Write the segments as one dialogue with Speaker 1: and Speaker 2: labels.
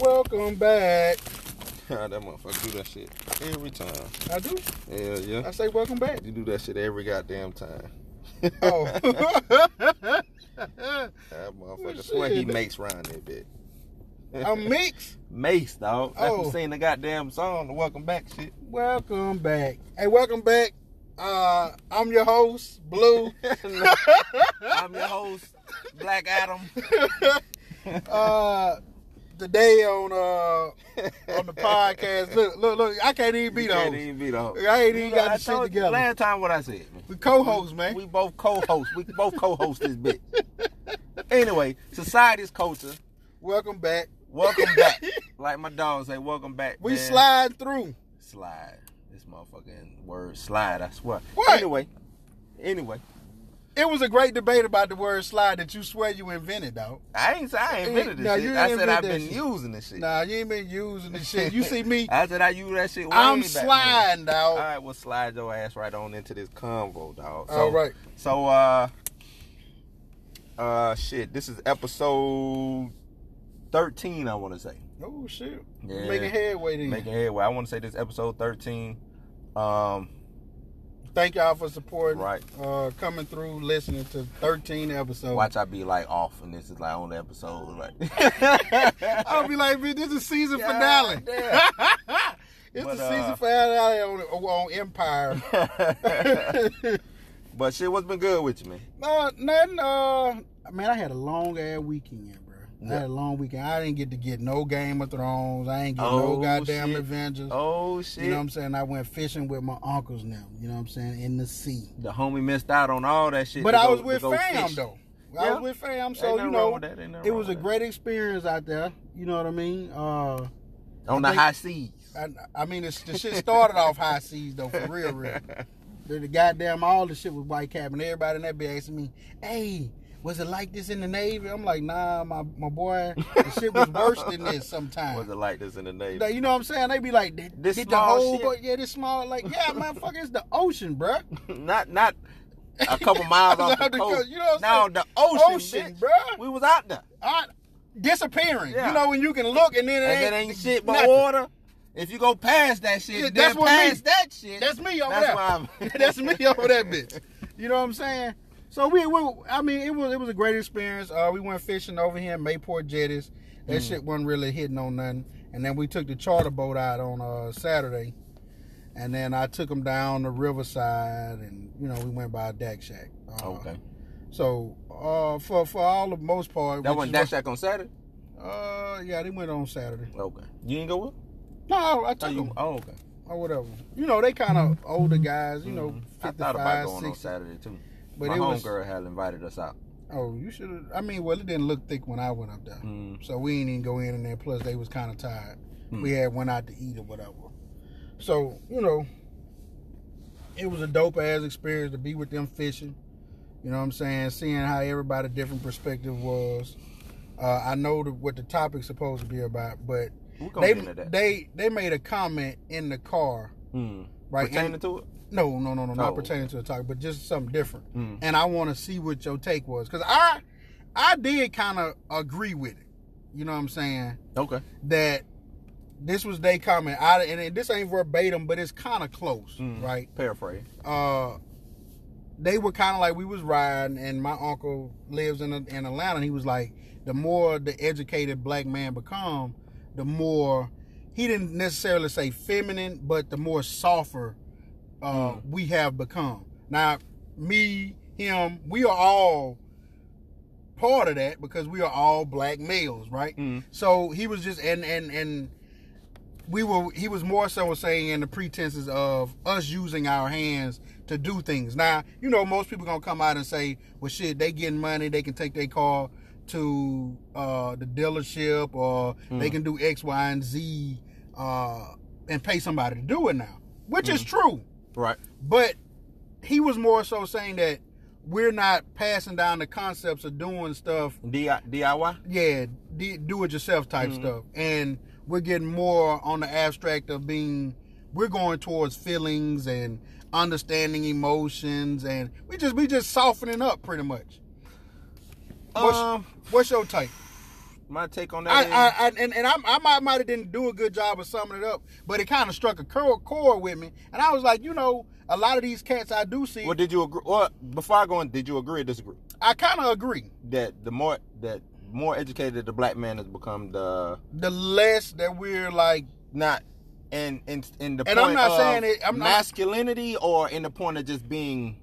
Speaker 1: Welcome back.
Speaker 2: that motherfucker do that shit every time.
Speaker 1: I do.
Speaker 2: Hell yeah.
Speaker 1: I say welcome back.
Speaker 2: You do that shit every goddamn time.
Speaker 1: Oh.
Speaker 2: that motherfucker
Speaker 1: Shit.
Speaker 2: swear he makes round that bitch.
Speaker 1: I'm mixed.
Speaker 2: Mace, dog. That's
Speaker 1: Oh.
Speaker 2: who sing the goddamn song, the Welcome Back shit.
Speaker 1: Welcome back. Hey, welcome back. Uh, I'm your host, Blue.
Speaker 2: I'm your host, Black Adam.
Speaker 1: Uh, today on uh on the podcast. Look, look, look. I can't even be
Speaker 2: You
Speaker 1: the
Speaker 2: can't
Speaker 1: host.
Speaker 2: even be the host.
Speaker 1: I ain't even
Speaker 2: You know,
Speaker 1: got
Speaker 2: I
Speaker 1: the shit
Speaker 2: told you
Speaker 1: together.
Speaker 2: Last time what I said.
Speaker 1: We co-hosts, man.
Speaker 2: We both co-host. We both co-host this bitch. Anyway, society's culture.
Speaker 1: welcome back.
Speaker 2: Welcome back. like my dog say, welcome back.
Speaker 1: We
Speaker 2: man.
Speaker 1: slide through.
Speaker 2: Slide. This motherfucking word slide, I swear.
Speaker 1: What?
Speaker 2: Anyway. Anyway.
Speaker 1: It was a great debate about the word slide that you swear you invented, though.
Speaker 2: I ain't say I invented this
Speaker 1: No, you
Speaker 2: shit.
Speaker 1: didn't
Speaker 2: I said
Speaker 1: invent
Speaker 2: I've
Speaker 1: that
Speaker 2: been
Speaker 1: shit.
Speaker 2: using this shit.
Speaker 1: Nah, you ain't been using the shit. You see me?
Speaker 2: I said I use that shit. way
Speaker 1: I'm
Speaker 2: back when.
Speaker 1: sliding,
Speaker 2: All
Speaker 1: dog.
Speaker 2: right, well, slide your ass right on into this convo, dog.
Speaker 1: All right.
Speaker 2: So, uh, uh, shit, this is episode 13, I want to say.
Speaker 1: Oh shit.
Speaker 2: Yeah.
Speaker 1: Making headway then.
Speaker 2: Making headway. I want to say this is episode 13. Um,
Speaker 1: Thank y'all for supporting.
Speaker 2: Right.
Speaker 1: Uh, coming through, listening to 13 episodes.
Speaker 2: watch I be like off, and this is like on the episode. Like,
Speaker 1: I'll be like, bitch, this is season finale.
Speaker 2: God damn.
Speaker 1: It's
Speaker 2: But,
Speaker 1: the season
Speaker 2: uh,
Speaker 1: finale on, on Empire.
Speaker 2: but shit, what's been good with you, man?
Speaker 1: no, nothing. Uh, man, I had a long ass weekend, bro. I had a long weekend. I didn't get to get no Game of Thrones. I ain't get no
Speaker 2: Oh,
Speaker 1: goddamn
Speaker 2: shit.
Speaker 1: Avengers.
Speaker 2: Oh, shit.
Speaker 1: You know what I'm saying? I went fishing with my uncles now. You know what I'm saying? In the sea.
Speaker 2: the homie missed out on all that shit.
Speaker 1: But
Speaker 2: to
Speaker 1: I
Speaker 2: go-
Speaker 1: was
Speaker 2: to
Speaker 1: with
Speaker 2: go
Speaker 1: fam
Speaker 2: fish.
Speaker 1: though. I
Speaker 2: Yeah.
Speaker 1: was with fam,
Speaker 2: Ain't
Speaker 1: so you
Speaker 2: nothing wrong
Speaker 1: know
Speaker 2: with that. Ain't nothing
Speaker 1: it
Speaker 2: wrong
Speaker 1: was a
Speaker 2: with that.
Speaker 1: great experience out there. You know what I mean? Uh,
Speaker 2: on the
Speaker 1: I think-
Speaker 2: high seas.
Speaker 1: I, I mean, it's, the shit started off high seas though, for real, real. The, the goddamn all the shit was white cap, and everybody in that be asking me, "Hey, was it like this in the Navy?" I'm like, "Nah, my my boy, the shit was worse than this
Speaker 2: Was
Speaker 1: sometimes."
Speaker 2: it like this in the Navy?
Speaker 1: Now, you know what I'm saying? They be like, "Did,
Speaker 2: This
Speaker 1: did the
Speaker 2: small
Speaker 1: whole
Speaker 2: shit?
Speaker 1: boy, yeah, this small, like, yeah, motherfucker, it's the ocean, bruh."
Speaker 2: not not a couple miles off the coast.
Speaker 1: You know what I'm saying?
Speaker 2: no, the ocean,
Speaker 1: Ocean,
Speaker 2: bitch.
Speaker 1: bruh.
Speaker 2: We was out there,
Speaker 1: I, disappearing.
Speaker 2: Yeah.
Speaker 1: You know when you can look and then it
Speaker 2: and
Speaker 1: ain't,
Speaker 2: that ain't shit but
Speaker 1: nothing.
Speaker 2: water. If you go past that shit,
Speaker 1: Yeah,
Speaker 2: then
Speaker 1: that's what
Speaker 2: past
Speaker 1: me-
Speaker 2: that shit.
Speaker 1: That's me over
Speaker 2: that's
Speaker 1: there.
Speaker 2: Why I'm,
Speaker 1: that's me over that bitch. You know what I'm saying? So we, we I mean, it was it was a great experience. Uh, we went fishing over here in Mayport Jetties. That
Speaker 2: Mm.
Speaker 1: shit wasn't really hitting on nothing. And then we took the charter boat out on uh, Saturday, and then I took them down the riverside, and you know we went by Dak Shack. Uh,
Speaker 2: Okay,
Speaker 1: So uh, for for all the most part,
Speaker 2: that
Speaker 1: which
Speaker 2: one
Speaker 1: is
Speaker 2: that
Speaker 1: what-
Speaker 2: shack on Saturday.
Speaker 1: Uh, yeah, they went on Saturday.
Speaker 2: Okay, you didn't go up.
Speaker 1: No, I
Speaker 2: Oh,
Speaker 1: took them.
Speaker 2: you, oh okay.
Speaker 1: or whatever. You know, they kind of older guys. You know,
Speaker 2: Mm-hmm. I
Speaker 1: 55,
Speaker 2: thought about going
Speaker 1: 60.
Speaker 2: on Saturday too.
Speaker 1: But
Speaker 2: My
Speaker 1: it was
Speaker 2: homegirl had invited us out.
Speaker 1: oh, you should. have I mean, well, it didn't look thick when I went up there,
Speaker 2: Mm.
Speaker 1: so we ain't even go in there. Plus, they was kind of tired.
Speaker 2: Hmm.
Speaker 1: We had went out to eat or whatever. So you know, it was a dope ass experience to be with them fishing. You know what I'm saying? Seeing how everybody different perspective was. Uh, I know the, what the topic's supposed to be about, but
Speaker 2: We gonna
Speaker 1: they
Speaker 2: get into that.
Speaker 1: they they made a comment in the car,
Speaker 2: mm.
Speaker 1: right? in-
Speaker 2: Pertaining to it.
Speaker 1: No, no, no, no,
Speaker 2: Oh.
Speaker 1: not pertaining to the topic, but just something different.
Speaker 2: Mm.
Speaker 1: And I want to see what your take was, cause I, I did kind of agree with it. You know what I'm saying?
Speaker 2: Okay.
Speaker 1: That this was they comment. I and it- this ain't verbatim, but it's kind of close,
Speaker 2: Mm.
Speaker 1: right?
Speaker 2: Paraphrase.
Speaker 1: Uh, they were kind of like we was riding, and my uncle lives in in Atlanta, and he was like, the more the educated black man become, the more he didn't necessarily say feminine, but the more softer uh, we have become. Now, me, him, we are all part of that because we are all black males, right?
Speaker 2: Mm.
Speaker 1: So he was just and and and we were he was more so saying in the pretenses of us using our hands to do things. Now, you know, most people gonna come out and say, Well shit, they getting money, they can take their car to uh the dealership or they can do X, Y, and Z uh and pay somebody to do it now. Which is true.
Speaker 2: Right.
Speaker 1: But he was more so saying that we're not passing down the concepts of doing stuff
Speaker 2: D- DIY.
Speaker 1: yeah, d- do it yourself type
Speaker 2: Mm-hmm.
Speaker 1: stuff. And we're getting more on the abstract of being, we're going towards feelings and understanding emotions, and we just we just softening up pretty much. What's,
Speaker 2: Um,
Speaker 1: what's your type?
Speaker 2: my take on
Speaker 1: I,
Speaker 2: that. is-
Speaker 1: I, I and, and I, I might might have didn't do a good job of summing it up, but it kind of struck a cor- chord with me, and I was like, you know, a lot of these cats I do see,
Speaker 2: well, did you agree? Well, before I go on, did you agree or disagree
Speaker 1: I kind of agree.
Speaker 2: that the more that more educated the black man has become, the
Speaker 1: The less that we're like,
Speaker 2: not and and and the
Speaker 1: And I'm
Speaker 2: point
Speaker 1: not
Speaker 2: of
Speaker 1: saying it- I'm not-
Speaker 2: masculinity or in the point of just being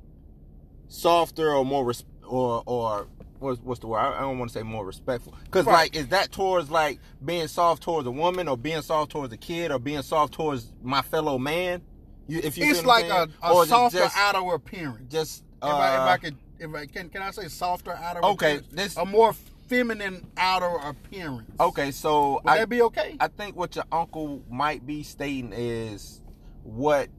Speaker 2: softer or more res- or or what's, what's the word? I, I don't want to say more respectful because
Speaker 1: Right.
Speaker 2: like is that towards like being soft towards a woman or being soft towards a kid or being soft towards my fellow man? You, if you
Speaker 1: it's
Speaker 2: feel what
Speaker 1: like
Speaker 2: I'm
Speaker 1: a,
Speaker 2: saying? Or
Speaker 1: a
Speaker 2: is it
Speaker 1: softer
Speaker 2: just,
Speaker 1: outer appearance.
Speaker 2: just
Speaker 1: if, I, if I
Speaker 2: uh,
Speaker 1: could, if I can, can I say softer outer?
Speaker 2: Okay,
Speaker 1: appearance?
Speaker 2: this-
Speaker 1: a more feminine outer appearance.
Speaker 2: okay, so
Speaker 1: would
Speaker 2: I,
Speaker 1: that be okay?
Speaker 2: I think what your uncle might be stating is what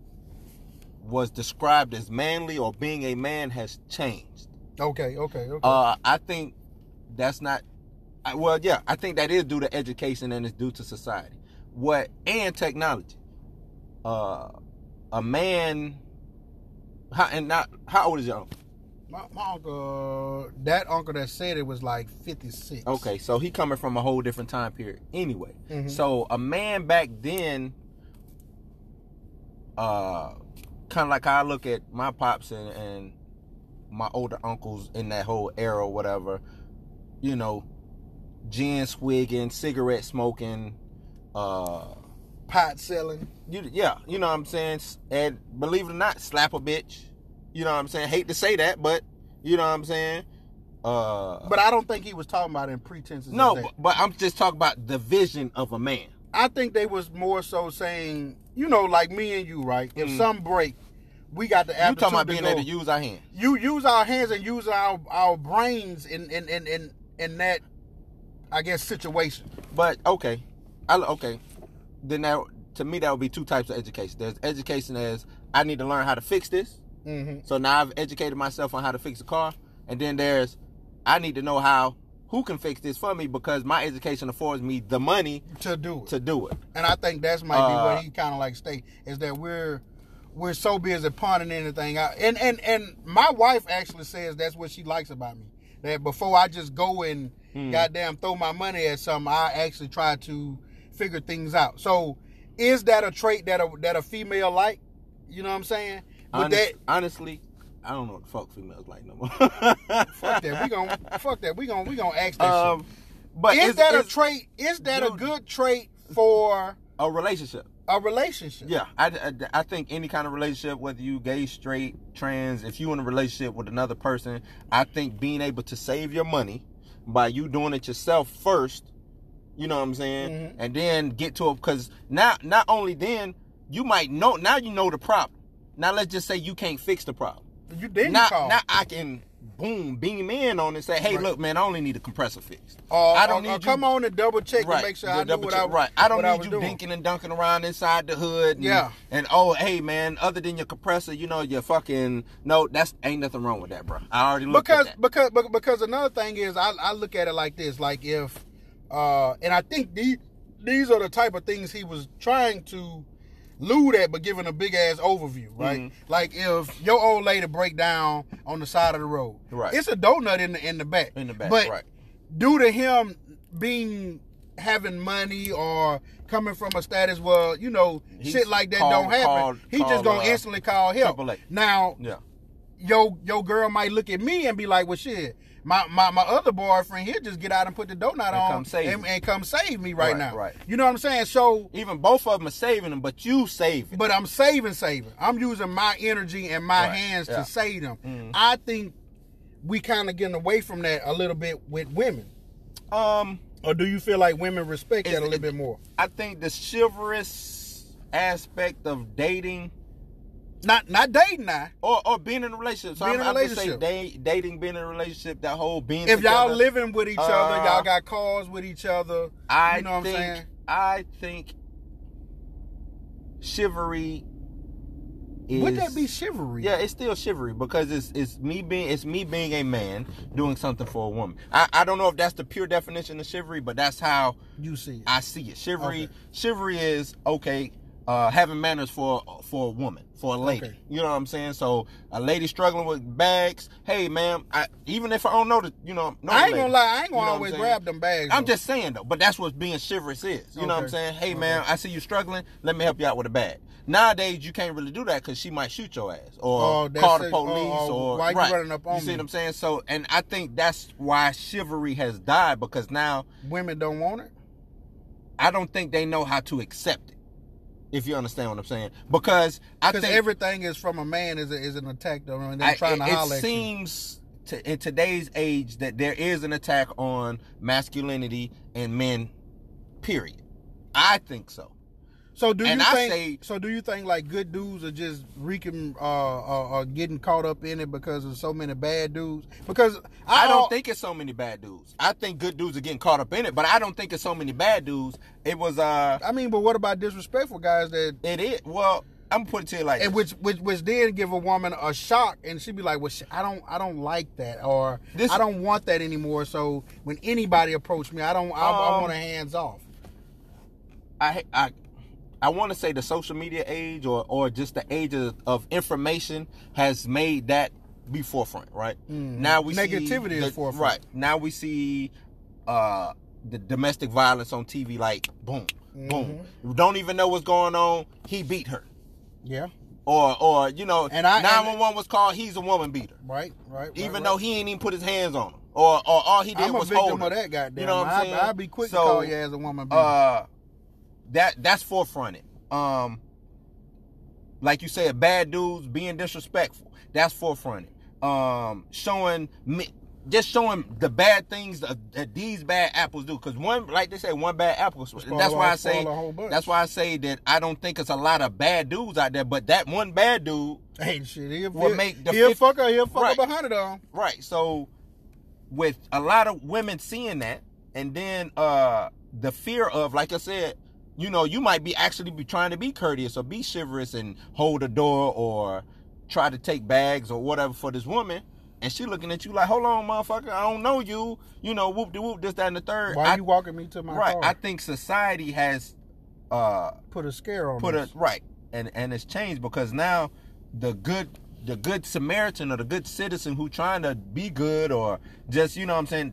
Speaker 2: was described as manly or being a man has changed.
Speaker 1: okay, okay, okay.
Speaker 2: Uh, I think that's not. I, well, yeah, I think that is due to education and it's due to society, what and technology. Uh, a man, how and not how old is your uncle?
Speaker 1: my, my uncle, that uncle that said it was like fifty six.
Speaker 2: Okay, so he coming from a whole different time period. Anyway,
Speaker 1: Mhm.
Speaker 2: so a man back then, uh, kind of like how I look at my pops and, and my older uncles in that whole era, or whatever. You know, gin swigging, cigarette smoking, uh,
Speaker 1: pot selling.
Speaker 2: you yeah, you know what I'm saying. And believe it or not, slap a bitch. You know what I'm saying. Hate to say that, but you know what I'm saying. Uh,
Speaker 1: But I don't think he was talking about it in pretenses.
Speaker 2: no,
Speaker 1: of that.
Speaker 2: but, but I'm just talking about the vision of a man.
Speaker 1: I think they was more so saying, you know, like me and you, right? If
Speaker 2: Mm.
Speaker 1: some break, we got the
Speaker 2: You
Speaker 1: aptitude
Speaker 2: talking about
Speaker 1: to
Speaker 2: being
Speaker 1: go-
Speaker 2: able to use our hand?
Speaker 1: you use our hands and use our our brains in in in in, in that, I guess, situation.
Speaker 2: But okay, I, okay. Then that to me that would be two types of education. There's education as I need to learn how to fix this.
Speaker 1: Mm-hmm.
Speaker 2: So now I've educated myself on how to fix a car. And then there's I need to know how who can fix this for me because my education affords me the money
Speaker 1: To do it,
Speaker 2: to do it.
Speaker 1: and I think that's might be
Speaker 2: Uh,
Speaker 1: what he kind of like state is that we're we're so busy pawning anything out, and and and my wife actually says that's what she likes about me. That before I just go and
Speaker 2: Hmm.
Speaker 1: goddamn throw my money at something, I actually try to figure things out. So, is that a trait that a that a female like? You know what I'm saying? With
Speaker 2: Honest,
Speaker 1: that,
Speaker 2: honestly, I don't know what the fuck females like no more.
Speaker 1: fuck that. We gon' fuck that. We gon' we gon' ask that shit.
Speaker 2: um, but
Speaker 1: is
Speaker 2: it's-
Speaker 1: that a
Speaker 2: it's
Speaker 1: trait? Is that a
Speaker 2: Dude.
Speaker 1: good trait for
Speaker 2: a relationship?
Speaker 1: a relationship?
Speaker 2: Yeah, I, I, I think any kind of relationship, whether you gay, straight, trans, if you in a relationship with another person, I think being able to save your money by you doing it yourself first, you know what I'm saying,
Speaker 1: Mhm.
Speaker 2: and then get to it because now not only then you might know now you know the problem. Now let's just say you can't fix the problem.
Speaker 1: You didn't
Speaker 2: now,
Speaker 1: call.
Speaker 2: now I can boom beam in on it and say, hey,
Speaker 1: Right.
Speaker 2: look, man, I only need a compressor fixed.
Speaker 1: or,
Speaker 2: I don't
Speaker 1: or-
Speaker 2: need
Speaker 1: or
Speaker 2: you-
Speaker 1: Come on and double check
Speaker 2: Right.
Speaker 1: to make sure
Speaker 2: You'll
Speaker 1: I knew
Speaker 2: double
Speaker 1: what
Speaker 2: check.
Speaker 1: I
Speaker 2: right. I don't
Speaker 1: what
Speaker 2: need
Speaker 1: was
Speaker 2: you
Speaker 1: doing.
Speaker 2: dinking and dunking around inside the hood. And,
Speaker 1: Yeah.
Speaker 2: And oh, hey man, other than your compressor, you know your fucking no. That's ain't nothing wrong with that, bro. I already looked
Speaker 1: because
Speaker 2: at that.
Speaker 1: because bec- because another thing is I, I look at it like this like if uh and I think these these are the type of things he was trying to lewd at but giving a big ass overview right
Speaker 2: Mhm.
Speaker 1: like if your old lady break down on the side of the road
Speaker 2: Right.
Speaker 1: it's a donut in the in the back
Speaker 2: In the back,
Speaker 1: but
Speaker 2: right.
Speaker 1: due to him being having money or coming from a status where you know
Speaker 2: He
Speaker 1: shit like that
Speaker 2: called-
Speaker 1: don't happen
Speaker 2: called-
Speaker 1: he
Speaker 2: called,
Speaker 1: just gonna
Speaker 2: uh,
Speaker 1: instantly call help
Speaker 2: AAA.
Speaker 1: now
Speaker 2: Yeah.
Speaker 1: yo yo girl might look at me and be like, "Well, shit, my my, my other boyfriend here just get out and put the donut on
Speaker 2: come save
Speaker 1: and,
Speaker 2: me."
Speaker 1: and come save me right,
Speaker 2: Right,
Speaker 1: now."
Speaker 2: right.
Speaker 1: You know what I'm saying? So,
Speaker 2: Even both of them are saving them, but you saving.
Speaker 1: but I'm saving, saving. I'm using my energy and my
Speaker 2: Right,
Speaker 1: hands
Speaker 2: yeah.
Speaker 1: to save them.
Speaker 2: Mhm.
Speaker 1: I think we kind of getting away from that a little bit with women.
Speaker 2: um,
Speaker 1: Or do you feel like women respect
Speaker 2: Is
Speaker 1: that a little
Speaker 2: it-
Speaker 1: bit more?
Speaker 2: I think the chivalrous aspect of dating
Speaker 1: Not not dating now.
Speaker 2: or or being in a relationship. So
Speaker 1: Being
Speaker 2: I'm,
Speaker 1: in a
Speaker 2: I'm just saying da-
Speaker 1: relationship.
Speaker 2: dating, being in a relationship, that whole being.
Speaker 1: If y'all
Speaker 2: together,
Speaker 1: living with each other,
Speaker 2: Uh,
Speaker 1: y'all got cars with each other.
Speaker 2: I
Speaker 1: you know what
Speaker 2: think,
Speaker 1: I'm saying?
Speaker 2: I think chivalry is
Speaker 1: Would that be chivalry?
Speaker 2: yeah, it's still chivalry because it's it's me being it's me being a man doing something for a woman. I, I don't know if that's the pure definition of chivalry, but that's how
Speaker 1: you see. it.
Speaker 2: I see it. Chivalry
Speaker 1: Okay.
Speaker 2: chivalry is okay, uh, having manners for for a woman, for a lady.
Speaker 1: Okay.
Speaker 2: You know what I'm saying? So a lady struggling with bags. Hey, ma'am, I, even if I don't know the, you know, know the
Speaker 1: I ain't
Speaker 2: lady,
Speaker 1: gonna lie, I ain't
Speaker 2: you
Speaker 1: gonna
Speaker 2: know what I'm
Speaker 1: always
Speaker 2: saying?
Speaker 1: grab them bags.
Speaker 2: I'm
Speaker 1: though.
Speaker 2: just saying though, but that's what being chivalrous is. You know what I'm
Speaker 1: Okay.
Speaker 2: saying? Hey,
Speaker 1: Okay.
Speaker 2: ma'am, I see you struggling. Let me help you out with a bag. Nowadays, you can't really do that because she might shoot your ass or
Speaker 1: Oh, that's
Speaker 2: call the
Speaker 1: it.
Speaker 2: police
Speaker 1: Oh, oh,
Speaker 2: or
Speaker 1: why you
Speaker 2: right.
Speaker 1: running up
Speaker 2: you
Speaker 1: on
Speaker 2: see
Speaker 1: me?
Speaker 2: what I'm saying? So, and I think that's why chivalry has died because now
Speaker 1: women don't want it.
Speaker 2: I don't think they know how to accept it. If you understand what I'm saying, because I
Speaker 1: Because
Speaker 2: think
Speaker 1: everything is from a man is a, is an attack though, and they're
Speaker 2: I-
Speaker 1: trying to
Speaker 2: it,
Speaker 1: holler at
Speaker 2: it
Speaker 1: you.
Speaker 2: seems to, in today's age that there is an attack on masculinity and men. Period. I think so.
Speaker 1: So do
Speaker 2: and
Speaker 1: you
Speaker 2: I
Speaker 1: think?
Speaker 2: say-
Speaker 1: so do you think like good dudes are just reeking, uh, uh, uh, getting caught up in it because of so many bad dudes? Because I,
Speaker 2: I don't
Speaker 1: al-
Speaker 2: think it's so many bad dudes. I think good dudes are getting caught up in it, but I don't think it's so many bad dudes. It was uh,
Speaker 1: I mean, but what about disrespectful guys that?
Speaker 2: it is. Well, I'm gonna put it to you like
Speaker 1: And
Speaker 2: this.
Speaker 1: which, which, which then give a woman a shock, and she'd be like, "Well, sh- I don't, I don't like that, or
Speaker 2: This-
Speaker 1: I don't want that anymore." So when anybody approach me, I don't, I, I
Speaker 2: Um,
Speaker 1: want a hands off.
Speaker 2: I I I want to say the social media age or or just the age of, of information has made that be forefront, right?
Speaker 1: Mhm.
Speaker 2: Now we see
Speaker 1: Negativity is
Speaker 2: the-
Speaker 1: forefront.
Speaker 2: Right. Now we see uh the domestic violence on TV like boom, boom.
Speaker 1: Mm-hmm.
Speaker 2: Don't even know what's going on. He beat her.
Speaker 1: Yeah,
Speaker 2: Or or you know
Speaker 1: And I- and-
Speaker 2: 911 was called, he's a woman beater.
Speaker 1: right, right. right,
Speaker 2: even
Speaker 1: right.
Speaker 2: though he ain't even put his hands on him, or or all he did
Speaker 1: I'm a
Speaker 2: was
Speaker 1: victim
Speaker 2: hold him.
Speaker 1: of that goddamn.
Speaker 2: You know what I'm
Speaker 1: I,
Speaker 2: saying?
Speaker 1: I'd be quick
Speaker 2: So,
Speaker 1: to call you as a woman. beater.
Speaker 2: Uh, that that's forefronted. Um, like you said, bad dudes being disrespectful. That's forefronted. Um, showing me. Just showing the bad things that, that these bad apples do, because one, like they say, one bad apple.
Speaker 1: Spoil
Speaker 2: that's why
Speaker 1: all-
Speaker 2: I say.
Speaker 1: spoil a whole bunch.
Speaker 2: That's why I say that I don't think it's a lot of bad dudes out there, but that one bad dude
Speaker 1: Hey, shit, he'll,
Speaker 2: What
Speaker 1: he'll-
Speaker 2: make the
Speaker 1: he'll
Speaker 2: fif-
Speaker 1: fuck her, he'll fuck
Speaker 2: Right.
Speaker 1: her behind it on.
Speaker 2: Right. So with a lot of women seeing that and then uh the fear of like I said, you know, you might be actually be trying to be courteous or be chivalrous and hold the door or try to take bags or whatever for this woman and she looking at you like, "Hold on, motherfucker, I don't know you." You know, whoop de whoop this that and the third.
Speaker 1: Why
Speaker 2: I,
Speaker 1: you walking me to my
Speaker 2: right.
Speaker 1: car?
Speaker 2: I think society has uh
Speaker 1: put a scare on
Speaker 2: put
Speaker 1: us.
Speaker 2: us right and and it's changed because now the good the good samaritan or the good citizen who trying to be good or just you know what i'm saying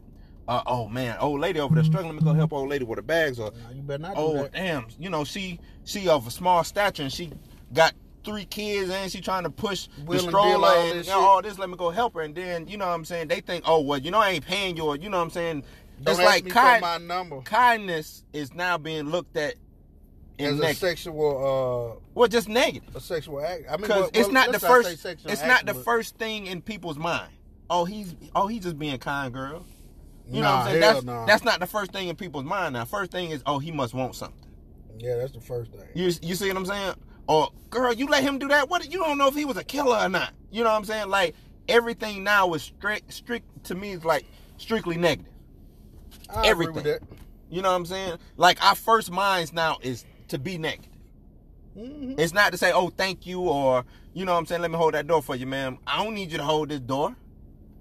Speaker 2: uh, oh man old lady over there struggling let me go help old lady with her bags or
Speaker 1: Nah, you better not Mm-hmm. do
Speaker 2: oh
Speaker 1: that.
Speaker 2: damn you know she she of a small stature and she got three kids and she trying to push
Speaker 1: Wheel
Speaker 2: the
Speaker 1: and deal
Speaker 2: stroller
Speaker 1: all
Speaker 2: and
Speaker 1: this
Speaker 2: you know,
Speaker 1: shit.
Speaker 2: all this let me go help her and then you know what i'm saying they think oh well you know i ain't paying you or you know what i'm saying
Speaker 1: Don't ask
Speaker 2: it's like
Speaker 1: me
Speaker 2: kind-
Speaker 1: for my number
Speaker 2: kindness is now being looked at in
Speaker 1: as a
Speaker 2: neg-
Speaker 1: sexual,
Speaker 2: well just negative
Speaker 1: uh, a sexual act. I mean,
Speaker 2: because
Speaker 1: well,
Speaker 2: it's
Speaker 1: well,
Speaker 2: not the
Speaker 1: let's say
Speaker 2: first.
Speaker 1: sexual
Speaker 2: It's
Speaker 1: action,
Speaker 2: not the
Speaker 1: but-
Speaker 2: first thing in people's mind. Oh, he's oh he's just being kind, girl. You know what
Speaker 1: Nah,
Speaker 2: I'm saying?
Speaker 1: hell
Speaker 2: That's
Speaker 1: nah.
Speaker 2: that's not the first thing in people's mind. Now, first thing is oh he must want something.
Speaker 1: Yeah, that's the first thing.
Speaker 2: You you see what I'm saying? Or girl, you let him do that? What you don't know if he was a killer or not? You know what I'm saying? Like everything now is strict. Strict to me is like strictly negative.
Speaker 1: I agree
Speaker 2: everything.
Speaker 1: with that.
Speaker 2: You know what I'm saying? Like our first minds now is to be negative.
Speaker 1: Mhm.
Speaker 2: It's not to say, oh, thank you, or, you know what I'm saying, let me hold that door for you, ma'am. I don't need you to hold this door.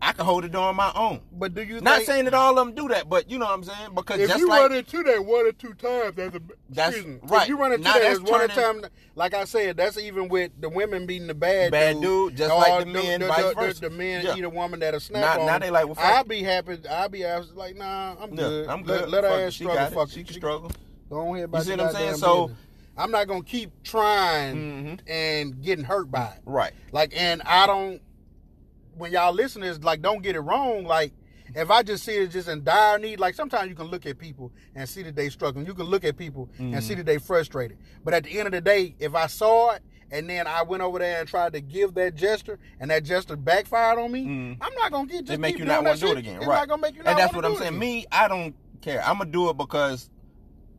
Speaker 2: I can hold the door on my own.
Speaker 1: But do you
Speaker 2: Not
Speaker 1: think
Speaker 2: saying that all of them do that, but you know what I'm saying? Because
Speaker 1: if
Speaker 2: just
Speaker 1: you
Speaker 2: like
Speaker 1: run into that one or two times, that's a
Speaker 2: That's-
Speaker 1: excuse me,
Speaker 2: right.
Speaker 1: If you run into
Speaker 2: Now
Speaker 1: that
Speaker 2: that's
Speaker 1: that's one
Speaker 2: turning-
Speaker 1: time, like I said, that's even with the women beating the bad
Speaker 2: Bad dude, just like the men,
Speaker 1: the,
Speaker 2: vice
Speaker 1: the,
Speaker 2: versa.
Speaker 1: The, men
Speaker 2: Yeah.
Speaker 1: eat a woman that a snap
Speaker 2: Now-
Speaker 1: on.
Speaker 2: now they like, well, fuck
Speaker 1: I'll
Speaker 2: it.
Speaker 1: be happy. I'll be I was like, nah, I'm
Speaker 2: Yeah,
Speaker 1: good.
Speaker 2: I'm good.
Speaker 1: Let, let
Speaker 2: Fuck
Speaker 1: her
Speaker 2: it.
Speaker 1: ass
Speaker 2: She
Speaker 1: struggle.
Speaker 2: got it.
Speaker 1: Fuck
Speaker 2: She
Speaker 1: it.
Speaker 2: can struggle.
Speaker 1: Go ahead about
Speaker 2: see
Speaker 1: your
Speaker 2: what I'm saying?
Speaker 1: goddamn
Speaker 2: So- Mm-hmm.
Speaker 1: business. I'm not gonna keep trying and getting hurt by it.
Speaker 2: Right.
Speaker 1: Like, and I don't. When y'all listeners, like, don't get it wrong. Like, if I just see it just in dire need, like sometimes you can look at people and see that they struggling. You can look at people and
Speaker 2: Mm-hmm.
Speaker 1: see that they frustrated. But at the end of the day, if I saw it and then I went over there and tried to give that gesture and that gesture backfired on me, I'm not gonna get just
Speaker 2: Mm. It make
Speaker 1: keep
Speaker 2: you
Speaker 1: doing
Speaker 2: not
Speaker 1: that
Speaker 2: want to do
Speaker 1: shit.
Speaker 2: it again.
Speaker 1: It's
Speaker 2: right.
Speaker 1: not gonna make you not
Speaker 2: and that's what
Speaker 1: wanna
Speaker 2: I'm
Speaker 1: do it
Speaker 2: saying.
Speaker 1: again.
Speaker 2: Me, I don't care. I'm going to do it because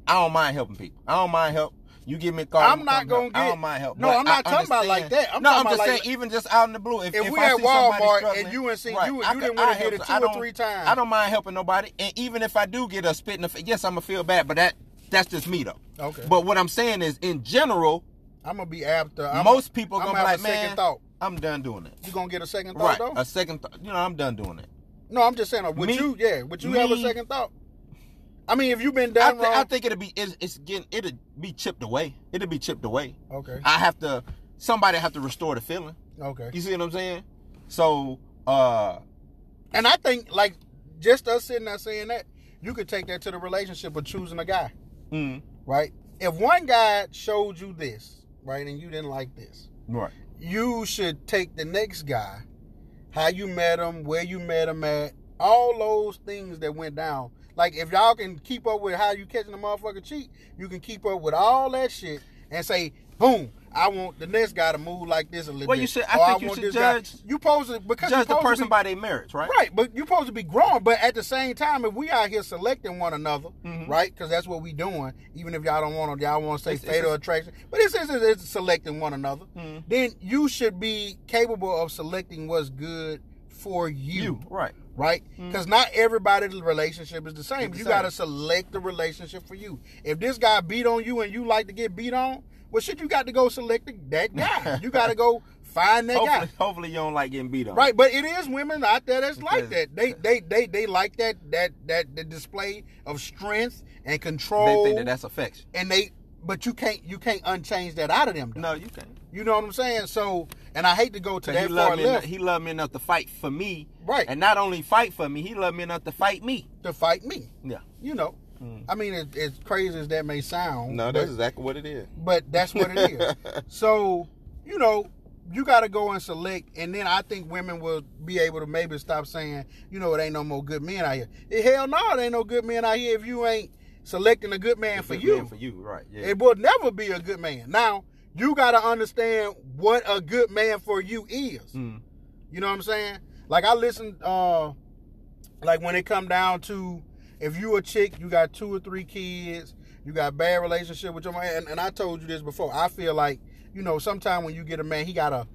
Speaker 2: I don't mind helping people. I don't mind help. You give me a call.
Speaker 1: I'm
Speaker 2: I'ma
Speaker 1: not
Speaker 2: come
Speaker 1: gonna
Speaker 2: help. I
Speaker 1: get-
Speaker 2: don't mind help.
Speaker 1: No,
Speaker 2: but
Speaker 1: I'm not
Speaker 2: I
Speaker 1: talking about like
Speaker 2: understand-
Speaker 1: that. I'm
Speaker 2: no,
Speaker 1: talking
Speaker 2: I'm just
Speaker 1: about
Speaker 2: saying,
Speaker 1: like-
Speaker 2: even just out in the blue. If,
Speaker 1: If we
Speaker 2: I
Speaker 1: at
Speaker 2: see somebody
Speaker 1: Walmart
Speaker 2: struggling-
Speaker 1: and you and seen you and
Speaker 2: I
Speaker 1: you
Speaker 2: could-
Speaker 1: done went
Speaker 2: I
Speaker 1: and hit
Speaker 2: help
Speaker 1: it
Speaker 2: some-
Speaker 1: two or
Speaker 2: I don't-
Speaker 1: three times.
Speaker 2: I don't mind helping nobody, and even if I do get a spit in the face, yes, I'm gonna feel bad, but that that's just me though.
Speaker 1: Oh, Okay.
Speaker 2: But what I'm saying is, in general,
Speaker 1: I'm gonna be after. I'm,
Speaker 2: most people
Speaker 1: I'm
Speaker 2: gonna
Speaker 1: have
Speaker 2: be like,
Speaker 1: a
Speaker 2: man,
Speaker 1: second thought.
Speaker 2: I'm done doing it.
Speaker 1: You gonna get a second
Speaker 2: Right,
Speaker 1: thought though?
Speaker 2: a second thought. You know, I'm done doing it.
Speaker 1: No, I'm just saying. uh, Would
Speaker 2: Me-
Speaker 1: you? Yeah. Would you have a
Speaker 2: me-
Speaker 1: second thought? I mean, if you've been
Speaker 2: I,
Speaker 1: done
Speaker 2: thi-
Speaker 1: wrong,
Speaker 2: I think it'll be it's, it's getting it'll be chipped away. It'll be chipped away.
Speaker 1: okay,
Speaker 2: I have to somebody have to restore the feeling.
Speaker 1: okay.
Speaker 2: You see what I'm saying? So uh
Speaker 1: And I think like just us sitting there saying that, you could take that to the relationship of choosing a guy,
Speaker 2: mm,
Speaker 1: right? If one guy showed you this, right, and you didn't like this,
Speaker 2: right.
Speaker 1: you should take the next guy, how you met him, where you met him at, all those things that went down. Like if y'all can keep up with how you catching the motherfucker cheat, you can keep up with all that shit and say, boom, I want the next guy to move like this a little
Speaker 2: Well,
Speaker 1: bit.
Speaker 2: you should- I
Speaker 1: or
Speaker 2: think you
Speaker 1: want
Speaker 2: should
Speaker 1: this guy-
Speaker 2: judge-
Speaker 1: You pose it because you
Speaker 2: Judge the
Speaker 1: supposed to
Speaker 2: person
Speaker 1: be-
Speaker 2: by their marriage, right?
Speaker 1: Right, but you're supposed to be grown. But at the same time, if we out here selecting one another,
Speaker 2: Mhm.
Speaker 1: right? Because that's what we doing. Even if y'all don't want to, y'all want to say
Speaker 2: It's- it's
Speaker 1: fatal
Speaker 2: a-
Speaker 1: attraction, but it's, it's, it's selecting one another.
Speaker 2: Mhm.
Speaker 1: Then you should be capable of selecting what's good for you,
Speaker 2: You, Mm-hmm. right.
Speaker 1: right? Because not everybody's relationship is the same.
Speaker 2: It's the
Speaker 1: you
Speaker 2: same.
Speaker 1: got to select the relationship for you. If this guy beat on you and you like to get beat on, well, shit, you got to go select that guy. you got to go find that guy.
Speaker 2: Hopefully, hopefully you don't like getting beat on.
Speaker 1: Right, but it is women out there that's like
Speaker 2: Because- uh,
Speaker 1: that. They they they they like that that that the display of strength and
Speaker 2: They
Speaker 1: control.
Speaker 2: think that that's affection.
Speaker 1: and they but you can't you can't unchange that out of them. Though.
Speaker 2: No, you can't.
Speaker 1: You know what I'm saying? So and I hate to go to
Speaker 2: Cause he
Speaker 1: that
Speaker 2: loved
Speaker 1: far
Speaker 2: me. Enough,
Speaker 1: left
Speaker 2: he loved me enough to fight for me.
Speaker 1: Right.
Speaker 2: And not only fight for me, he loved me enough to fight me.
Speaker 1: to fight me.
Speaker 2: Yeah.
Speaker 1: You know,
Speaker 2: Mm.
Speaker 1: I mean, it, as crazy as that may sound,
Speaker 3: No,
Speaker 1: but-
Speaker 3: that's exactly what it is.
Speaker 1: but that's what it is. So, you know, you got to go and select, and then I think women will be able to maybe stop saying, you know, it ain't no more good men out here. Eh, Hell no, it ain't no good men out here if you ain't selecting a good man for
Speaker 2: Good
Speaker 1: you.
Speaker 2: man For you, right? Yeah.
Speaker 1: It will never be a good man. Now, you got to understand what a good man for you is.
Speaker 2: Mm.
Speaker 1: You know what I'm saying? Like I listen, uh, like when it come down to if you a chick, you got two or three kids, you got bad relationship with your man, and, and I told you this before. I feel like you know sometimes when you get a man, he gotta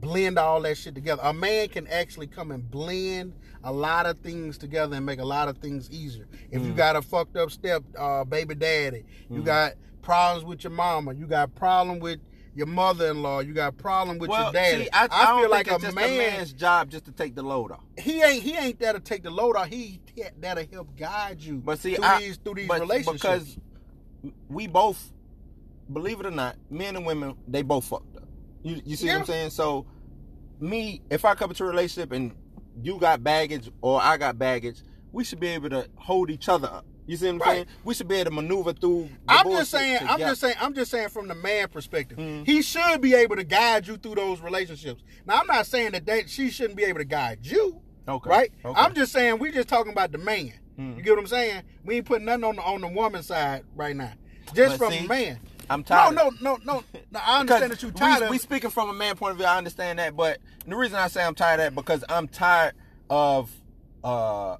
Speaker 1: blend all that shit together. A man can actually come and blend a lot of things together and make a lot of things easier. If
Speaker 2: Mm.
Speaker 1: you got a fucked up step uh, baby daddy, you got problems with your mama, you got problem with your mother-in-law, you got problem with
Speaker 2: well,
Speaker 1: your daddy.
Speaker 2: see, I, I, don't
Speaker 1: feel like
Speaker 2: think it's
Speaker 1: a
Speaker 2: just a
Speaker 1: man
Speaker 2: man's job just to take the load off.
Speaker 1: he ain't he ain't there to take the load off. He he there to help guide you.
Speaker 2: But see,
Speaker 1: through
Speaker 2: I,
Speaker 1: these through these
Speaker 2: but
Speaker 1: relationships.
Speaker 2: because we both, believe it or not, men and women, they both fucked up. You, you see what
Speaker 1: Yeah.
Speaker 2: I'm saying? So, me, if I come into a relationship and you got baggage or I got baggage, we should be able to hold each other up. You see what I'm
Speaker 1: Right.
Speaker 2: saying? We should be able to maneuver through. the
Speaker 1: I'm
Speaker 2: bullshit
Speaker 1: just saying, I'm
Speaker 2: together. Hmm.
Speaker 1: just saying, I'm just saying from the man perspective, he should be able to guide you through those relationships. Now, I'm not saying that that she shouldn't be able to guide you,
Speaker 2: Okay,
Speaker 1: right?
Speaker 2: okay. Hmm.
Speaker 1: I'm just saying we just talking about the man. You get what I'm saying? We ain't putting nothing on the on the woman side right now, just
Speaker 2: But
Speaker 1: from
Speaker 2: see,
Speaker 1: the man.
Speaker 2: I'm tired
Speaker 1: No,
Speaker 2: of
Speaker 1: no, no, no, no. I understand that
Speaker 2: Because
Speaker 1: you tired
Speaker 2: we,
Speaker 1: of.
Speaker 2: we
Speaker 1: it.
Speaker 2: speaking from a man point of view. I understand that, but the reason I say I'm tired of that because I'm tired of uh,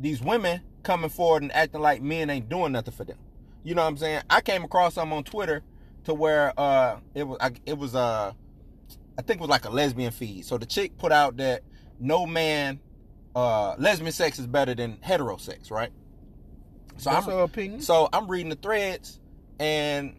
Speaker 2: these women coming forward and acting like men ain't doing nothing for them. You know what I'm saying? I came across some on Twitter to where uh, it was I, it was uh, I think it was like a lesbian feed. So the chick put out that no man uh, lesbian sex is better than heterosex, right? So
Speaker 1: That's
Speaker 2: I'm
Speaker 1: her opinion.
Speaker 2: so I'm reading the threads, and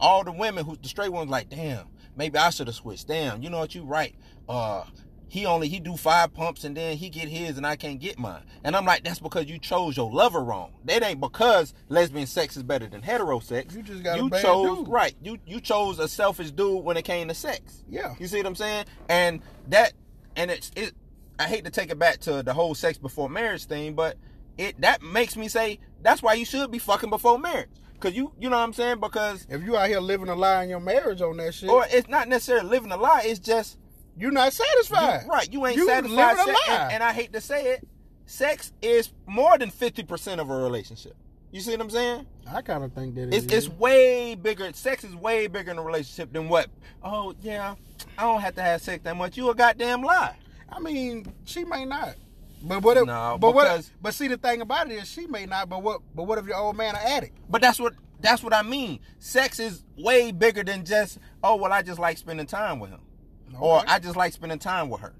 Speaker 2: all the women who the straight ones like, damn, maybe I should have switched. Damn, you know what? You right. Uh, he only he do five pumps and then he get his and I can't get mine. And I'm like, that's because you chose your lover wrong. That ain't because lesbian sex is better than heterosex.
Speaker 1: You just got a bad
Speaker 2: chose
Speaker 1: dude.
Speaker 2: right. You you chose a selfish dude when it came to sex.
Speaker 1: Yeah.
Speaker 2: You see what I'm saying? And that and it's it I hate to take it back to the whole sex before marriage thing, but it that makes me say that's why you should be fucking before marriage. Cause you you know what I'm saying? Because
Speaker 1: If you out here living a lie in your marriage on that shit,
Speaker 2: or it's not necessarily living a lie, it's just
Speaker 1: you're not satisfied.
Speaker 2: you- right, you ain't
Speaker 1: You
Speaker 2: satisfied.
Speaker 1: living a
Speaker 2: Sex,
Speaker 1: lie.
Speaker 2: and, and I hate to say it, sex is more than fifty percent of a relationship. You see what I'm saying?
Speaker 1: I kind of think that
Speaker 2: It's it's way bigger. Sex is way bigger in a relationship than what? Oh yeah, I don't have to have sex that much. You a goddamn lie.
Speaker 1: I mean, she may not. But what? If,
Speaker 2: No,
Speaker 1: but what?
Speaker 2: because-
Speaker 1: But see, the thing about it is, she may not. But what? But what if your old man an addict?
Speaker 2: But that's what that's what I mean. Sex is way bigger than just oh well I just like spending time with him, or
Speaker 1: Okay.
Speaker 2: I just like spending time with her.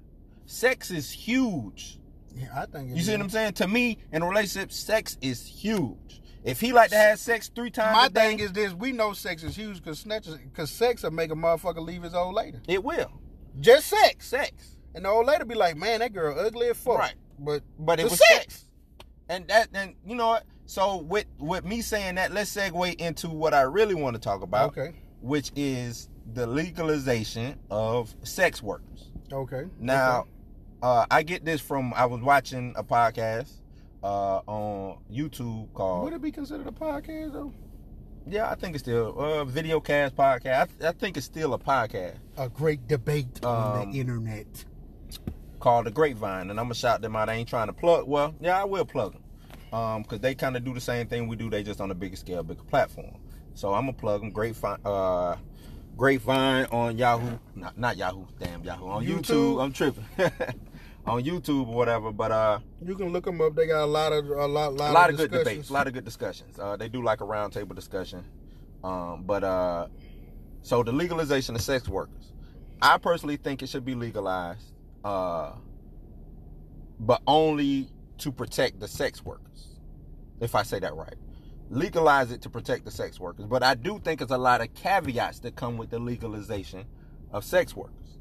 Speaker 2: Sex is huge.
Speaker 1: Yeah, I think. it
Speaker 2: You see
Speaker 1: is.
Speaker 2: what I'm saying? To me, in a relationship, sex is huge. If he like to have sex three times
Speaker 1: My
Speaker 2: a day,
Speaker 1: thing is this: we know sex is huge because snatches, because sex will make a motherfucker leave his old lady.
Speaker 2: it will
Speaker 1: Just sex,
Speaker 2: sex.
Speaker 1: and the old lady be like, "Man, that girl ugly as fuck."
Speaker 2: Right.
Speaker 1: But
Speaker 2: But it
Speaker 1: the
Speaker 2: was sex. and that and you know what? So with with me saying that, let's segue into what I really want to talk about,
Speaker 1: Okay.
Speaker 2: which is the legalization of sex workers.
Speaker 1: Okay.
Speaker 2: Now, uh, I get this from I was watching a podcast uh, on YouTube
Speaker 1: Okay.
Speaker 2: called
Speaker 1: would it be considered a podcast though?
Speaker 2: Yeah, I think it's still uh, video cast podcast. I, th- I think it's still a podcast
Speaker 1: A great debate on
Speaker 2: Um,
Speaker 1: the internet.
Speaker 2: called The Grapevine, and I'm gonna shout them out. I ain't trying to plug. Well, yeah, I will plug them, um, cause they kind of do the same thing we do. They just on a bigger scale, bigger platform. So I'm gonna plug them. Grapevine, uh, Grapevine on Yahoo, not, not Yahoo, damn Yahoo on YouTube.
Speaker 1: YouTube.
Speaker 2: I'm tripping on YouTube or whatever. But uh,
Speaker 1: You can look them up. They got a lot of a lot lot,
Speaker 2: a lot of good
Speaker 1: discussions.
Speaker 2: debates, a lot of good discussions. Uh, they do like a roundtable discussion, um, but uh, so the legalization of sex workers, I personally think it should be legalized, uh, but only to protect the sex workers, if I say that right. Legalize it to protect the sex workers, but I do think there's a lot of caveats that come with the legalization of sex workers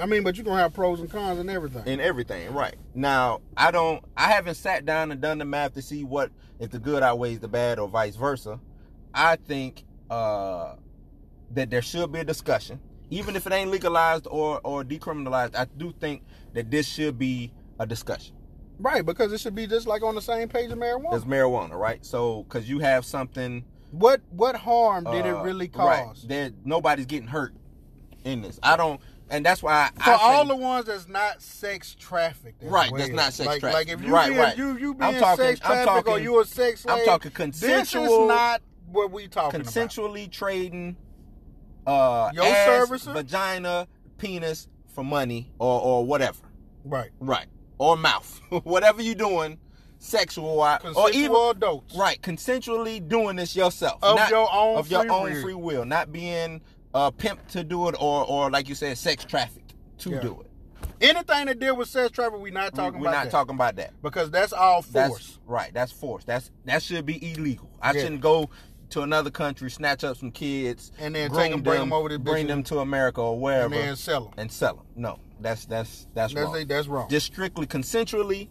Speaker 1: I mean, but you're gonna have pros and cons and everything.
Speaker 2: and everything. Right now, I don't. I haven't sat down and done the math to see what if the good outweighs the bad or vice versa. I think uh, that there should be a discussion, even if it ain't legalized or or decriminalized. I do think that this should be a discussion.
Speaker 1: right, because it should be just like on the same page of marijuana.
Speaker 2: It's marijuana, right? So, because you have something.
Speaker 1: what what harm did it
Speaker 2: uh,
Speaker 1: really
Speaker 2: right,
Speaker 1: cause?
Speaker 2: that nobody's getting hurt in this. I don't, and that's why I,
Speaker 1: For
Speaker 2: I say-
Speaker 1: all the ones that's not sex trafficked, as
Speaker 2: Right,
Speaker 1: well.
Speaker 2: that's not sex
Speaker 1: like,
Speaker 2: trafficked.
Speaker 1: Like if you
Speaker 2: Right,
Speaker 1: being,
Speaker 2: right.
Speaker 1: you you
Speaker 2: I'm
Speaker 1: being
Speaker 2: talking-
Speaker 1: sex
Speaker 2: I'm
Speaker 1: trafficked or
Speaker 2: talking-
Speaker 1: you a sex slave,
Speaker 2: I'm talking
Speaker 1: This
Speaker 2: consensual.
Speaker 1: is not what we talking
Speaker 2: consensually trading uh
Speaker 1: Your
Speaker 2: ass,
Speaker 1: services?
Speaker 2: vagina, penis for money or or whatever.
Speaker 1: about. Right,
Speaker 2: Right. Or mouth. whatever you doing, sexual or
Speaker 1: consensual
Speaker 2: or even
Speaker 1: adults.
Speaker 2: right, consensually doing this yourself.
Speaker 1: Of your own
Speaker 2: of your
Speaker 1: free
Speaker 2: own
Speaker 1: will.
Speaker 2: free will, not being uh pimped to do it or or like you said sex trafficked to
Speaker 1: Yeah.
Speaker 2: do it.
Speaker 1: Anything that deal with sex trafficking, we not talking
Speaker 2: We're
Speaker 1: about
Speaker 2: not
Speaker 1: that.
Speaker 2: talking about that.
Speaker 1: because that's all force.
Speaker 2: That's right. That's force. That's that should be illegal. I
Speaker 1: Yeah.
Speaker 2: shouldn't go to another country, snatch up some kids,
Speaker 1: And then
Speaker 2: groom
Speaker 1: take 'em, bring 'em over to
Speaker 2: bring
Speaker 1: bitches.
Speaker 2: them to America or
Speaker 1: and
Speaker 2: wherever,
Speaker 1: then sell them.
Speaker 2: and sell them. No, that's that's that's,
Speaker 1: That's
Speaker 2: wrong.
Speaker 1: they- that's wrong.
Speaker 2: Just strictly consensually,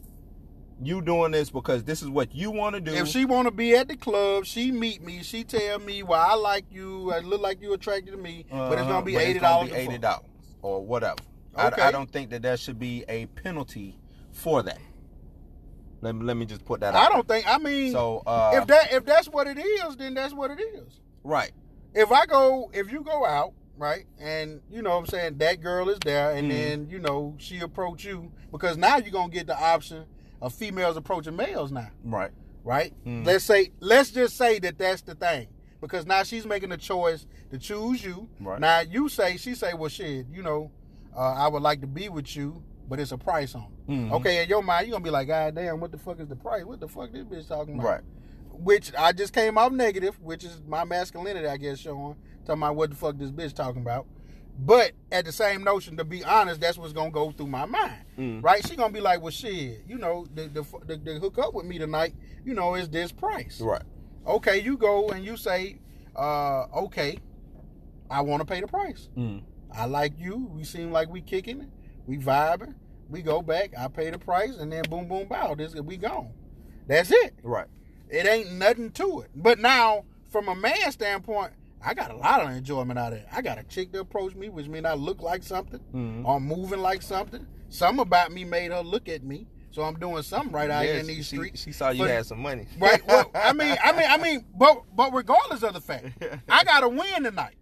Speaker 2: you doing this because this is what you want to do.
Speaker 1: If she want to be at the club, she meet me. She tell me, "Well, I like you. I look like you attracted to me." but it's
Speaker 2: Uh-huh,
Speaker 1: gonna be
Speaker 2: but
Speaker 1: eighty
Speaker 2: it's gonna
Speaker 1: dollars.
Speaker 2: be eighty dollars or whatever. I-
Speaker 1: Okay.
Speaker 2: I, don't think that there should be a penalty for that. Let me let me just put that.
Speaker 1: I
Speaker 2: out
Speaker 1: don't think. I mean,
Speaker 2: So uh,
Speaker 1: if that if that's what it is, then that's what it is.
Speaker 2: right,
Speaker 1: If I go, if you go out, right, and you know what I'm saying that girl is there,
Speaker 2: Mm-hmm.
Speaker 1: and then you know she approach you because now you're gonna get the option of females approaching males now,
Speaker 2: right,
Speaker 1: right?
Speaker 2: Mm.
Speaker 1: Let's say, let's just say that that's the thing because now she's making a choice to choose you.
Speaker 2: Right.
Speaker 1: Now you say she say, well, shit, you know, uh, I would like to be with you, but it's a price on. it.
Speaker 2: Mhm.
Speaker 1: Okay, in your mind, you're gonna be like, God damn, what the fuck is the price? What the fuck this bitch talking about?
Speaker 2: right.
Speaker 1: which I just came off negative, which is my masculinity, I guess, showing. Talking about what the fuck this bitch talking about. But at the same notion, to be honest, that's what's gonna go through my mind,
Speaker 2: Mm.
Speaker 1: right? She gonna be like, "Well, shit, you know, the the, the, the hook up with me tonight, you know, is this price,
Speaker 2: Right.
Speaker 1: Okay, you go and you say, uh, okay, I want to pay the price.
Speaker 2: Mm.
Speaker 1: I like you. We seem like we kicking it. We vibing. We go back. I pay the price, and then boom, boom, bow. This we gone. That's it.
Speaker 2: Right.
Speaker 1: It ain't nothing to it. But now, from a man standpoint, I got a lot of enjoyment out of it. I got a chick to approach me, which means I look like something
Speaker 2: Mhm.
Speaker 1: or moving like something. Some about me made her look at me, so I'm doing something right out here
Speaker 2: Yeah,
Speaker 1: in
Speaker 2: she-
Speaker 1: these
Speaker 2: she,
Speaker 1: streets.
Speaker 2: She saw you
Speaker 1: But-
Speaker 2: had some money.
Speaker 1: Right? Well, I mean, I mean, I mean, but but regardless of the fact, I got to win tonight.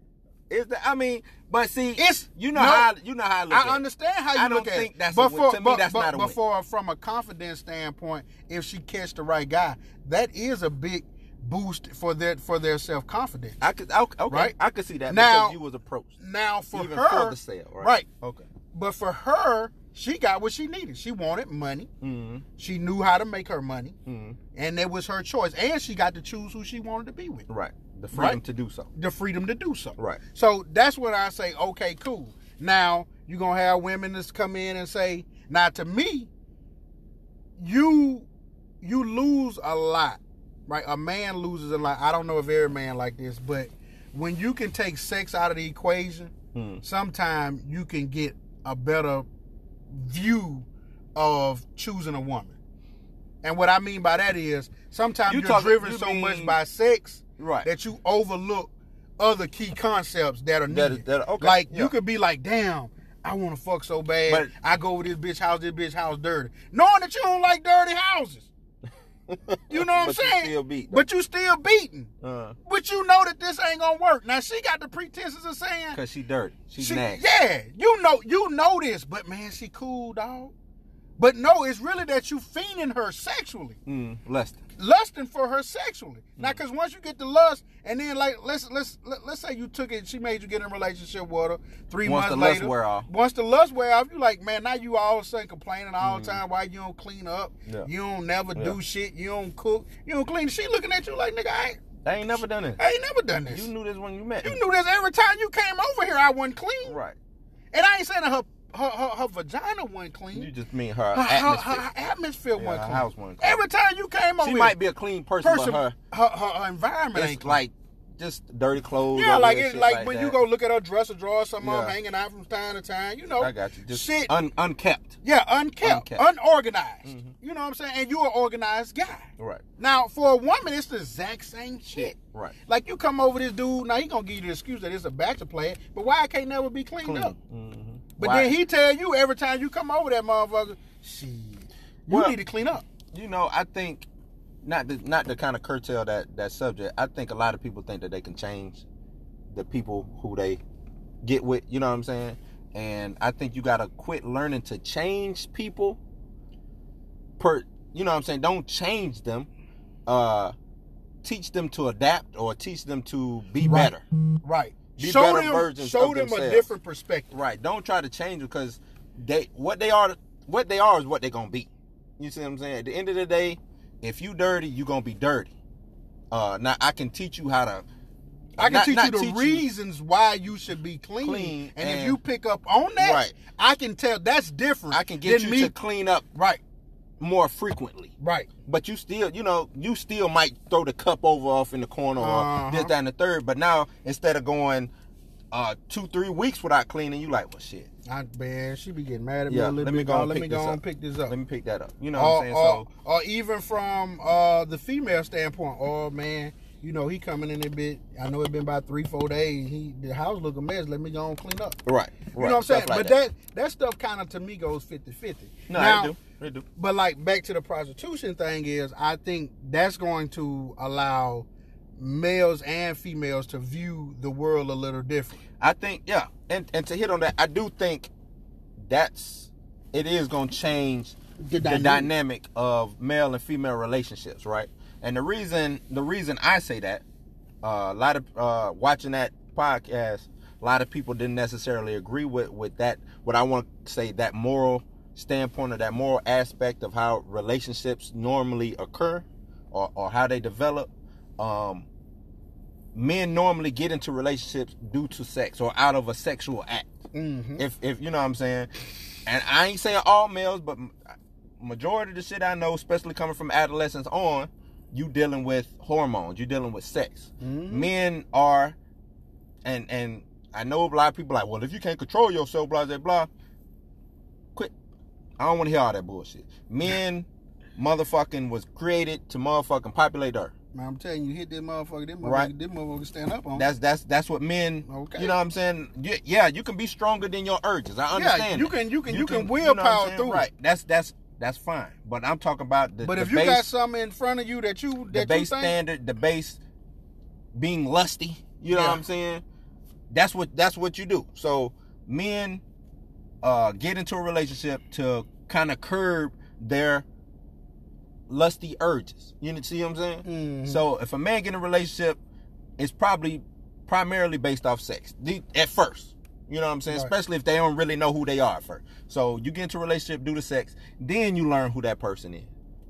Speaker 2: Is the I mean, but see,
Speaker 1: It's-
Speaker 2: you know
Speaker 1: no.
Speaker 2: how you know how I look at
Speaker 1: I understand how you
Speaker 2: I don't
Speaker 1: look at
Speaker 2: think
Speaker 1: it.
Speaker 2: that's a
Speaker 1: but
Speaker 2: win.
Speaker 1: for,
Speaker 2: To me,
Speaker 1: but,
Speaker 2: that's
Speaker 1: but-
Speaker 2: not a
Speaker 1: but
Speaker 2: win.
Speaker 1: for- from a confidence standpoint, if she catch the right guy, that is a big boost for their for their self confidence.
Speaker 2: it. I could okay, okay,
Speaker 1: Right?
Speaker 2: I could see that
Speaker 1: Now-
Speaker 2: because you was approached
Speaker 1: Now for
Speaker 2: even
Speaker 1: her,
Speaker 2: for the sale, right?
Speaker 1: right.
Speaker 2: Okay.
Speaker 1: But for her, she got what she needed. She wanted money.
Speaker 2: Mm.
Speaker 1: She knew how to make her money,
Speaker 2: Mm.
Speaker 1: and it was her choice. And she got to choose who she wanted to be with.
Speaker 2: Right. The freedom
Speaker 1: Right.
Speaker 2: to do so.
Speaker 1: The freedom to do so.
Speaker 2: Right.
Speaker 1: So that's what I say. Okay, cool. Now you're gonna have women that's come in and say, "Now to me, you you lose a lot, right? A man loses a lot. I don't know if every man like this, but when you can take sex out of the equation,
Speaker 2: Mm.
Speaker 1: sometimes you can get a better view of choosing a woman. And what I mean by that is sometimes
Speaker 2: You
Speaker 1: you are
Speaker 2: talk-
Speaker 1: driven
Speaker 2: you
Speaker 1: so
Speaker 2: mean-
Speaker 1: much by sex
Speaker 2: Right.
Speaker 1: that you overlook other key concepts that are
Speaker 2: That is-
Speaker 1: needed.
Speaker 2: that- okay,
Speaker 1: Like
Speaker 2: yeah.
Speaker 1: you could be like, damn. I want to fuck so bad.
Speaker 2: But-
Speaker 1: I go over this bitch house. This bitch house dirty, knowing that you don't like dirty houses. You know what I'm
Speaker 2: But you
Speaker 1: saying?
Speaker 2: still beat, though.
Speaker 1: but you still beating.
Speaker 2: Uh,
Speaker 1: But you know that this ain't gonna work. Now she got the pretenses of saying
Speaker 2: Cause she dirty. She,
Speaker 1: she,
Speaker 2: nasty.
Speaker 1: yeah, you know, you know this, but man, she cool, dog. But no, it's really that you fiending her sexually,
Speaker 2: Mm, Lester.
Speaker 1: lusting for her sexually. Now,
Speaker 2: Mm-hmm.
Speaker 1: because once you get the lust, and then like let's let's let, let's say you took it, she made you get in a relationship with her three months
Speaker 2: Once the lust
Speaker 1: later.
Speaker 2: wear off.
Speaker 1: Once the lust wear off, you like, man, now you all of a sudden complaining all
Speaker 2: Mm-hmm.
Speaker 1: the time why you don't clean up,
Speaker 2: Yeah.
Speaker 1: you don't never
Speaker 2: Yeah.
Speaker 1: do shit, you don't cook, you don't clean. She looking at you like, nigga, I ain't,
Speaker 2: I ain't never done this.
Speaker 1: I ain't never done this.
Speaker 2: You knew this when you met.
Speaker 1: You
Speaker 2: me.
Speaker 1: knew this every time you came over here. I wasn't clean,
Speaker 2: Right.
Speaker 1: and I ain't saying that her her, her, her vagina wasn't clean.
Speaker 2: You just mean her
Speaker 1: her, her,
Speaker 2: atmosphere.
Speaker 1: her atmosphere
Speaker 2: Yeah,
Speaker 1: wasn't
Speaker 2: her
Speaker 1: clean.
Speaker 2: house wasn't clean.
Speaker 1: Every time you came over
Speaker 2: she
Speaker 1: here,
Speaker 2: might be a clean person,
Speaker 1: person,
Speaker 2: but her
Speaker 1: her, her, her environment ain't
Speaker 2: it's
Speaker 1: clean.
Speaker 2: like just dirty clothes.
Speaker 1: yeah,
Speaker 2: over
Speaker 1: like
Speaker 2: there,
Speaker 1: it's
Speaker 2: shit
Speaker 1: like when you
Speaker 2: that.
Speaker 1: go look at her dresser drawer, some of
Speaker 2: Yeah.
Speaker 1: them hanging out from time to time. You know,
Speaker 2: I got you. Just
Speaker 1: shit.
Speaker 2: un, unkept.
Speaker 1: yeah, unkept,
Speaker 2: Unkept. Mm-hmm.
Speaker 1: unorganized. You know what I'm saying? And you're an organized guy.
Speaker 2: Right.
Speaker 1: Now, for a woman, it's the exact same shit.
Speaker 2: Right.
Speaker 1: Like you come over this dude, now he gonna give you the excuse that it's a bachelor plan, but why it can't never be cleaned
Speaker 2: Clean.
Speaker 1: up?
Speaker 2: Mm-hmm.
Speaker 1: But then he tell you every time you come over that motherfucker, she, you
Speaker 2: Well-
Speaker 1: need to clean up.
Speaker 2: you know, I think not to, not to kind of curtail that that subject. I think a lot of people think that they can change the people who they get with. You know what I'm saying? And I think you gotta quit learning to change people. Per, you know what I'm saying? Don't change them. Uh, teach them to adapt or teach them to be
Speaker 1: Right.
Speaker 2: better.
Speaker 1: Right.
Speaker 2: Be
Speaker 1: show
Speaker 2: better
Speaker 1: them,
Speaker 2: versions
Speaker 1: show
Speaker 2: of
Speaker 1: them a
Speaker 2: themselves.
Speaker 1: different perspective.
Speaker 2: Right. Don't try to change because they what they are what they are is what they're gonna be. You see what I'm saying? At the end of the day, if you dirty, you gonna be dirty. Uh now I can teach you how to
Speaker 1: I can
Speaker 2: not-
Speaker 1: teach
Speaker 2: not
Speaker 1: you the reasons why you should be clean.
Speaker 2: Clean
Speaker 1: and,
Speaker 2: and-
Speaker 1: if you pick up on that,
Speaker 2: Right.
Speaker 1: I can tell that's different.
Speaker 2: I can get
Speaker 1: than
Speaker 2: you
Speaker 1: me.
Speaker 2: to clean up
Speaker 1: right,
Speaker 2: more frequently.
Speaker 1: right.
Speaker 2: But you still, you know, you still might throw the cup over off in the corner or this,
Speaker 1: Uh-huh.
Speaker 2: that, and the third. But now instead of going uh two, three weeks without cleaning, you like, well shit.
Speaker 1: I man, she be getting mad at me a
Speaker 2: Yeah,
Speaker 1: little
Speaker 2: let
Speaker 1: bit.
Speaker 2: me go
Speaker 1: dog.
Speaker 2: and
Speaker 1: let
Speaker 2: pick
Speaker 1: me
Speaker 2: this
Speaker 1: go
Speaker 2: up.
Speaker 1: and pick this up.
Speaker 2: Let me pick that up. You know what I'm
Speaker 1: or,
Speaker 2: saying?
Speaker 1: or,
Speaker 2: so
Speaker 1: or even from uh, the female standpoint, oh man, you know, he coming in a bit. I know it's been about three, four days. He the house look a mess. Let me go and clean up.
Speaker 2: right, right.
Speaker 1: You know what I'm saying?
Speaker 2: Stuff like
Speaker 1: but that. that stuff kind of to me goes 50 50.
Speaker 2: No, they do. They do.
Speaker 1: But like back to the prostitution thing is, I think that's going to allow males and females to view the world a little different.
Speaker 2: I think, yeah, and and to hit on that, I do think that's it is going to change
Speaker 1: The
Speaker 2: the
Speaker 1: dynamic.
Speaker 2: dynamic of male and female relationships, right? And the reason the reason I say that, uh, a lot of uh, watching that podcast, a lot of people didn't necessarily agree with with that. What I want to say that moral standpoint or that moral aspect of how relationships normally occur, or or how they develop. Um, men normally get into relationships due to sex or out of a sexual act.
Speaker 1: Mm-hmm.
Speaker 2: If if you know what I'm saying, and I ain't saying all males, but m- majority of the shit I know, especially coming from adolescence on, you dealing with hormones, you dealing with sex.
Speaker 1: Mhm.
Speaker 2: Men are, and and I know a lot of people like, well, if you can't control yourself, blah blah blah. Quit. I don't want to hear all that bullshit. Men, motherfucking, was created to motherfucking populate Earth.
Speaker 1: Man, I'm telling you, hit this motherfucker, this motherfucker,
Speaker 2: Right.
Speaker 1: this motherfucker stand up on.
Speaker 2: That's that's that's what men.
Speaker 1: Okay.
Speaker 2: You know what I'm saying? Y- Yeah, you can be stronger than your urges. I understand.
Speaker 1: you
Speaker 2: that.
Speaker 1: can- you can- you can
Speaker 2: know what I'm
Speaker 1: willpower
Speaker 2: saying?
Speaker 1: through it.
Speaker 2: Right. That's that's that's fine. But I'm talking about the.
Speaker 1: but
Speaker 2: the
Speaker 1: if you
Speaker 2: base,
Speaker 1: got something in front of you that you
Speaker 2: the
Speaker 1: that you
Speaker 2: base
Speaker 1: think
Speaker 2: standard, the base being lusty. You know
Speaker 1: Yeah.
Speaker 2: what I'm saying? That's what that's what you do. So men uh, get into a relationship to kind of curb their lusty urges. You know- see what I'm saying?
Speaker 1: Mhm.
Speaker 2: So if a man get in a relationship, it's probably primarily based off sex the- at first. You know what I'm saying?
Speaker 1: Right.
Speaker 2: Especially if they don't really know who they are at first. So you get into a relationship due to sex, then you learn who that person is,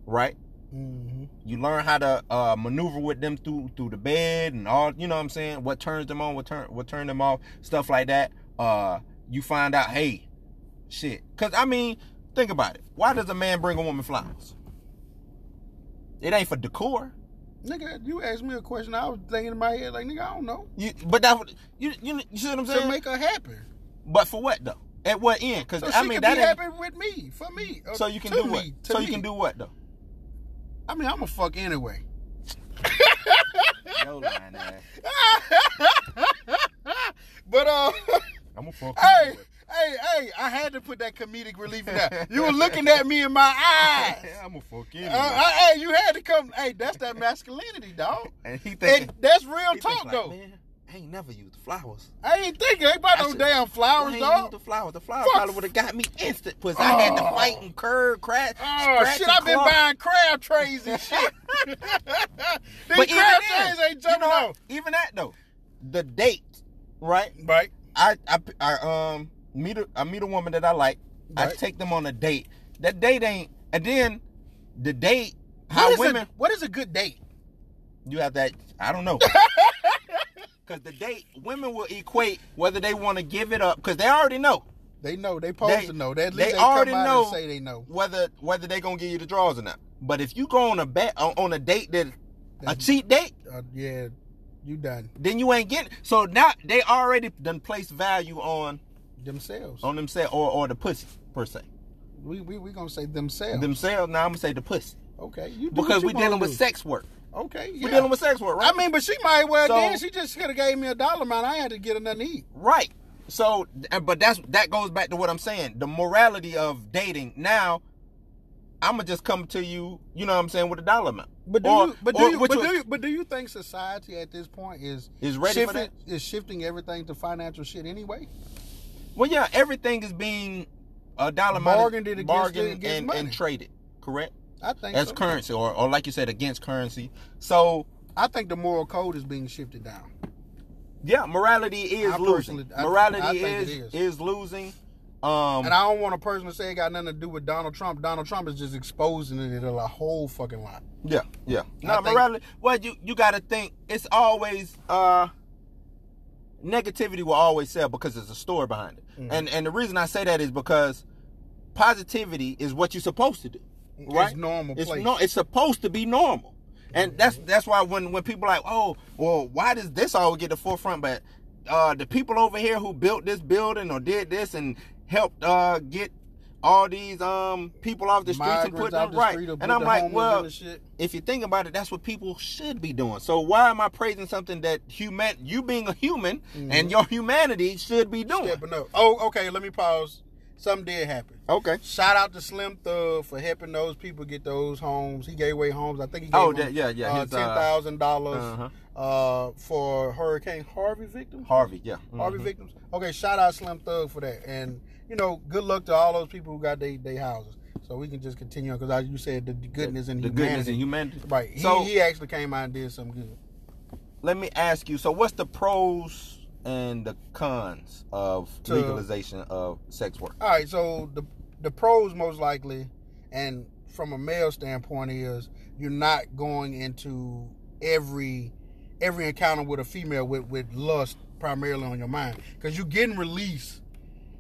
Speaker 2: right?
Speaker 1: Mhm.
Speaker 2: You learn how to uh, maneuver with them through through the bed and all. You know what I'm saying? What turns them on? What turn what turn them off? Stuff like that. Uh, you find out, hey, shit. Cause I mean, think about it. Why does a man bring a woman flowers? It ain't for decor.
Speaker 1: Nigga, you asked me a question. I was thinking in my head like, nigga, I don't know.
Speaker 2: You, but that what you you, you see what I'm
Speaker 1: To
Speaker 2: saying?
Speaker 1: make her happy,
Speaker 2: but for what though? At what end? Because
Speaker 1: so
Speaker 2: I
Speaker 1: she
Speaker 2: mean
Speaker 1: could
Speaker 2: that
Speaker 1: be
Speaker 2: ain't.
Speaker 1: happy with me, for me. uh,
Speaker 2: So you can
Speaker 1: to
Speaker 2: do
Speaker 1: me,
Speaker 2: what?
Speaker 1: to
Speaker 2: So you
Speaker 1: me.
Speaker 2: can do what though?
Speaker 1: I mean, I'm a fuck anyway.
Speaker 2: Yo, lying ass.
Speaker 1: but uh,
Speaker 2: I'm a fuck.
Speaker 1: hey, hey, hey, I had to put that comedic relief in there. You were looking at me in my eyes.
Speaker 2: I'm a fuck
Speaker 1: Uh, uh, hey, you had to come. Hey, that's that masculinity, dog.
Speaker 2: and he
Speaker 1: And
Speaker 2: thinking,
Speaker 1: that's real
Speaker 2: he
Speaker 1: talk,
Speaker 2: thinking like,
Speaker 1: though.
Speaker 2: Man, I ain't never used the flowers.
Speaker 1: I ain't thinking ain't about
Speaker 2: I
Speaker 1: no
Speaker 2: should-
Speaker 1: damn
Speaker 2: I
Speaker 1: flowers, Oh,
Speaker 2: ain't
Speaker 1: dog.
Speaker 2: used the flowers. The flowers
Speaker 1: Fuck.
Speaker 2: probably would have got me instant pussy. I had to
Speaker 1: Oh.
Speaker 2: fight and curb, crash.
Speaker 1: Oh shit! I've been buying crab trays and shit. These
Speaker 2: But even
Speaker 1: crab
Speaker 2: then,
Speaker 1: trays ain't
Speaker 2: you
Speaker 1: jumping
Speaker 2: know what?
Speaker 1: off.
Speaker 2: Even that though, the date, right?
Speaker 1: Right.
Speaker 2: I I, I um meet a, I meet a woman that I like. I
Speaker 1: Right.
Speaker 2: take them on a date. That date ain't, and then the date.
Speaker 1: What
Speaker 2: How
Speaker 1: is a-
Speaker 2: women?
Speaker 1: what is a good date?
Speaker 2: You have that. I don't know. Because the date, women will equate whether they want to give it up. Because they already know.
Speaker 1: They know. They supposed
Speaker 2: They-
Speaker 1: to know. They, at
Speaker 2: they
Speaker 1: least they,
Speaker 2: already
Speaker 1: come out
Speaker 2: know.
Speaker 1: and say they know.
Speaker 2: whether whether they gonna give you the draws or not. But if you go on a bet on on a date that a
Speaker 1: That's-
Speaker 2: cheat date,
Speaker 1: Uh, yeah, you done
Speaker 2: then you ain't getting. So now they already done placed value on
Speaker 1: themselves.
Speaker 2: on themselves or or the pussy per se.
Speaker 1: We we we gonna say themselves.
Speaker 2: Themselves. Now I'm gonna say the pussy
Speaker 1: okay, you do
Speaker 2: because
Speaker 1: what you
Speaker 2: we dealing
Speaker 1: wanna
Speaker 2: with
Speaker 1: do.
Speaker 2: sex work.
Speaker 1: Okay, yeah.
Speaker 2: we dealing with sex work, right?
Speaker 1: I mean, but she might well
Speaker 2: So-
Speaker 1: did. She just could have gave me a dollar amount. I had to get her nothing to eat.
Speaker 2: Right. So, and- but that's that goes back to what I'm saying. The morality of dating. Now, I'm gonna just come to you. You know what I'm saying with a dollar amount.
Speaker 1: But do
Speaker 2: Or-
Speaker 1: you, but do
Speaker 2: or
Speaker 1: you,
Speaker 2: what
Speaker 1: but
Speaker 2: you-
Speaker 1: do you, but do you think society at this point is
Speaker 2: Is ready for
Speaker 1: shifting, is shifting everything to financial shit anyway?
Speaker 2: Well, yeah, everything is being a dollar amount is
Speaker 1: Bargained it against
Speaker 2: bargained
Speaker 1: the- against
Speaker 2: and,
Speaker 1: money.
Speaker 2: and traded. Correct.
Speaker 1: I think
Speaker 2: As
Speaker 1: so.
Speaker 2: currency, or, or like you said, against currency. So
Speaker 1: I think the moral code is being shifted down.
Speaker 2: yeah, morality is
Speaker 1: I
Speaker 2: losing.
Speaker 1: personally- I-
Speaker 2: morality
Speaker 1: I think
Speaker 2: is,
Speaker 1: it
Speaker 2: is
Speaker 1: is.
Speaker 2: losing. Um,
Speaker 1: And I don't want a person to say it got nothing to do with Donald Trump. Donald Trump is just exposing it a whole fucking lot.
Speaker 2: yeah, yeah.
Speaker 1: I
Speaker 2: No
Speaker 1: think-
Speaker 2: morality. Well, you you got to think. It's always uh, negativity will always sell because there's a story behind it.
Speaker 1: Mhm.
Speaker 2: And and the reason I say that is because positivity is what you're supposed to do. Right?
Speaker 1: It's normal
Speaker 2: It's
Speaker 1: place. Mm-hmm.
Speaker 2: no, it's supposed to be normal, and that's that's why when when people like, oh, well, why does this always get the forefront? But uh, the people over here who built this building or did this and helped uh, get all these um people off the streets
Speaker 1: Migrants
Speaker 2: and put
Speaker 1: out
Speaker 2: them
Speaker 1: the
Speaker 2: right,
Speaker 1: street or put
Speaker 2: and I'm
Speaker 1: the
Speaker 2: like,
Speaker 1: homeless
Speaker 2: well,
Speaker 1: in the shit.
Speaker 2: if you think about it, that's what people should be doing. So why am I praising something that human you being a human and your humanity should be doing?
Speaker 1: Stepping up. Oh, okay. Let me pause. Something did happen.
Speaker 2: Okay.
Speaker 1: Shout out to Slim Thug for helping those people get those homes. He gave away homes. I think he gave
Speaker 2: Oh,
Speaker 1: them,
Speaker 2: that- yeah, yeah,
Speaker 1: uh,
Speaker 2: his, uh,
Speaker 1: ten thousand
Speaker 2: uh-huh.
Speaker 1: dollars uh, for Hurricane Harvey victims.
Speaker 2: Harvey, yeah.
Speaker 1: Harvey victims. Okay, shout out Slim Thug for that, and you know, good luck to all those people who got they they houses. So we can just continue on because you said the goodness and
Speaker 2: the
Speaker 1: humanity.
Speaker 2: goodness and humanity.
Speaker 1: Right. He,
Speaker 2: So-
Speaker 1: he actually came out and did some good.
Speaker 2: let me ask you so what's the pros and the cons of
Speaker 1: To-
Speaker 2: legalization of sex work
Speaker 1: All right, so the the pros most likely, and from a male standpoint, is you're not going into every every encounter with a female with with lust primarily on your mind because you're getting release.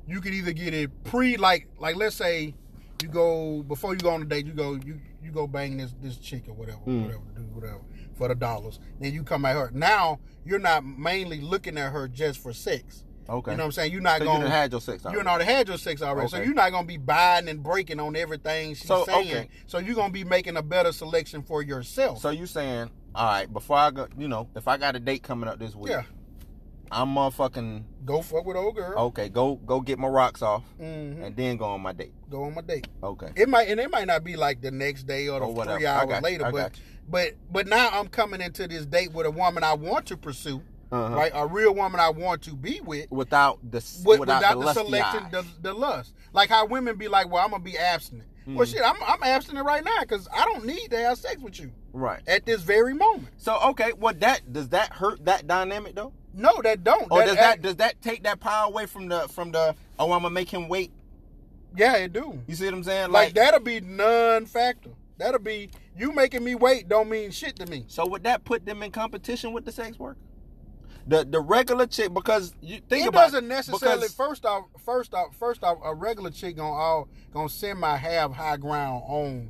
Speaker 1: You can either get it pre like like let's say you go before you go on a date you go you you go bang this this chick or whatever
Speaker 2: Hmm.
Speaker 1: whatever dude whatever for the dollars then you come at her now you're not mainly looking at her just for sex
Speaker 2: okay
Speaker 1: you know what I'm saying you're not
Speaker 2: so you
Speaker 1: going
Speaker 2: done had your sex
Speaker 1: you
Speaker 2: already.
Speaker 1: done already had your sex already, so
Speaker 2: Okay.
Speaker 1: you're not gonna be buying and breaking on everything she's
Speaker 2: So,
Speaker 1: saying.
Speaker 2: okay.
Speaker 1: So you're gonna be making a better selection for yourself.
Speaker 2: so you saying all right before i go you know if i got a date coming up this week
Speaker 1: yeah,
Speaker 2: i'm motherfucking
Speaker 1: go fuck with old girl.
Speaker 2: okay go go get my rocks off
Speaker 1: hmm
Speaker 2: and then go on my date
Speaker 1: Go on my date.
Speaker 2: okay
Speaker 1: It might and it might not be like the next day or the
Speaker 2: Or Oh, whatever.
Speaker 1: three
Speaker 2: I
Speaker 1: hours
Speaker 2: got you.
Speaker 1: later,
Speaker 2: I
Speaker 1: but
Speaker 2: got you.
Speaker 1: but but now I'm coming into this date with a woman I want to pursue,
Speaker 2: Uh-huh.
Speaker 1: right? A real woman I want to be with.
Speaker 2: without the s-
Speaker 1: with,
Speaker 2: without,
Speaker 1: without,
Speaker 2: the,
Speaker 1: the
Speaker 2: lusty
Speaker 1: selection,
Speaker 2: eyes.
Speaker 1: the, the lust. Like how women be like, "Well, I'm gonna be abstinent." Well,
Speaker 2: Hmm.
Speaker 1: shit, I'm I'm abstinent right now because I don't need to have sex with you
Speaker 2: right
Speaker 1: at this very moment.
Speaker 2: so okay well that does that hurt that dynamic though
Speaker 1: No, that don't.
Speaker 2: or
Speaker 1: that,
Speaker 2: does that does that take that power away from the from the oh i'm gonna make him wait
Speaker 1: Yeah, it do.
Speaker 2: you see what i'm saying
Speaker 1: Like, that'll be non-factor. That'll be you making me wait. Don't mean shit to me.
Speaker 2: So would that put them in competition with the sex worker? The the regular chick because you think
Speaker 1: it
Speaker 2: about
Speaker 1: doesn't necessarily.
Speaker 2: because-
Speaker 1: First off, first off, first off, a regular chick gonna all gonna send my have high ground on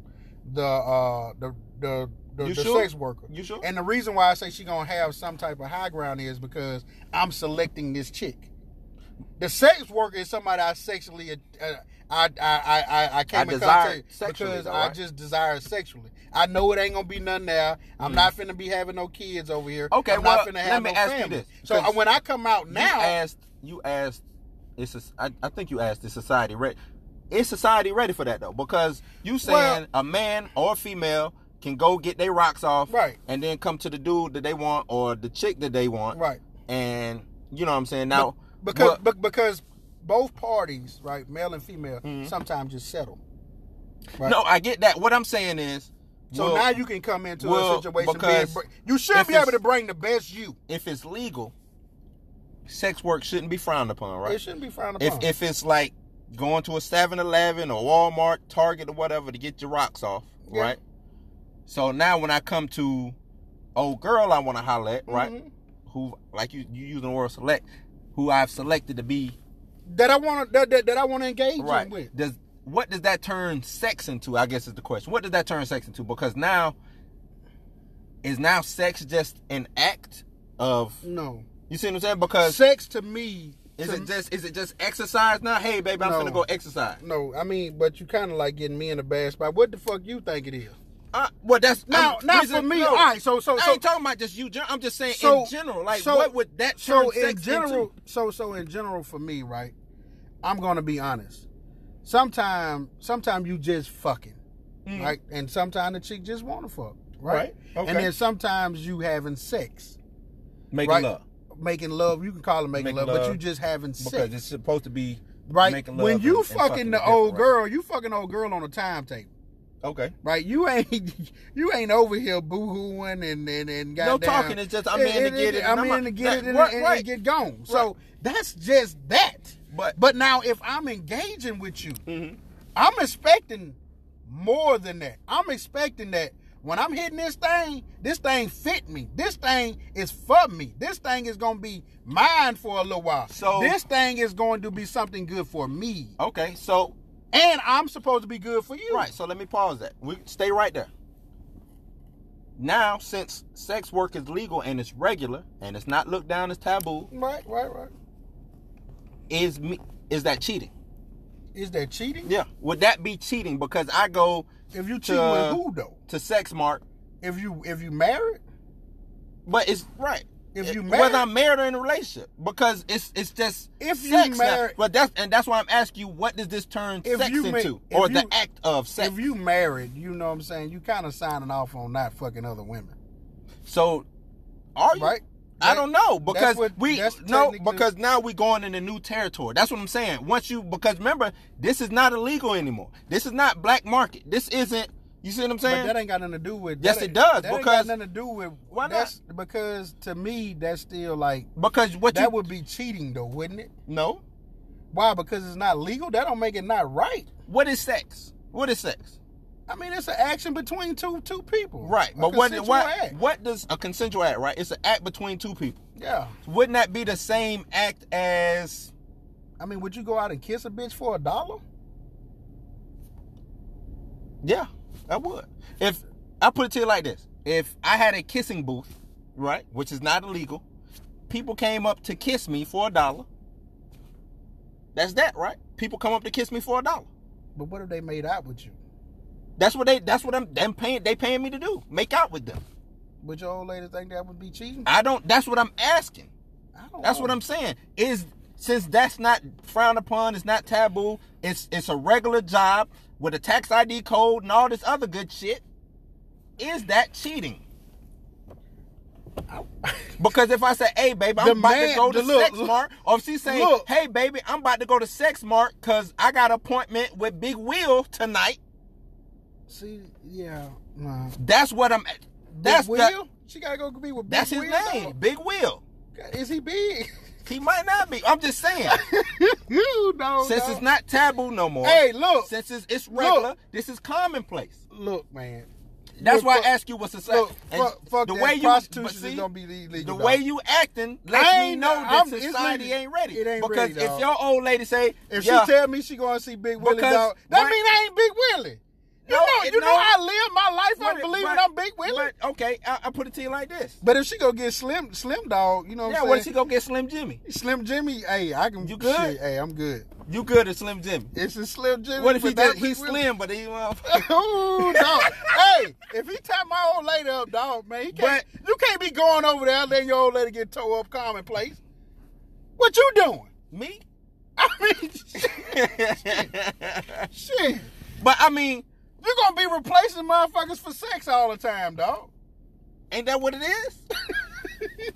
Speaker 1: the uh the the. The,
Speaker 2: You
Speaker 1: the
Speaker 2: sure?
Speaker 1: sex worker.
Speaker 2: You sure?
Speaker 1: And the reason why I say she gonna have some type of high ground is because I'm selecting this chick. The sex worker is somebody I sexually, uh, I, I, I, I, I came
Speaker 2: I
Speaker 1: in
Speaker 2: desire
Speaker 1: contact
Speaker 2: sexually,
Speaker 1: because
Speaker 2: though,
Speaker 1: I
Speaker 2: right?
Speaker 1: just desire sexually. I know it ain't gonna be nothing there. I'm not finna be having no kids over here.
Speaker 2: Mm. Okay,
Speaker 1: I'm
Speaker 2: well,
Speaker 1: not finna have
Speaker 2: let me
Speaker 1: no
Speaker 2: ask you
Speaker 1: family.
Speaker 2: this,
Speaker 1: So
Speaker 2: because
Speaker 1: uh, when I come out now,
Speaker 2: you asked you asked it's a, I, I think you asked is society ready is society ready for that though because you saying
Speaker 1: Well-
Speaker 2: a man or a female can go get their rocks off
Speaker 1: Right.
Speaker 2: and then come to the dude that they want or the chick that they want
Speaker 1: Right.
Speaker 2: and you know what i'm saying now
Speaker 1: because
Speaker 2: what-
Speaker 1: be- because both parties, right, male and female,
Speaker 2: Mm-hmm.
Speaker 1: sometimes just settle. Right.
Speaker 2: no i get that what i'm saying is
Speaker 1: So
Speaker 2: well,
Speaker 1: now you can come into
Speaker 2: well,
Speaker 1: a situation being,
Speaker 2: because
Speaker 1: br- you should
Speaker 2: if
Speaker 1: be able
Speaker 2: it's-
Speaker 1: to bring the best you.
Speaker 2: if it's legal sex work shouldn't be frowned upon right
Speaker 1: It shouldn't be frowned
Speaker 2: if
Speaker 1: upon.
Speaker 2: if it's like going to a 7-Eleven or Walmart, Target or whatever to get your rocks off,
Speaker 1: Yeah.
Speaker 2: right? So now when I come to old girl I want to holler at, right?
Speaker 1: Mhm.
Speaker 2: Who like you you using the word select, who I've selected to be
Speaker 1: that I want to that, that, that I want to engage
Speaker 2: right.
Speaker 1: them with.
Speaker 2: Does what does that turn sex into? I guess is the question. What does that turn sex into? Because now is now sex just an act of
Speaker 1: No,
Speaker 2: you see what I'm saying? Because
Speaker 1: sex to me
Speaker 2: is
Speaker 1: to
Speaker 2: it just is it just exercise now? Hey baby, I'm
Speaker 1: No.
Speaker 2: gonna go exercise.
Speaker 1: No, I mean, but you kind of like getting me in a bad spot. What the fuck you think it is?
Speaker 2: Uh, well, that's
Speaker 1: Now,
Speaker 2: I'm-
Speaker 1: now
Speaker 2: reason-
Speaker 1: for me,
Speaker 2: no,
Speaker 1: all right. So, so,
Speaker 2: I
Speaker 1: so,
Speaker 2: ain't talking about just you. Gen- I'm just saying
Speaker 1: so
Speaker 2: in general, like
Speaker 1: so-
Speaker 2: what would that
Speaker 1: So
Speaker 2: turn
Speaker 1: in
Speaker 2: sex
Speaker 1: general,
Speaker 2: into?
Speaker 1: so so in general for me, right? I'm gonna be honest. Sometimes, sometimes you just fucking, right? And sometimes the chick just wanna fuck, right?
Speaker 2: Mm. Right,
Speaker 1: And
Speaker 2: okay.
Speaker 1: then sometimes you having sex,
Speaker 2: Making
Speaker 1: right? Making love, you can call it making,
Speaker 2: Making
Speaker 1: love,
Speaker 2: love
Speaker 1: but you just having sex,
Speaker 2: supposed to be
Speaker 1: right? When you fucking, the old
Speaker 2: girl.
Speaker 1: girl, you fucking old girl on a timetable.
Speaker 2: Okay.
Speaker 1: Right, you ain't you ain't over here boohooing and and and
Speaker 2: No
Speaker 1: goddamn,
Speaker 2: talking, it's just I'm in to get it,
Speaker 1: I'm
Speaker 2: and I'm
Speaker 1: in
Speaker 2: a-
Speaker 1: to get
Speaker 2: that-
Speaker 1: it and,
Speaker 2: right,
Speaker 1: and-
Speaker 2: right.
Speaker 1: and get gone. So that's just that.
Speaker 2: But- Mm-hmm.
Speaker 1: but now if I'm engaging with you, I'm expecting more than that. I'm expecting that when I'm hitting this thing, this thing fit me. This thing is for me. This thing is gonna be mine for a little while.
Speaker 2: So-
Speaker 1: this thing is going to be something good for me,
Speaker 2: Okay. So
Speaker 1: and I'm supposed to be good for you.
Speaker 2: right. So let me pause that. We stay right there. Now, since sex work is legal and it's regular and it's not looked down as taboo,
Speaker 1: right, right, right.
Speaker 2: is me is that cheating?
Speaker 1: Is that cheating?
Speaker 2: Yeah. Would that be cheating? Because I go
Speaker 1: If you cheating
Speaker 2: Uh,
Speaker 1: with who though?
Speaker 2: to Sex Mart
Speaker 1: If you if you married,
Speaker 2: But it's right.
Speaker 1: If you
Speaker 2: It-
Speaker 1: married-
Speaker 2: whether I'm married or in a relationship, because it's it's just
Speaker 1: If you
Speaker 2: sex now.
Speaker 1: married-
Speaker 2: But that's and that's why I'm asking you, what does this turn
Speaker 1: If
Speaker 2: sex
Speaker 1: you ma-
Speaker 2: into,
Speaker 1: if
Speaker 2: or the
Speaker 1: you-
Speaker 2: act of sex?
Speaker 1: if you married, you know what I'm saying. You kind of signing off on not fucking other women,
Speaker 2: so, are you?
Speaker 1: right?
Speaker 2: I don't know because
Speaker 1: that's what-
Speaker 2: we
Speaker 1: that's
Speaker 2: no
Speaker 1: technically-
Speaker 2: because now we're going into new territory. That's what I'm saying. Once you because remember this is not illegal anymore. This is not black market. This isn't. You see what I'm
Speaker 1: But
Speaker 2: saying?
Speaker 1: that ain't got nothing to do with.
Speaker 2: Yes,
Speaker 1: that
Speaker 2: it
Speaker 1: ain't-
Speaker 2: does,
Speaker 1: that ain't got
Speaker 2: because-
Speaker 1: nothing to do with.
Speaker 2: Why not?
Speaker 1: that's- Because to me, that's still like
Speaker 2: because what
Speaker 1: that
Speaker 2: you
Speaker 1: would be cheating, though, wouldn't it?
Speaker 2: no.
Speaker 1: Why? Because it's not legal. That don't make it not right.
Speaker 2: What is sex? What is sex?
Speaker 1: I mean, it's an action between two two people,
Speaker 2: Right,
Speaker 1: A
Speaker 2: but what
Speaker 1: consensual
Speaker 2: what
Speaker 1: act.
Speaker 2: what does a consensual act? Right, it's an act between two people.
Speaker 1: Yeah,
Speaker 2: wouldn't that be the same act as
Speaker 1: I mean, would you go out and kiss a bitch for a dollar?
Speaker 2: yeah i would if i put it to you like this if i had a kissing booth right which is not illegal people came up to kiss me for a dollar that's that right people come up to kiss me for a dollar
Speaker 1: But what if they made out with you?
Speaker 2: that's what they that's what i'm them paying they paying me to do make out with them
Speaker 1: Would your old lady think that would be cheating?
Speaker 2: i don't that's what i'm asking
Speaker 1: I don't
Speaker 2: That's
Speaker 1: know.
Speaker 2: what I'm saying. Is since that's not frowned upon, it's not taboo. It's it's a regular job with a tax ID code and all this other good shit. Is that cheating? Because if I say, "Hey, baby, I'm
Speaker 1: The
Speaker 2: about to
Speaker 1: man-
Speaker 2: go to
Speaker 1: the look,
Speaker 2: Sex
Speaker 1: look.
Speaker 2: Mart," or if she's saying,
Speaker 1: Look.
Speaker 2: "Hey, baby, I'm about to go to Sex Mart because I got an appointment with Big Will tonight,"
Speaker 1: See, yeah, nah.
Speaker 2: that's what I'm.
Speaker 1: That's
Speaker 2: That's the-
Speaker 1: Will. she gotta go be with. Big
Speaker 2: that's his
Speaker 1: Will,
Speaker 2: name,
Speaker 1: dog.
Speaker 2: Big Will.
Speaker 1: God, Is he big?
Speaker 2: He might not be. I'm just saying.
Speaker 1: you know.
Speaker 2: since
Speaker 1: dog.
Speaker 2: it's not taboo no more.
Speaker 1: Hey, look.
Speaker 2: Since it's, it's regular,
Speaker 1: Look.
Speaker 2: this is commonplace.
Speaker 1: look, man.
Speaker 2: That's
Speaker 1: Look,
Speaker 2: why
Speaker 1: fuck-
Speaker 2: I ask you what's society.
Speaker 1: Look, fuck, fuck that. prostitution
Speaker 2: but
Speaker 1: is
Speaker 2: see,
Speaker 1: gonna be illegal.
Speaker 2: the
Speaker 1: dog.
Speaker 2: way you acting lets
Speaker 1: I
Speaker 2: me
Speaker 1: ain't-
Speaker 2: know that
Speaker 1: I'm- it's
Speaker 2: society
Speaker 1: legal.
Speaker 2: ain't ready.
Speaker 1: It ain't
Speaker 2: because
Speaker 1: ready,
Speaker 2: if
Speaker 1: dog.
Speaker 2: your old lady say,
Speaker 1: if
Speaker 2: yeah,
Speaker 1: she tell me she gonna see Big Willie,
Speaker 2: Because
Speaker 1: dog, that
Speaker 2: what-
Speaker 1: mean I ain't Big Willie. You
Speaker 2: No,
Speaker 1: know,
Speaker 2: it-
Speaker 1: you
Speaker 2: no.
Speaker 1: know, I live my life.
Speaker 2: but-
Speaker 1: I'm believing
Speaker 2: but-
Speaker 1: I'm Big Willie. But,
Speaker 2: But, okay, I, I put it to you like this.
Speaker 1: if she go get Slim, Slim Dog, you know what
Speaker 2: yeah,
Speaker 1: I'm
Speaker 2: what if
Speaker 1: saying?
Speaker 2: she go get Slim Jimmy?
Speaker 1: Slim Jimmy, hey, I can.
Speaker 2: You good?
Speaker 1: Shit, hey, I'm good.
Speaker 2: You good at Slim Jimmy?
Speaker 1: It's a Slim Jimmy.
Speaker 2: What if he
Speaker 1: but that
Speaker 2: just, he's
Speaker 1: was-
Speaker 2: slim, but he uh, motherfucker?
Speaker 1: Ooh, dog. hey, if he tie my old lady up, dog, man, he can't, you can't be going over there letting your old lady get towed up commonplace. What you doing?
Speaker 2: Me?
Speaker 1: I mean, shit.
Speaker 2: but I mean,
Speaker 1: You're gonna be replacing motherfuckers for sex all the time, dog.
Speaker 2: ain't that what it is?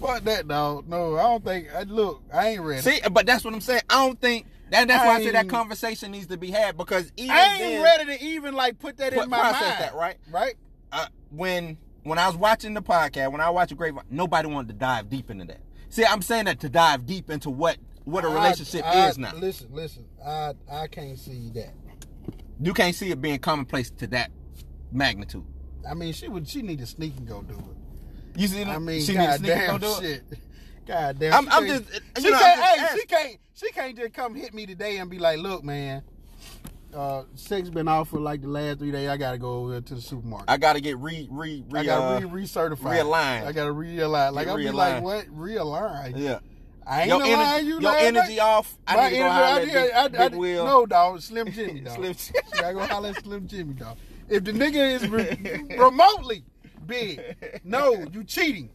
Speaker 1: Fuck that, dog. No, I don't think. I, look, I ain't ready.
Speaker 2: See, but that's what I'm saying. I don't think that. That's why I, say that
Speaker 1: I-
Speaker 2: conversation needs to be had because even
Speaker 1: I ain't
Speaker 2: then,
Speaker 1: ready to even like put that
Speaker 2: Pro-
Speaker 1: in my
Speaker 2: process
Speaker 1: mind.
Speaker 2: that, right?
Speaker 1: Right.
Speaker 2: uh, when when I was watching the podcast, when I watched the Grapevine, nobody wanted to dive deep into that. See, I'm saying that to dive deep into what what a relationship
Speaker 1: I- I-
Speaker 2: is now.
Speaker 1: Listen, listen. I I can't see that.
Speaker 2: You can't see it being commonplace to that magnitude.
Speaker 1: I mean, she would. She need to sneak and go do it.
Speaker 2: You see,
Speaker 1: I mean,
Speaker 2: she needs to sneak and
Speaker 1: goddamn
Speaker 2: go do it.
Speaker 1: shit. Goddamn.
Speaker 2: I'm-
Speaker 1: she
Speaker 2: I'm
Speaker 1: can't-
Speaker 2: just-
Speaker 1: She
Speaker 2: you know, I'm
Speaker 1: can't.
Speaker 2: just
Speaker 1: hey, she
Speaker 2: asking.
Speaker 1: can't. She can't just come hit me today and be like, "Look, man, uh, sex been off for like the last three days. I gotta go over to the supermarket.
Speaker 2: I gotta get re re re.
Speaker 1: I gotta
Speaker 2: uh,
Speaker 1: re recertify.
Speaker 2: realign.
Speaker 1: I gotta realign. Like
Speaker 2: Get
Speaker 1: I'll be
Speaker 2: realigned.
Speaker 1: like, what? Realign.
Speaker 2: yeah.
Speaker 1: I ain't
Speaker 2: Your,
Speaker 1: gonna lie
Speaker 2: energy,
Speaker 1: to you.
Speaker 2: your
Speaker 1: Larry.
Speaker 2: energy off. I
Speaker 1: My
Speaker 2: need to go
Speaker 1: energy-
Speaker 2: holler at
Speaker 1: I,
Speaker 2: Big,
Speaker 1: did- I, I,
Speaker 2: Big Will.
Speaker 1: No, dog. Slim Jimmy, dog.
Speaker 2: Slim Jimmy.
Speaker 1: She gotta go holler at Slim Jimmy, dog. If the nigga is re- remotely big, no, you cheating.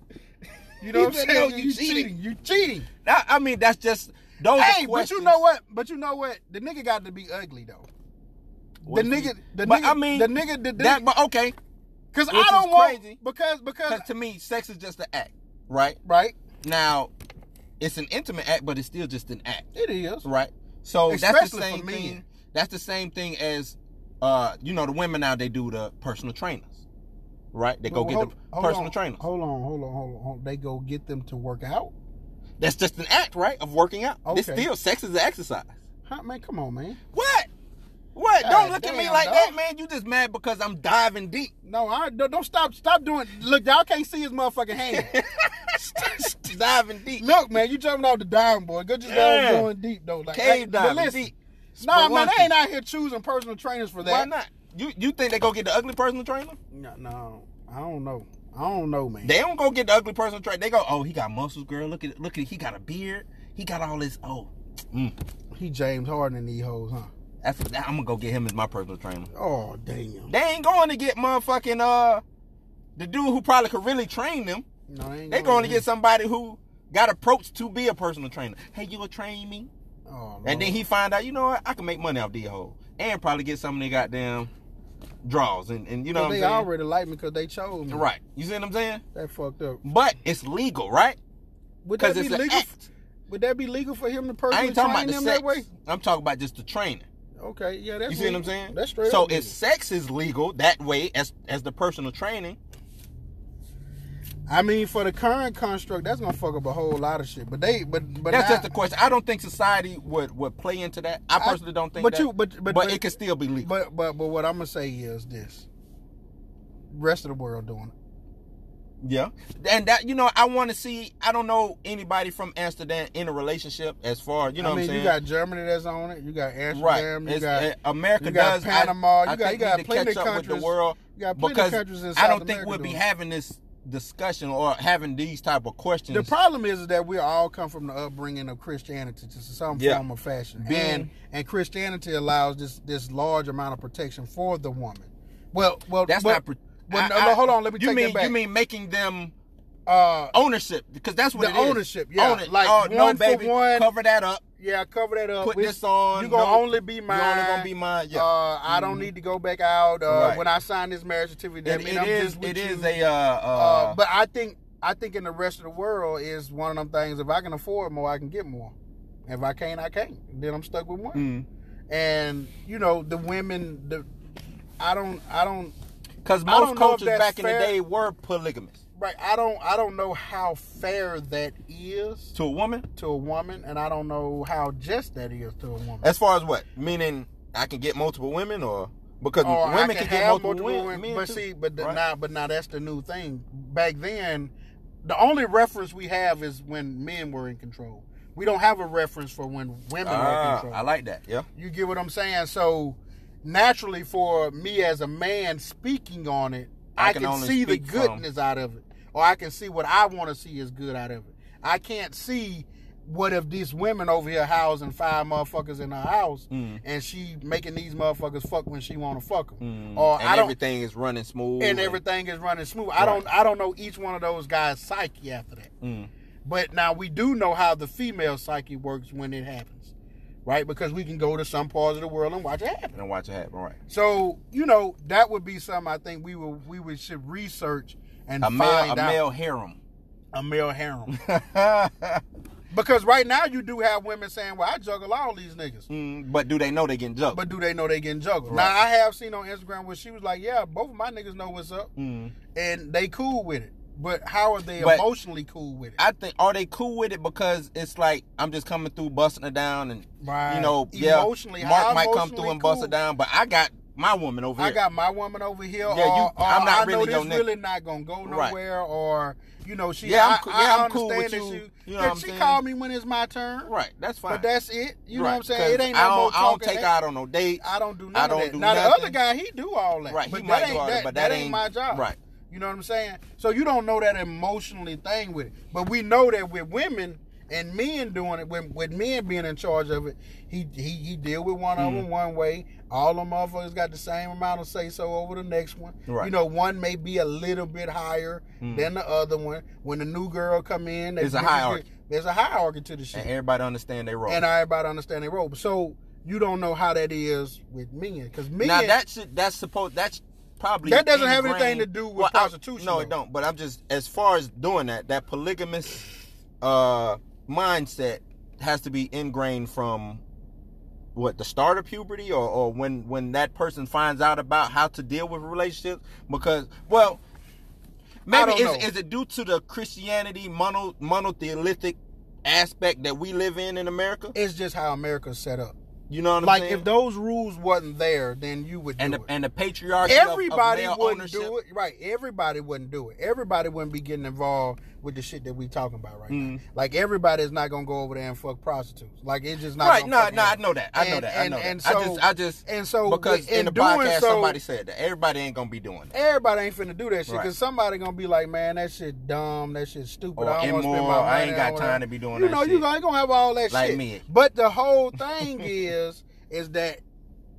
Speaker 1: You know
Speaker 2: He
Speaker 1: what I'm
Speaker 2: said,
Speaker 1: saying?
Speaker 2: no, you cheating.
Speaker 1: You cheating.
Speaker 2: I, I mean, that's just those.
Speaker 1: Hey,
Speaker 2: are
Speaker 1: but you
Speaker 2: questions.
Speaker 1: know what? But you know what? The nigga got to be ugly though.
Speaker 2: What
Speaker 1: the
Speaker 2: if he-
Speaker 1: nigga, the
Speaker 2: but
Speaker 1: nigga,
Speaker 2: I mean,
Speaker 1: the nigga, the,
Speaker 2: that. But okay,
Speaker 1: because
Speaker 2: which
Speaker 1: I
Speaker 2: is
Speaker 1: don't want
Speaker 2: crazy.
Speaker 1: because because
Speaker 2: because to me, sex is just an act, right?
Speaker 1: right,
Speaker 2: Now, it's an intimate act, but it's still just an act,
Speaker 1: it is
Speaker 2: right? So that's the
Speaker 1: Especially for
Speaker 2: same
Speaker 1: men.
Speaker 2: thing. That's the same thing as, uh, you know, the women now they do the personal trainers, right? They go
Speaker 1: Well,
Speaker 2: get
Speaker 1: hold-
Speaker 2: the
Speaker 1: hold
Speaker 2: personal
Speaker 1: on,
Speaker 2: trainers.
Speaker 1: Hold on, hold on, hold on, hold on. They go get them to work out.
Speaker 2: That's just an act, right? Of working out. It's
Speaker 1: Okay.
Speaker 2: still sex is an exercise.
Speaker 1: Huh, man, come on, man.
Speaker 2: What? What? Don't
Speaker 1: God
Speaker 2: look at me
Speaker 1: damn,
Speaker 2: like that,
Speaker 1: dog.
Speaker 2: man. You just mad because I'm diving deep.
Speaker 1: No, I don't, don't stop. Stop doing. Look, y'all can't see his motherfucking hand.
Speaker 2: diving deep.
Speaker 1: look, man, you jumping off the diving board. Good, just
Speaker 2: Yeah.
Speaker 1: go going deep though. Like, hey,
Speaker 2: Cave
Speaker 1: but
Speaker 2: diving
Speaker 1: listen,
Speaker 2: deep.
Speaker 1: Nah, man,
Speaker 2: Spelunking.
Speaker 1: I ain't out here choosing personal trainers for that.
Speaker 2: Why not? You you think they go get the ugly personal trainer?
Speaker 1: No, no, I don't know. I don't know, man.
Speaker 2: They don't go get the ugly personal trainer. They go, oh, he got muscles, girl. Look at look at he got a beard. He got all this. Oh, mm.
Speaker 1: He James Harden in these hoes, huh?
Speaker 2: that's that, I'm gonna go get him as my personal trainer.
Speaker 1: Oh damn.
Speaker 2: They ain't going to get motherfucking uh the dude who probably could really train them.
Speaker 1: No, ain't
Speaker 2: They going to get somebody who got approached to be a personal trainer. Hey, you will train me?
Speaker 1: Oh,
Speaker 2: And then
Speaker 1: Lord.
Speaker 2: he find out, you know what? I can make money off these hoes and probably get some of their goddamn draws and, and you know
Speaker 1: But
Speaker 2: what I'm
Speaker 1: they
Speaker 2: saying?
Speaker 1: already like me because they chose me.
Speaker 2: right. You see what I'm saying?
Speaker 1: That fucked up.
Speaker 2: But it's legal, right?
Speaker 1: Would that
Speaker 2: Because
Speaker 1: be
Speaker 2: it's an
Speaker 1: legal?
Speaker 2: act.
Speaker 1: Would that be legal for him to
Speaker 2: I
Speaker 1: personally
Speaker 2: ain't talking
Speaker 1: train
Speaker 2: about the
Speaker 1: them
Speaker 2: sex.
Speaker 1: that way?
Speaker 2: I'm talking about just the training.
Speaker 1: Okay, yeah, that's
Speaker 2: You see what I'm
Speaker 1: legal.
Speaker 2: saying?
Speaker 1: That's straight.
Speaker 2: So
Speaker 1: up
Speaker 2: if
Speaker 1: legal.
Speaker 2: sex is legal that way as as the personal training,
Speaker 1: I mean, for the current construct, that's gonna fuck up a whole lot of shit. But they, but but
Speaker 2: that's
Speaker 1: now-
Speaker 2: just the question. I don't think society would would play into that. I personally don't think.
Speaker 1: but
Speaker 2: that,
Speaker 1: you- but- but- but-
Speaker 2: it could still be legal.
Speaker 1: But but but what I'm gonna say is this: rest of the world doing it.
Speaker 2: yeah, and that you know I want to see. I don't know anybody from Amsterdam in a relationship as far you know
Speaker 1: I mean,
Speaker 2: what I'm
Speaker 1: you
Speaker 2: saying.
Speaker 1: got Germany that's on it. You got Amsterdam.
Speaker 2: Right,
Speaker 1: You
Speaker 2: It's-
Speaker 1: got
Speaker 2: uh, America
Speaker 1: you got
Speaker 2: does. I-
Speaker 1: Panama.
Speaker 2: I
Speaker 1: you got you
Speaker 2: think
Speaker 1: got
Speaker 2: need to
Speaker 1: plenty of
Speaker 2: catch up with
Speaker 1: countries.
Speaker 2: the world.
Speaker 1: You got plenty
Speaker 2: because
Speaker 1: of countries in
Speaker 2: I
Speaker 1: South
Speaker 2: don't think
Speaker 1: America
Speaker 2: we'll be
Speaker 1: doing it.
Speaker 2: having this discussion or having these type of questions.
Speaker 1: The problem is, is that we all come from the upbringing of Christianity to some
Speaker 2: Yeah.
Speaker 1: form of fashion,
Speaker 2: Being-
Speaker 1: and and Christianity allows this this large amount of protection for the woman. Well, well,
Speaker 2: That's
Speaker 1: but-
Speaker 2: not. Pro-
Speaker 1: but
Speaker 2: I-
Speaker 1: no,
Speaker 2: I-
Speaker 1: no, hold on. Let me
Speaker 2: you
Speaker 1: take
Speaker 2: mean,
Speaker 1: that back.
Speaker 2: You mean making them
Speaker 1: uh,
Speaker 2: ownership? Because that's what
Speaker 1: The
Speaker 2: it is.
Speaker 1: ownership, yeah.
Speaker 2: Own it.
Speaker 1: Like,
Speaker 2: oh, no,
Speaker 1: one for
Speaker 2: baby,
Speaker 1: one.
Speaker 2: cover that up.
Speaker 1: yeah, cover that up.
Speaker 2: Put
Speaker 1: We-
Speaker 2: this on.
Speaker 1: You gonna
Speaker 2: No,
Speaker 1: only be mine.
Speaker 2: You only gonna be mine. Yeah. Mm-hmm.
Speaker 1: Uh, I don't need to go back out. Uh,
Speaker 2: Right.
Speaker 1: When I sign this marriage certificate, that
Speaker 2: it
Speaker 1: mean
Speaker 2: it
Speaker 1: I'm
Speaker 2: is.
Speaker 1: just with
Speaker 2: It
Speaker 1: you.
Speaker 2: is a. Uh, uh,
Speaker 1: Uh, but I think I think in the rest of the world is one of them things. If I can afford more, I can get more. If I can't, I can't. Then I'm stuck with one.
Speaker 2: mm.
Speaker 1: And you know the women, the I don't, I don't,
Speaker 2: Because
Speaker 1: I don't
Speaker 2: most
Speaker 1: know if
Speaker 2: coaches
Speaker 1: that's
Speaker 2: back in
Speaker 1: fair.
Speaker 2: the day were polygamous
Speaker 1: right? I don't, I don't know how fair that is
Speaker 2: to a woman.
Speaker 1: to a woman, and I don't know how just that is to a woman.
Speaker 2: As far as what? Meaning, I can get multiple women, or because
Speaker 1: Or Oh, I
Speaker 2: women can, get
Speaker 1: have
Speaker 2: multiple, women. men
Speaker 1: but
Speaker 2: too,
Speaker 1: see, but the,
Speaker 2: right?
Speaker 1: now, but now that's the new thing. Back then, the only reference we have is when men were in control. We don't have a reference for when women were in
Speaker 2: Ah,
Speaker 1: control.
Speaker 2: I like that. Yeah.
Speaker 1: You get what I'm saying? So naturally, for me as a man speaking on it,
Speaker 2: I
Speaker 1: I,
Speaker 2: can
Speaker 1: can,
Speaker 2: only
Speaker 1: see the
Speaker 2: speak from-
Speaker 1: goodness out of it, or I can see what I want to see is good out of it. I can't see what if these women over here housing five motherfuckers in her house
Speaker 2: Mm.
Speaker 1: and she making these motherfuckers fuck when she want to fuck them?
Speaker 2: Mm.
Speaker 1: Or
Speaker 2: and
Speaker 1: I don't
Speaker 2: everything is running smooth.
Speaker 1: and everything is running smooth. I
Speaker 2: Right.
Speaker 1: don't I don't know each one of those guys' psyche after that.
Speaker 2: Mm.
Speaker 1: But now we do know how the female psyche works when it happens. Right? Because we can go to some parts of the world and watch it happen.
Speaker 2: And watch it happen. Right.
Speaker 1: So, you know, that would be something I think we will we would should research and
Speaker 2: A male,
Speaker 1: find
Speaker 2: a
Speaker 1: out
Speaker 2: male harem.
Speaker 1: a male harem. Because right now you do have women saying, "Well, I juggle all these niggas,"
Speaker 2: Mm, but do they know they getting jumped?
Speaker 1: but do they know they getting juggled?
Speaker 2: Right.
Speaker 1: Now I have seen on Instagram where she was like, "Yeah, both of my niggas know what's up,
Speaker 2: Mm.
Speaker 1: and they cool with it." But how are they
Speaker 2: But-
Speaker 1: emotionally cool with it?
Speaker 2: I think are they cool with it because it's like I'm just coming through, busting her down, and
Speaker 1: Right.
Speaker 2: you know,
Speaker 1: Emotionally,
Speaker 2: yeah, Mark
Speaker 1: how
Speaker 2: might come
Speaker 1: emotionally
Speaker 2: through and bust
Speaker 1: cool?
Speaker 2: her down, but I got my woman over
Speaker 1: I
Speaker 2: here.
Speaker 1: got my woman over here.
Speaker 2: Yeah, you-
Speaker 1: or, or
Speaker 2: I'm
Speaker 1: I
Speaker 2: not
Speaker 1: know
Speaker 2: really
Speaker 1: this
Speaker 2: your nigga.
Speaker 1: really not gonna go
Speaker 2: Right.
Speaker 1: nowhere, or you know, she.
Speaker 2: Yeah, I'm
Speaker 1: I-
Speaker 2: cool-
Speaker 1: I
Speaker 2: yeah, I'm cool
Speaker 1: understand
Speaker 2: with
Speaker 1: that
Speaker 2: you. You know
Speaker 1: that
Speaker 2: what I'm
Speaker 1: she
Speaker 2: saying?
Speaker 1: called me when it's my turn,
Speaker 2: right, that's fine.
Speaker 1: But that's it. You know
Speaker 2: Right,
Speaker 1: what I'm saying? It
Speaker 2: 'cause
Speaker 1: ain't no
Speaker 2: I don't,
Speaker 1: more
Speaker 2: I don't
Speaker 1: talking.
Speaker 2: take
Speaker 1: that-
Speaker 2: her out on no dates.
Speaker 1: I don't do none
Speaker 2: I
Speaker 1: of
Speaker 2: don't
Speaker 1: that.
Speaker 2: do
Speaker 1: now the
Speaker 2: nothing.
Speaker 1: other guy, he do all that.
Speaker 2: Right, he
Speaker 1: but
Speaker 2: might
Speaker 1: that
Speaker 2: do
Speaker 1: ain't
Speaker 2: all
Speaker 1: that,
Speaker 2: that, but that
Speaker 1: ain't
Speaker 2: ain't-
Speaker 1: my job.
Speaker 2: right.
Speaker 1: You know what I'm saying? So you don't know that emotionally thing with it. But we know that with women and men doing it, with, with men being in charge of it, he he, he deal with one
Speaker 2: Mm.
Speaker 1: of them one way. All the motherfuckers got the same amount of say so over the next one.
Speaker 2: Right. Mm.
Speaker 1: You know, one may be a little bit higher than the other one. When the new girl come in, they
Speaker 2: It's a
Speaker 1: bitches get-
Speaker 2: hierarchy.
Speaker 1: There's a hierarchy to the shit
Speaker 2: and everybody understand their role.
Speaker 1: and everybody understand their role. So you don't know how that is with men, because men.
Speaker 2: now that should that's supposed that's probably
Speaker 1: That doesn't have
Speaker 2: ingrained-
Speaker 1: anything to do with
Speaker 2: I-
Speaker 1: prostitution,
Speaker 2: no, it
Speaker 1: though.
Speaker 2: don't. But I'm just as far as doing that, that polygamous uh mindset has to be ingrained from what the start of puberty or, or when when that person finds out about how to deal with relationships because well maybe
Speaker 1: don't know.
Speaker 2: is, is it due to the christianity mono monotheistic aspect that we live in in america
Speaker 1: it's just how America's set up.
Speaker 2: you know what i'm
Speaker 1: Like
Speaker 2: saying
Speaker 1: if those rules wasn't there, then you would do
Speaker 2: and
Speaker 1: it.
Speaker 2: the, and the patriarchy of- of
Speaker 1: everybody
Speaker 2: male
Speaker 1: wouldn't
Speaker 2: ownership.
Speaker 1: do it, right? Everybody wouldn't do it. Everybody wouldn't be getting involved with the shit that we talking about right
Speaker 2: Mm-hmm.
Speaker 1: now. Like everybody's not gonna go over there and fuck prostitutes. Like it's just not
Speaker 2: right?
Speaker 1: gonna
Speaker 2: No,
Speaker 1: fucking
Speaker 2: no, I
Speaker 1: happen.
Speaker 2: know that. I know
Speaker 1: And-
Speaker 2: that. I
Speaker 1: and-
Speaker 2: know that.
Speaker 1: and
Speaker 2: I
Speaker 1: so-
Speaker 2: just, I just,
Speaker 1: and so
Speaker 2: because
Speaker 1: in
Speaker 2: in the
Speaker 1: doing
Speaker 2: podcast,
Speaker 1: so-
Speaker 2: somebody said that everybody ain't gonna be doing that.
Speaker 1: Everybody ain't finna do that shit
Speaker 2: Right.
Speaker 1: because somebody gonna be like, man, that shit dumb, that shit stupid.
Speaker 2: Or
Speaker 1: I don't want to spend my
Speaker 2: immoral,
Speaker 1: money.
Speaker 2: Oh, I ain't got
Speaker 1: on
Speaker 2: time
Speaker 1: that."
Speaker 2: to be doing
Speaker 1: You
Speaker 2: that
Speaker 1: know,
Speaker 2: shit.
Speaker 1: you ain't gonna have all that
Speaker 2: Like
Speaker 1: shit.
Speaker 2: me.
Speaker 1: But the whole thing is, is that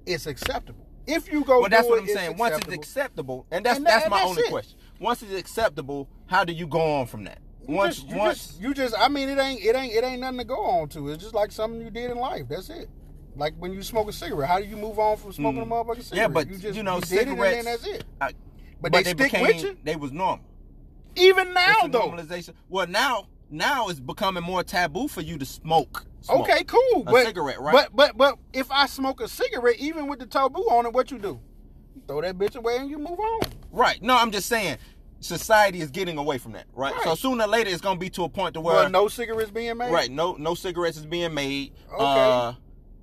Speaker 1: it's acceptable. If you go,
Speaker 2: Well, that's
Speaker 1: do
Speaker 2: what
Speaker 1: it,
Speaker 2: I'm saying. Once it's
Speaker 1: acceptable.
Speaker 2: acceptable, and that's
Speaker 1: And that-
Speaker 2: that's
Speaker 1: and
Speaker 2: my
Speaker 1: that's
Speaker 2: only
Speaker 1: it.
Speaker 2: question. Once it's acceptable, how do you go on from that?
Speaker 1: You
Speaker 2: Once,
Speaker 1: just, you
Speaker 2: once,
Speaker 1: just, you just, I mean, it ain't, it ain't, it ain't nothing to go on to. It's just like something you did in life. That's it. Like when you smoke a cigarette, how do you move on from smoking a motherfucking cigarette?
Speaker 2: Hmm. yeah, but you,
Speaker 1: you just
Speaker 2: know,
Speaker 1: you did it and
Speaker 2: cigarettes.
Speaker 1: then that's it.
Speaker 2: I-
Speaker 1: But they stick
Speaker 2: became,
Speaker 1: with you?
Speaker 2: They was normal.
Speaker 1: Even
Speaker 2: It's
Speaker 1: now
Speaker 2: a
Speaker 1: though,
Speaker 2: normalization. Well, now, now it's becoming more taboo for you to smoke. smoke.
Speaker 1: Okay, cool.
Speaker 2: A
Speaker 1: but,
Speaker 2: cigarette, right?
Speaker 1: But but but if I smoke a cigarette, even with the taboo on it, what you do? You throw that bitch away and you move on.
Speaker 2: Right. No, I'm just saying society is getting away from that, right?
Speaker 1: Right.
Speaker 2: So sooner or later it's gonna be to a point to where
Speaker 1: Well, no cigarettes being made.
Speaker 2: right, no no cigarettes is being made.
Speaker 1: Okay.
Speaker 2: Uh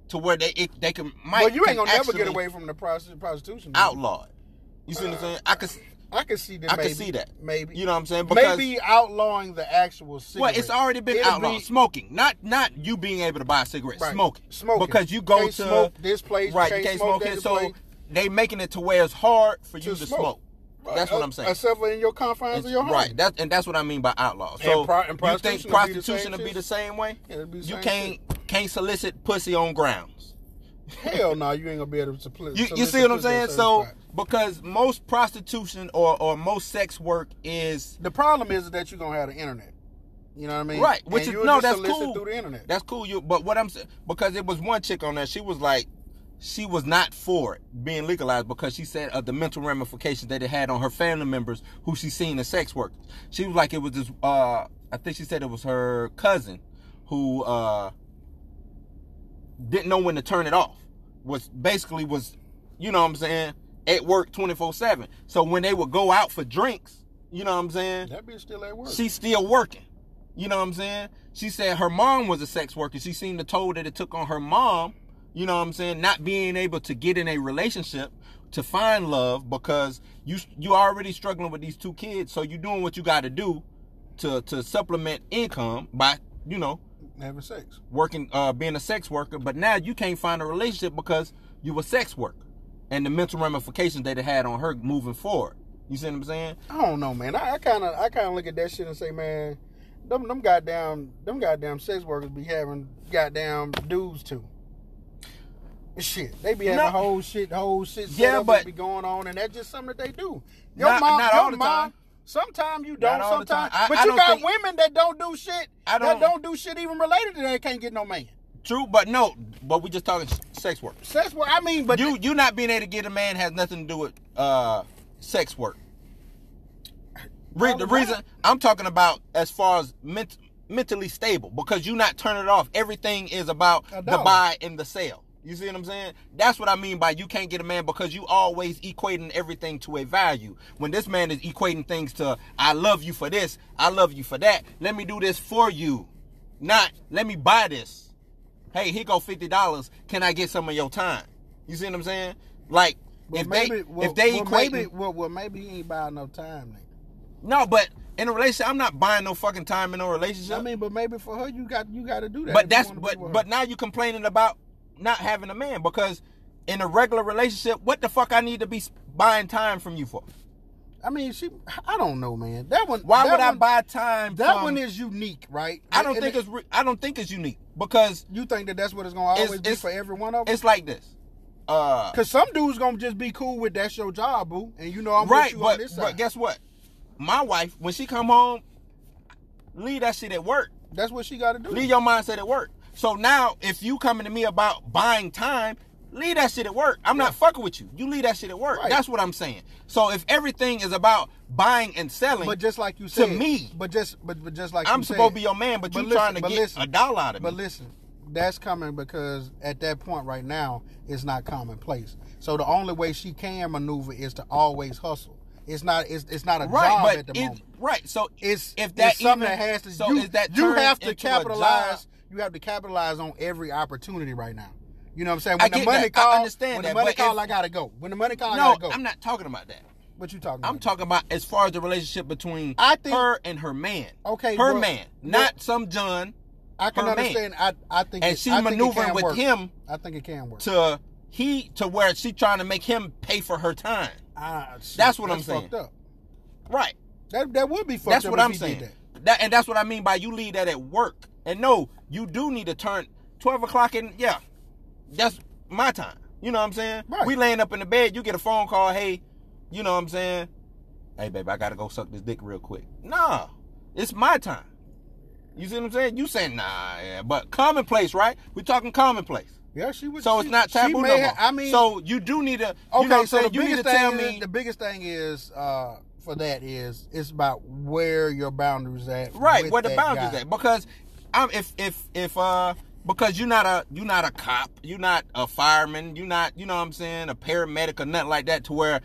Speaker 2: to where they it, they can might
Speaker 1: Well, you
Speaker 2: can
Speaker 1: ain't gonna never get
Speaker 2: actually
Speaker 1: away from the prosti- prostitution.
Speaker 2: outlaw it. You see what I'm saying? I could
Speaker 1: I can see that.
Speaker 2: I
Speaker 1: maybe.
Speaker 2: could see that.
Speaker 1: Maybe.
Speaker 2: You know what I'm saying? Because
Speaker 1: maybe outlawing the actual
Speaker 2: well,
Speaker 1: cigarette.
Speaker 2: it's already been
Speaker 1: It'll
Speaker 2: outlawed.
Speaker 1: be-
Speaker 2: smoking, not not you being able to buy a cigarette.
Speaker 1: Right.
Speaker 2: Smoking,
Speaker 1: Smoking.
Speaker 2: Because you go
Speaker 1: Can't
Speaker 2: to
Speaker 1: smoke this place,
Speaker 2: right?
Speaker 1: can't
Speaker 2: you can't
Speaker 1: smoke
Speaker 2: smoke,
Speaker 1: that
Speaker 2: it. So
Speaker 1: place.
Speaker 2: they making it to where it's hard for you
Speaker 1: To
Speaker 2: to
Speaker 1: smoke.
Speaker 2: smoke. That's what I'm saying.
Speaker 1: Except for uh, in your confines of your home.
Speaker 2: Right. That and that's what I mean by outlaw. So
Speaker 1: pro- and
Speaker 2: you think
Speaker 1: prostitution would be the same
Speaker 2: prostitution would be
Speaker 1: shit?
Speaker 2: the same way?
Speaker 1: Yeah, it'd be the
Speaker 2: you
Speaker 1: same
Speaker 2: can't can't solicit pussy on grounds.
Speaker 1: Hell no, you ain't gonna be able to. suppli-
Speaker 2: You, you
Speaker 1: solicit
Speaker 2: see what I'm
Speaker 1: pussy at
Speaker 2: saying?
Speaker 1: certain
Speaker 2: So
Speaker 1: spots.
Speaker 2: because most prostitution or or most sex work is
Speaker 1: The problem is that you're gonna have the internet. You know what I mean?
Speaker 2: right,
Speaker 1: And
Speaker 2: which is
Speaker 1: you'll
Speaker 2: no,
Speaker 1: just
Speaker 2: that's
Speaker 1: solicit
Speaker 2: cool.
Speaker 1: Through the internet.
Speaker 2: That's cool. You but what I'm saying because it was one chick on there. She was like. She was not for it being legalized because she said of the mental ramifications that it had on her family members who she seen as sex workers. She was like it was this uh I think she said it was her cousin who uh didn't know when to turn it off. Was basically was, you know what I'm saying, at work 24/7. So when they would go out for drinks, you know what I'm saying,
Speaker 1: That bitch still at work.
Speaker 2: she's still working. You know what I'm saying? She said her mom was a sex worker. She seemed to told that it took on her mom, you know what I'm saying, not being able to get in a relationship to find love because you you already struggling with these two kids, so you doing what you got to do to to supplement income by, you know,
Speaker 1: having sex.
Speaker 2: working uh being a sex worker but now you can't find a relationship because you a sex worker and the mental ramifications that it had on her moving forward you see what i'm saying
Speaker 1: I don't know, man. I kind of, I kind of look at that shit and say, man, them them goddamn them goddamn sex workers be having goddamn dudes too. Shit, they be having
Speaker 2: No.
Speaker 1: whole shit, whole shit. set
Speaker 2: Yeah,
Speaker 1: up that
Speaker 2: but-
Speaker 1: be going on, and that's just something that they do.
Speaker 2: Not- not all the time.
Speaker 1: Sometimes you don't.
Speaker 2: Not all the time.
Speaker 1: Sometimes,
Speaker 2: I-
Speaker 1: but
Speaker 2: I
Speaker 1: you
Speaker 2: don't
Speaker 1: got
Speaker 2: think-
Speaker 1: women that don't do shit.
Speaker 2: I
Speaker 1: that
Speaker 2: don't-
Speaker 1: don't do shit even related to that. Can't get no man.
Speaker 2: True, but no, but we just talking s- sex work.
Speaker 1: Sex work. I mean, but
Speaker 2: But you you not being able to get a man has nothing to do with uh sex work. Re- the
Speaker 1: Probably
Speaker 2: reason
Speaker 1: not.
Speaker 2: I'm talking about as far as ment- mentally stable because you not turning it off. Everything is about
Speaker 1: A
Speaker 2: the
Speaker 1: dollar.
Speaker 2: buy and the sale. You see what I'm saying? That's what I mean by you can't get a man because you always equating everything to a value. When this man is equating things to I love you for this, I love you for that. Let me do this for you. Not let me buy this hey, here go fifty dollars. Can I get some of your time? You see what I'm saying? Like
Speaker 1: but
Speaker 2: if
Speaker 1: maybe,
Speaker 2: they
Speaker 1: well,
Speaker 2: if they
Speaker 1: well,
Speaker 2: equate
Speaker 1: maybe, well, well, maybe he ain't buying no time. Nigga.
Speaker 2: no, but in a relationship, I'm not buying no fucking time in no relationship.
Speaker 1: I mean, but maybe for her, you got you got to do that. if
Speaker 2: but
Speaker 1: you
Speaker 2: that's
Speaker 1: wanna be
Speaker 2: but
Speaker 1: with her.
Speaker 2: but now you complaining about not having a man because in a regular relationship, what the fuck I need to be s- buying time from you for?
Speaker 1: I mean, she. I don't know, man. That one.
Speaker 2: Why
Speaker 1: that
Speaker 2: would I
Speaker 1: one-
Speaker 2: buy time?
Speaker 1: That
Speaker 2: from-
Speaker 1: one is unique, right?
Speaker 2: I don't
Speaker 1: And-
Speaker 2: think
Speaker 1: and
Speaker 2: it's re- I don't think it's unique because
Speaker 1: You think that that's what it's gonna always
Speaker 2: It's-
Speaker 1: be
Speaker 2: it's-
Speaker 1: for every one of them?
Speaker 2: it's like this. Uh,
Speaker 1: Because some dudes gonna just be cool with that's your job, boo, and you know I'm
Speaker 2: right,
Speaker 1: with you on
Speaker 2: but,
Speaker 1: this side.
Speaker 2: but guess what? My wife, when she come home, leave that shit at work.
Speaker 1: that's what she got to do.
Speaker 2: Leave your mindset at work. So now, if you coming to me about buying time, leave that shit at work. I'm not fucking with you. You leave that shit at work.
Speaker 1: Right.
Speaker 2: That's what I'm saying. So if everything is about buying and selling,
Speaker 1: but just like you
Speaker 2: to
Speaker 1: said,
Speaker 2: me.
Speaker 1: but just but, but just like
Speaker 2: I'm
Speaker 1: you
Speaker 2: supposed
Speaker 1: said,
Speaker 2: to be your man, but,
Speaker 1: But
Speaker 2: you
Speaker 1: listen,
Speaker 2: trying to
Speaker 1: but
Speaker 2: get
Speaker 1: listen.
Speaker 2: a dollar out of
Speaker 1: But
Speaker 2: me.
Speaker 1: listen, that's coming because at that point right now, it's not commonplace. So the only way she can maneuver is to always hustle. It's not it's it's not a job
Speaker 2: right,
Speaker 1: at
Speaker 2: but
Speaker 1: the
Speaker 2: it,
Speaker 1: moment.
Speaker 2: right. So
Speaker 1: It's
Speaker 2: if that
Speaker 1: it's something
Speaker 2: even-
Speaker 1: that has to
Speaker 2: so
Speaker 1: you,
Speaker 2: is that
Speaker 1: you
Speaker 2: turned
Speaker 1: have to
Speaker 2: into a job?
Speaker 1: capitalize. You have to capitalize on every opportunity right now. You know what I'm saying? When
Speaker 2: I
Speaker 1: the
Speaker 2: get
Speaker 1: money
Speaker 2: that. I
Speaker 1: call,
Speaker 2: understand
Speaker 1: when
Speaker 2: that,
Speaker 1: the money
Speaker 2: but
Speaker 1: call,
Speaker 2: if-
Speaker 1: I gotta go. When the money call, I
Speaker 2: No,
Speaker 1: gotta go.
Speaker 2: I'm not talking about that.
Speaker 1: What you talking?
Speaker 2: I'm
Speaker 1: about?
Speaker 2: talking about as far as the relationship between
Speaker 1: I think-
Speaker 2: her and her man.
Speaker 1: Okay,
Speaker 2: her
Speaker 1: well,
Speaker 2: man,
Speaker 1: well-
Speaker 2: not some John.
Speaker 1: I can
Speaker 2: her man.
Speaker 1: understand. I I think
Speaker 2: And
Speaker 1: it,
Speaker 2: she
Speaker 1: I think it
Speaker 2: maneuvering
Speaker 1: can
Speaker 2: with
Speaker 1: work.
Speaker 2: him
Speaker 1: I think it can work.
Speaker 2: to he to where she trying to make him pay for her time.
Speaker 1: Ah, shit,
Speaker 2: That's what I'm saying.
Speaker 1: Fucked up.
Speaker 2: Right.
Speaker 1: That that would be fucked
Speaker 2: That's
Speaker 1: up.
Speaker 2: what
Speaker 1: if
Speaker 2: I'm
Speaker 1: he
Speaker 2: saying.
Speaker 1: Did that.
Speaker 2: That and that's what I mean by you leave that at work. And no, you do need to turn twelve o'clock and yeah, that's my time. You know what I'm saying?
Speaker 1: Right.
Speaker 2: We laying up in the bed, you get a phone call, hey, you know what I'm saying? Hey baby, I gotta go suck this dick real quick. Nah. It's my time. You see what I'm saying? You saying nah, yeah, but commonplace, right? We talking commonplace.
Speaker 1: Yeah, she was.
Speaker 2: So
Speaker 1: she-
Speaker 2: it's not
Speaker 1: she
Speaker 2: taboo
Speaker 1: may
Speaker 2: no more.
Speaker 1: ha- I mean,
Speaker 2: so you do need to.
Speaker 1: okay.
Speaker 2: you know what I'm
Speaker 1: so
Speaker 2: saying?
Speaker 1: the
Speaker 2: you need to
Speaker 1: biggest
Speaker 2: tell
Speaker 1: thing, is-
Speaker 2: me
Speaker 1: the biggest thing is uh, for that is it's about where your boundaries at.
Speaker 2: right
Speaker 1: with
Speaker 2: where the
Speaker 1: that
Speaker 2: boundaries
Speaker 1: guy.
Speaker 2: at because I'm if if if uh because you're not a you're not a cop, you're not a fireman, you're not you know what I'm saying a paramedic or nothing like that to where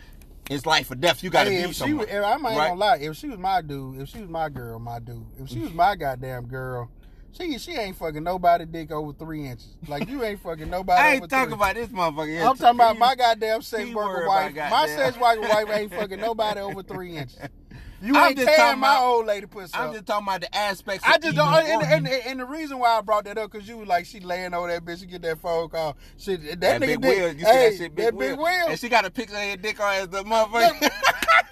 Speaker 2: it's life or death. You got to
Speaker 1: Hey,
Speaker 2: be
Speaker 1: if she,
Speaker 2: somewhere.
Speaker 1: was, if, I'm not
Speaker 2: right?
Speaker 1: gonna lie. If she was my dude, if she was my girl, my dude, if she was
Speaker 2: Mm.
Speaker 1: my goddamn girl, she she ain't fucking nobody dick over three inches. Like you ain't fucking nobody.
Speaker 2: I
Speaker 1: over
Speaker 2: ain't talking
Speaker 1: three.
Speaker 2: about this motherfucker. here.
Speaker 1: I'm talking about
Speaker 2: He-
Speaker 1: my goddamn sex
Speaker 2: he
Speaker 1: worker
Speaker 2: worried
Speaker 1: wife.
Speaker 2: about
Speaker 1: My
Speaker 2: goddamn-
Speaker 1: sex worker wife ain't fucking nobody over three inches. You
Speaker 2: I'm
Speaker 1: ain't
Speaker 2: just
Speaker 1: tearing
Speaker 2: talking
Speaker 1: my
Speaker 2: about-
Speaker 1: old lady pussy.
Speaker 2: I'm
Speaker 1: up.
Speaker 2: just talking about the aspects.
Speaker 1: I
Speaker 2: of
Speaker 1: just
Speaker 2: eating
Speaker 1: don't. And,
Speaker 2: or-
Speaker 1: and, and, and the reason why I brought that up because you was like she laying over that bitch and get that phone call. Shit, that, nigga
Speaker 2: that big
Speaker 1: dick-
Speaker 2: wheel, you see
Speaker 1: hey,
Speaker 2: that shit, big wheel.
Speaker 1: wheel.
Speaker 2: and she got a picture of her dick on as the motherfucker.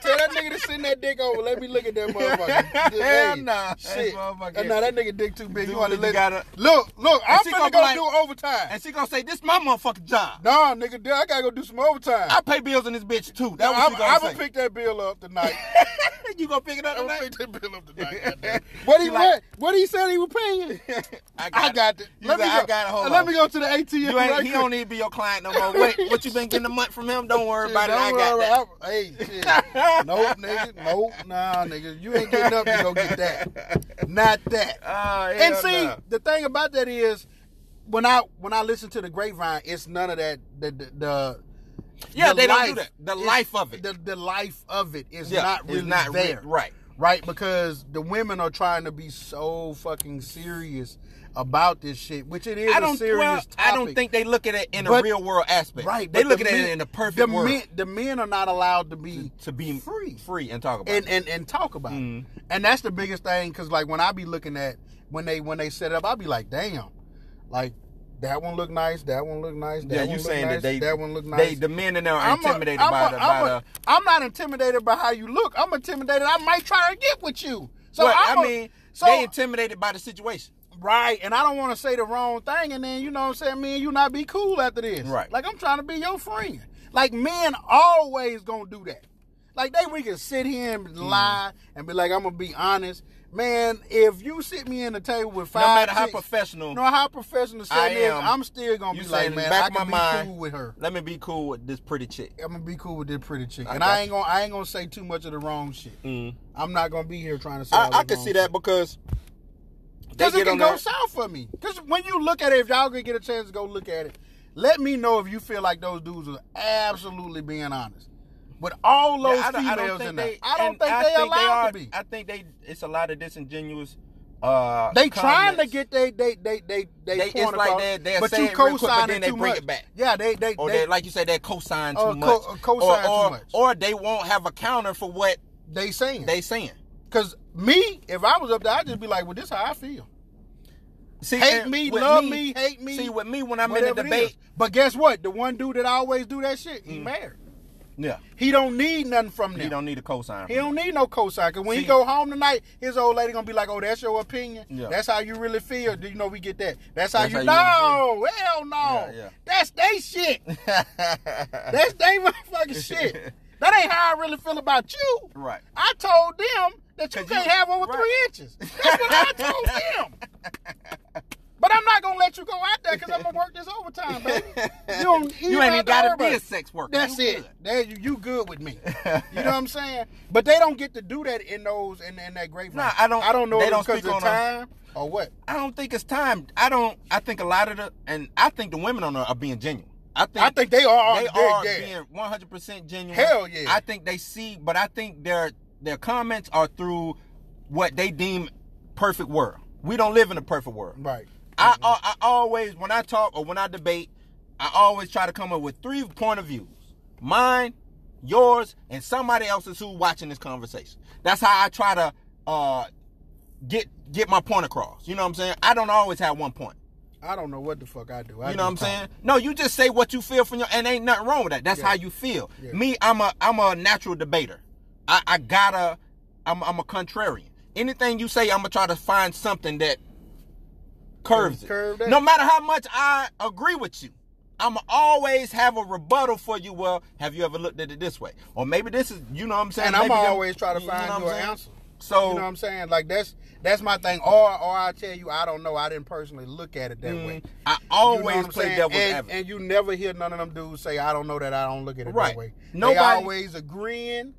Speaker 1: Tell that nigga to send that dick over. Let me look at that motherfucker. Just,
Speaker 2: Hell
Speaker 1: hey,
Speaker 2: nah. That
Speaker 1: Shit.
Speaker 2: motherfucker-
Speaker 1: Nah, that nigga dick too big.
Speaker 2: Dude,
Speaker 1: you want to
Speaker 2: you
Speaker 1: let
Speaker 2: gotta-
Speaker 1: Look, look, I'm
Speaker 2: she
Speaker 1: finna
Speaker 2: gonna
Speaker 1: go
Speaker 2: be like-
Speaker 1: do overtime.
Speaker 2: and she gonna say, "This my motherfucking job.
Speaker 1: nah, nigga, dude, I gotta go do some overtime.
Speaker 2: I pay bills in this bitch too." That
Speaker 1: I'm, I'm
Speaker 2: was she
Speaker 1: gonna
Speaker 2: gonna say.
Speaker 1: pick that bill up tonight.
Speaker 2: you gonna pick it up
Speaker 1: I'm gonna
Speaker 2: tonight?
Speaker 1: pick that bill up tonight. goddamn. what he
Speaker 2: She like-
Speaker 1: what, what he said he was paying?
Speaker 2: I got
Speaker 1: I
Speaker 2: it.
Speaker 1: got it.
Speaker 2: You
Speaker 1: Let me
Speaker 2: said,
Speaker 1: go. uh,
Speaker 2: I got it. Hold
Speaker 1: Let
Speaker 2: on.
Speaker 1: me go to the ATM.
Speaker 2: You
Speaker 1: right
Speaker 2: ain't, he
Speaker 1: quick.
Speaker 2: don't need to be your client no more. Wait, what you been getting a month from him? Don't worry about it. I got that.
Speaker 1: Hey, shit. nope, nigga. Nope, nah, nigga. You ain't getting up to go get that. Not that.
Speaker 2: Ah, hell
Speaker 1: and see,
Speaker 2: no.
Speaker 1: the thing about that is, when I when I listen to the grapevine, it's none of that. The the, the
Speaker 2: yeah,
Speaker 1: the
Speaker 2: they don't do
Speaker 1: life
Speaker 2: that. The
Speaker 1: is-
Speaker 2: life of it,
Speaker 1: The, the life of it is
Speaker 2: Yeah,
Speaker 1: not
Speaker 2: it's
Speaker 1: really
Speaker 2: not re-
Speaker 1: there.
Speaker 2: right.
Speaker 1: Right, because the women are trying to be so fucking serious about this shit, which it is
Speaker 2: I
Speaker 1: a
Speaker 2: don't.
Speaker 1: serious
Speaker 2: Well,
Speaker 1: topic.
Speaker 2: I don't think they look at it in a
Speaker 1: But-
Speaker 2: real world aspect.
Speaker 1: Right,
Speaker 2: They
Speaker 1: but
Speaker 2: look at
Speaker 1: men-
Speaker 2: it in the perfect
Speaker 1: the
Speaker 2: world
Speaker 1: Men, the men are not allowed to be
Speaker 2: to be
Speaker 1: free
Speaker 2: free Mm-hmm. and talk about.
Speaker 1: and
Speaker 2: it.
Speaker 1: and, and talk about it. And that's the biggest thing because like when I be looking at when they when they set up, I be like, damn, like that one look nice, that one look nice, that
Speaker 2: yeah,
Speaker 1: one
Speaker 2: you
Speaker 1: look
Speaker 2: saying
Speaker 1: nice,
Speaker 2: that they
Speaker 1: that one look nice.
Speaker 2: They the men in there are
Speaker 1: I'm a-
Speaker 2: intimidated
Speaker 1: I'm
Speaker 2: by
Speaker 1: a-
Speaker 2: the
Speaker 1: I'm
Speaker 2: by
Speaker 1: a-
Speaker 2: the.
Speaker 1: I'm not intimidated by how you look. I'm intimidated. I might try to get with you. So
Speaker 2: Well,
Speaker 1: I'm
Speaker 2: I
Speaker 1: a-
Speaker 2: mean,
Speaker 1: So
Speaker 2: they intimidated by the situation.
Speaker 1: right, and I don't want to say the wrong thing, and then you know what I'm saying. Me and you not be cool after this.
Speaker 2: Right.
Speaker 1: Like I'm trying to be your friend. Like men always gonna do that. Like they we can sit here
Speaker 2: Mm-hmm.
Speaker 1: and lie and be like I'm gonna be honest. Man, if you sit me in the table with
Speaker 2: No
Speaker 1: five,
Speaker 2: matter how
Speaker 1: chicks-
Speaker 2: professional
Speaker 1: no how professional
Speaker 2: I
Speaker 1: Shelly is,
Speaker 2: am,
Speaker 1: I'm still gonna
Speaker 2: you
Speaker 1: be
Speaker 2: say
Speaker 1: like,
Speaker 2: in the
Speaker 1: man,
Speaker 2: back
Speaker 1: I
Speaker 2: of
Speaker 1: can be
Speaker 2: my mind-
Speaker 1: cool with her.
Speaker 2: Let me be cool with this pretty chick.
Speaker 1: I'm gonna be cool with this pretty chick,
Speaker 2: I
Speaker 1: and
Speaker 2: got
Speaker 1: I ain't
Speaker 2: you. Mm.
Speaker 1: gonna I ain't gonna say too much of the wrong shit. I'm not gonna be here trying to say.
Speaker 2: I, I can see that because they
Speaker 1: because it
Speaker 2: get
Speaker 1: can
Speaker 2: on
Speaker 1: go
Speaker 2: there-
Speaker 1: south for me. Because when you look at it, if y'all gonna get a chance to go look at it, let me know if you feel like those dudes are absolutely being honest. But all those
Speaker 2: Yeah, I don't- I don't
Speaker 1: females
Speaker 2: think
Speaker 1: in there,
Speaker 2: they-
Speaker 1: I don't
Speaker 2: and
Speaker 1: think
Speaker 2: I
Speaker 1: they
Speaker 2: think
Speaker 1: allowed
Speaker 2: are-
Speaker 1: to be.
Speaker 2: I think they. It's a lot of disingenuous. Uh,
Speaker 1: they trying to
Speaker 2: comments.
Speaker 1: get they they they they they,
Speaker 2: They- it's
Speaker 1: point
Speaker 2: like
Speaker 1: across,
Speaker 2: they're- they're
Speaker 1: but
Speaker 2: saying
Speaker 1: you
Speaker 2: it real quick, but
Speaker 1: co-signing
Speaker 2: then they
Speaker 1: too
Speaker 2: bring
Speaker 1: much.
Speaker 2: it back.
Speaker 1: Yeah, they they,
Speaker 2: or
Speaker 1: they,
Speaker 2: they like you said they co-sign too
Speaker 1: Uh, co-
Speaker 2: much,
Speaker 1: uh, co-sign
Speaker 2: or, or,
Speaker 1: too much.
Speaker 2: or they won't have a counter for what
Speaker 1: they saying
Speaker 2: they saying.
Speaker 1: Cause me, if I was up there, I'd just be like, "Well, this how I feel.
Speaker 2: See,
Speaker 1: Hate
Speaker 2: and
Speaker 1: me,
Speaker 2: with
Speaker 1: love me, hate me.
Speaker 2: See, with me when I'm in a
Speaker 1: whatever it is."
Speaker 2: debate,
Speaker 1: But guess what? The one dude that always do that shit, he married.
Speaker 2: yeah,
Speaker 1: He don't need nothing from them.
Speaker 2: you don't need a co-sign.
Speaker 1: He don't need no cosign. Cause when he
Speaker 2: See-
Speaker 1: go home tonight, his old lady gonna be like, "Oh, that's your opinion.
Speaker 2: Yeah.
Speaker 1: That's how you really feel. Do you know we get that? That's how
Speaker 2: That's
Speaker 1: you.
Speaker 2: how you
Speaker 1: no, hell no.
Speaker 2: Yeah, yeah.
Speaker 1: That's they shit. that's they motherfucking shit. That ain't how I really feel about you.
Speaker 2: Right.
Speaker 1: I told them that you
Speaker 2: 'Cause
Speaker 1: can't
Speaker 2: you-
Speaker 1: have over
Speaker 2: right.
Speaker 1: three inches. That's what I told them. But I'm not gonna let you go out there because I'm gonna work this overtime, baby. You, don't,
Speaker 2: You ain't even
Speaker 1: got
Speaker 2: gotta be a sex worker.
Speaker 1: That's
Speaker 2: You
Speaker 1: it.
Speaker 2: good.
Speaker 1: There you, you good with me. You know what I'm saying? But they don't get to do that in those in, in that grapevine.
Speaker 2: Nah, I don't-
Speaker 1: I don't know
Speaker 2: they
Speaker 1: if
Speaker 2: don't
Speaker 1: it's because
Speaker 2: speak
Speaker 1: of
Speaker 2: on a-
Speaker 1: time or what.
Speaker 2: I don't think it's time. I don't. I think a lot of the and I think the women on there are being genuine. I think
Speaker 1: I think they are.
Speaker 2: they
Speaker 1: they-
Speaker 2: are
Speaker 1: yeah.
Speaker 2: being one hundred percent genuine.
Speaker 1: Hell yeah.
Speaker 2: I think they see, but I think their their comments are through what they deem perfect world. We don't live in a perfect world.
Speaker 1: right.
Speaker 2: I, I I always when I talk or when I debate, I always try to come up with three point of views: mine, yours, and somebody else's who's watching this conversation. That's how I try to uh, get get my point across. You know what I'm saying? I don't always have one point.
Speaker 1: I don't know what the fuck I do. I
Speaker 2: You know what I'm
Speaker 1: just talk.
Speaker 2: saying? No, you just say what you feel from your, and ain't nothing wrong with that. That's
Speaker 1: Yeah.
Speaker 2: how you feel.
Speaker 1: Yeah.
Speaker 2: Me, I'm a I'm a natural debater. I, I gotta, I'm I'm a contrarian. Anything you say, I'm gonna try to find something that curves it.
Speaker 1: Curve that.
Speaker 2: No matter how much I agree with you, I'm going to always have a rebuttal for you. Well, have you ever looked at it this way? Or maybe this is, you know what I'm saying?
Speaker 1: And I'm
Speaker 2: Maybe them-
Speaker 1: always trying to
Speaker 2: know
Speaker 1: find
Speaker 2: what I'm
Speaker 1: you an
Speaker 2: saying?
Speaker 1: answer.
Speaker 2: So
Speaker 1: you know what I'm saying? Like that's that's my thing. Or or I tell you I don't know. I didn't personally look at it that way.
Speaker 2: mm, I
Speaker 1: You know
Speaker 2: Mm-hmm. always
Speaker 1: what I'm
Speaker 2: play
Speaker 1: saying?
Speaker 2: devil's
Speaker 1: and,
Speaker 2: advocate.
Speaker 1: and you never hear none of them dudes say, I don't know that I don't look at it that
Speaker 2: Right.
Speaker 1: way.
Speaker 2: Nobody-
Speaker 1: they always agreeing.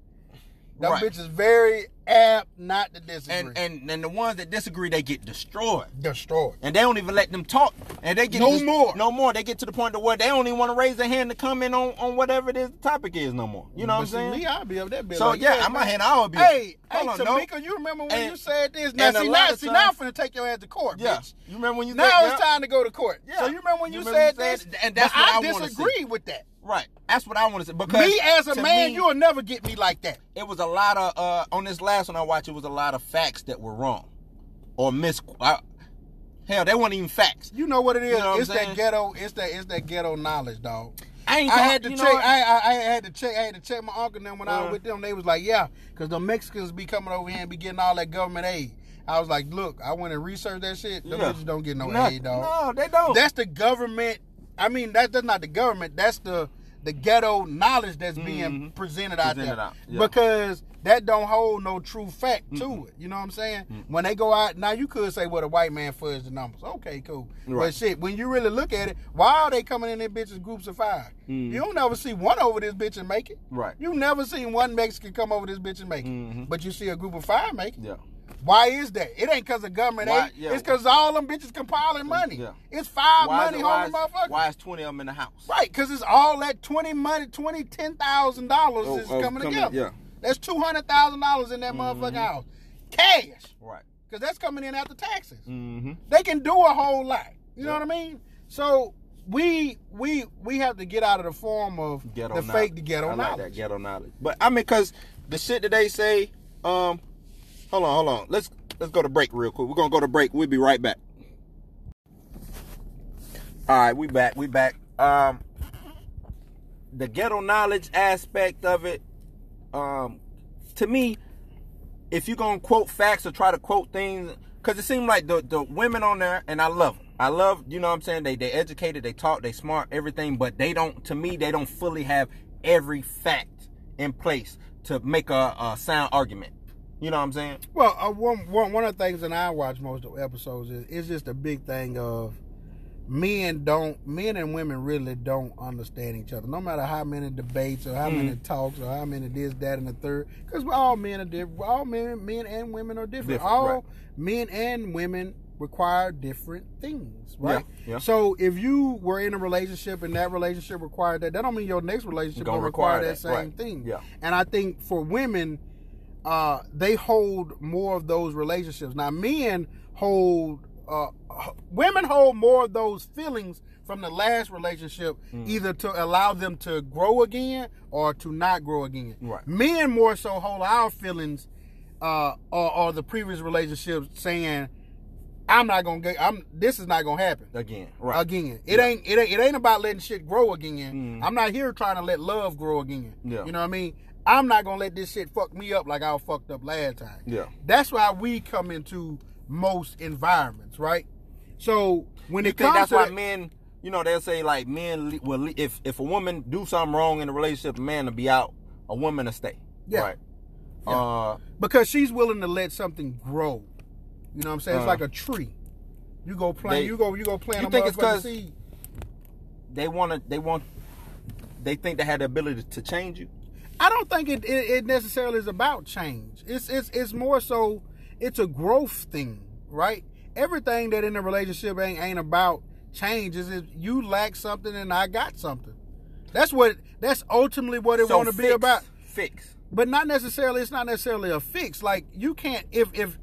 Speaker 1: That
Speaker 2: Right.
Speaker 1: bitch is very apt not to disagree.
Speaker 2: and, and and the ones that disagree, they get destroyed.
Speaker 1: destroyed.
Speaker 2: and they don't even let them talk. And they get
Speaker 1: No more.
Speaker 2: No more. They get to the point to where they don't even want to raise their hand to comment on on whatever it is the topic is no more. You know what I'm
Speaker 1: But see,
Speaker 2: saying?
Speaker 1: Me, I'll be up there. Be
Speaker 2: so
Speaker 1: like,
Speaker 2: yeah, I'm my
Speaker 1: man.
Speaker 2: hand. I'll be.
Speaker 1: Hey, hey,
Speaker 2: Hold on, no.
Speaker 1: Tamika, you remember when
Speaker 2: And-
Speaker 1: you said this? Now
Speaker 2: and a
Speaker 1: see,
Speaker 2: lot
Speaker 1: now
Speaker 2: of
Speaker 1: see, now I'm
Speaker 2: times-
Speaker 1: finna take your ass to court,
Speaker 2: Yeah.
Speaker 1: bitch.
Speaker 2: You remember when you
Speaker 1: Now
Speaker 2: think-
Speaker 1: it's
Speaker 2: yeah.
Speaker 1: time to go to court.
Speaker 2: Yeah.
Speaker 1: So you remember when you,
Speaker 2: You remember
Speaker 1: said
Speaker 2: you said
Speaker 1: this,
Speaker 2: it, and that's
Speaker 1: but
Speaker 2: what I
Speaker 1: I
Speaker 2: wanna see.
Speaker 1: disagree with that.
Speaker 2: Right. That's what I want to say. Because
Speaker 1: Me as a
Speaker 2: to
Speaker 1: man,
Speaker 2: me,
Speaker 1: you'll never get me like that.
Speaker 2: it was a lot of uh on this last one I watched. It was a lot of facts that were wrong, or mis. I, hell, they weren't even facts.
Speaker 1: You know what it is?
Speaker 2: You know what I'm
Speaker 1: it's that
Speaker 2: saying?
Speaker 1: ghetto. It's that. It's that ghetto knowledge, dog.
Speaker 2: I
Speaker 1: I
Speaker 2: ain't. gonna-
Speaker 1: had to
Speaker 2: you know
Speaker 1: check.
Speaker 2: what?
Speaker 1: I, I I had to check. I had to check my uncle and them when I was
Speaker 2: Uh.
Speaker 1: with them. They was like, yeah, because the Mexicans be coming over here and be getting all that government aid. I was like, look, I went and researched that shit. Them
Speaker 2: Yeah.
Speaker 1: bitches don't get no
Speaker 2: Nothing.
Speaker 1: aid, dog.
Speaker 2: No, they don't.
Speaker 1: That's the government. I mean, that, that's not the government. That's the the ghetto knowledge that's being
Speaker 2: Mhm.
Speaker 1: presented out
Speaker 2: Presented
Speaker 1: there.
Speaker 2: out, yeah.
Speaker 1: Because that don't hold no true fact to it. You know what I'm saying? When they go out now, you could say, "Well, the white man fudged the numbers." Okay, cool. But
Speaker 2: Right.
Speaker 1: shit, when you really look at it, why are they coming in their bitches groups of five? You don't never see one over this bitch and make it.
Speaker 2: Mm-hmm. Right.
Speaker 1: You never seen one Mexican come over this bitch and make it.
Speaker 2: Mhm.
Speaker 1: But you see a group of five make it.
Speaker 2: yeah.
Speaker 1: Why is that? It ain't because of government
Speaker 2: Why-
Speaker 1: aid.
Speaker 2: yeah.
Speaker 1: It's because all them bitches compiling money.
Speaker 2: Yeah.
Speaker 1: It's five
Speaker 2: Why
Speaker 1: money
Speaker 2: is, it- why,
Speaker 1: hungry
Speaker 2: is,
Speaker 1: motherfuckers.
Speaker 2: why is twenty of them in the house?
Speaker 1: Right, because it's all that twenty money, twenty ten thousand dollars
Speaker 2: Oh,
Speaker 1: is
Speaker 2: oh,
Speaker 1: coming
Speaker 2: coming,
Speaker 1: together.
Speaker 2: yeah. Mm-hmm.
Speaker 1: That's two hundred thousand dollars in that motherfucking house, cash,
Speaker 2: Right.
Speaker 1: because that's coming in after taxes.
Speaker 2: Mm-hmm.
Speaker 1: They can do a whole lot. You know what I mean? So we we we have to get out of the form of
Speaker 2: ghetto
Speaker 1: the
Speaker 2: knowledge.
Speaker 1: fake the ghetto
Speaker 2: I like
Speaker 1: knowledge.
Speaker 2: that ghetto knowledge. But I mean, cause the shit that they say. Um, hold on, hold on. Let's let's go to break real quick. We're gonna go to break. We'll be right back. All right, we back. We back. Um, the ghetto knowledge aspect of it. Um, to me, if you're gonna quote facts or try to quote things, because it seemed like the the women on there, and I love them. I love, you know what I'm saying? They they educated, they talk, they smart, everything, but they don't. To me, they don't fully have every fact in place to make a, a sound argument. You know what I'm saying?
Speaker 1: Well, uh, one, one one of the things that I watch most of the episodes is it's just a big thing of men don't men and women really don't understand each other. No matter how many debates or how
Speaker 2: Mm.
Speaker 1: many talks or how many this, that, and the third, because all men are different. All men, men and women are different.
Speaker 2: Different,
Speaker 1: all
Speaker 2: right.
Speaker 1: men and women require different things, right?
Speaker 2: Yeah, yeah.
Speaker 1: So if you were in a relationship and that relationship required that, that don't mean your next relationship
Speaker 2: Gonna
Speaker 1: don't require,
Speaker 2: require
Speaker 1: that,
Speaker 2: that,
Speaker 1: same
Speaker 2: right.
Speaker 1: thing.
Speaker 2: Yeah.
Speaker 1: And I think for women, uh, they hold more of those relationships. Now, men hold, uh, h- women hold more of those feelings from the last relationship, either to allow them to grow again or to not grow again.
Speaker 2: Right.
Speaker 1: Men more so hold our feelings uh, or, or the previous relationships, saying, "I'm not gonna get. I'm. This is not gonna happen."
Speaker 2: Again, right?
Speaker 1: again. It ain't it ain't it ain't about letting shit grow again. I'm not here trying to let love grow again.
Speaker 2: Mm. Yeah.
Speaker 1: You know what I mean? I'm not gonna let this shit fuck me up like I was fucked up last time.
Speaker 2: Yeah.
Speaker 1: That's why we come into most environments, right? So when
Speaker 2: You
Speaker 1: it
Speaker 2: think
Speaker 1: comes
Speaker 2: that's
Speaker 1: to
Speaker 2: why
Speaker 1: that-
Speaker 2: men, you know, they'll say like men le- will le- if if a woman do something wrong in a relationship, a man will be out, a woman will stay.
Speaker 1: Yeah.
Speaker 2: Right.
Speaker 1: Yeah.
Speaker 2: Uh,
Speaker 1: because she's willing to let something grow. You know what I'm saying? It's
Speaker 2: Uh.
Speaker 1: like a tree. You go plant
Speaker 2: They-
Speaker 1: you go you go plant
Speaker 2: You
Speaker 1: a
Speaker 2: think it's
Speaker 1: motherfucking
Speaker 2: 'cause-
Speaker 1: seed.
Speaker 2: they want to. They want. They think they had the ability to change you.
Speaker 1: I don't think it, it, it necessarily is about change. It's it's it's more so it's a growth thing, right? Everything that in a relationship ain't ain't about change. Is if you lack something and I got something. That's what that's ultimately what it want to be
Speaker 2: fix-
Speaker 1: about.
Speaker 2: fix.
Speaker 1: But not necessarily it's not necessarily a fix. Like you can't if if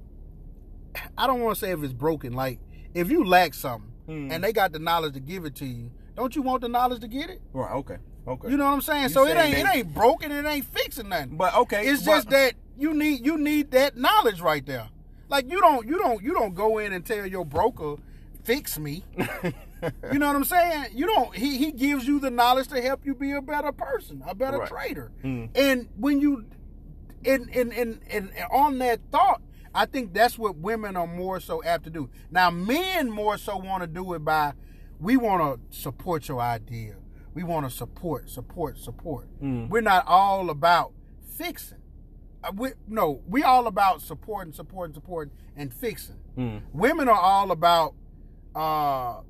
Speaker 1: I don't want to say if it's broken. Like if you lack something
Speaker 2: Hmm.
Speaker 1: and they got the knowledge to give it to you, don't you want the knowledge to get it?
Speaker 2: Right. Okay. Okay.
Speaker 1: You know what I'm saying? so it
Speaker 2: saying
Speaker 1: ain't it
Speaker 2: they-
Speaker 1: ain't broken. It ain't fixing nothing.
Speaker 2: But okay,
Speaker 1: it's
Speaker 2: but-
Speaker 1: just that you need you need that knowledge right there. Like you don't you don't you don't go in and tell your broker fix me. you know what I'm saying? You don't. He he gives you the knowledge to help you be a better person, a better
Speaker 2: Right.
Speaker 1: trader.
Speaker 2: Mm.
Speaker 1: And when you, and and, and and and on that thought, I think that's what women are more so apt to do. Now, men more so want to do it by, we want to support your idea. We want to support, support, support. We're not all about fixing. Uh, We, no, we all about supporting, supporting, supporting, and fixing. Women are all about uh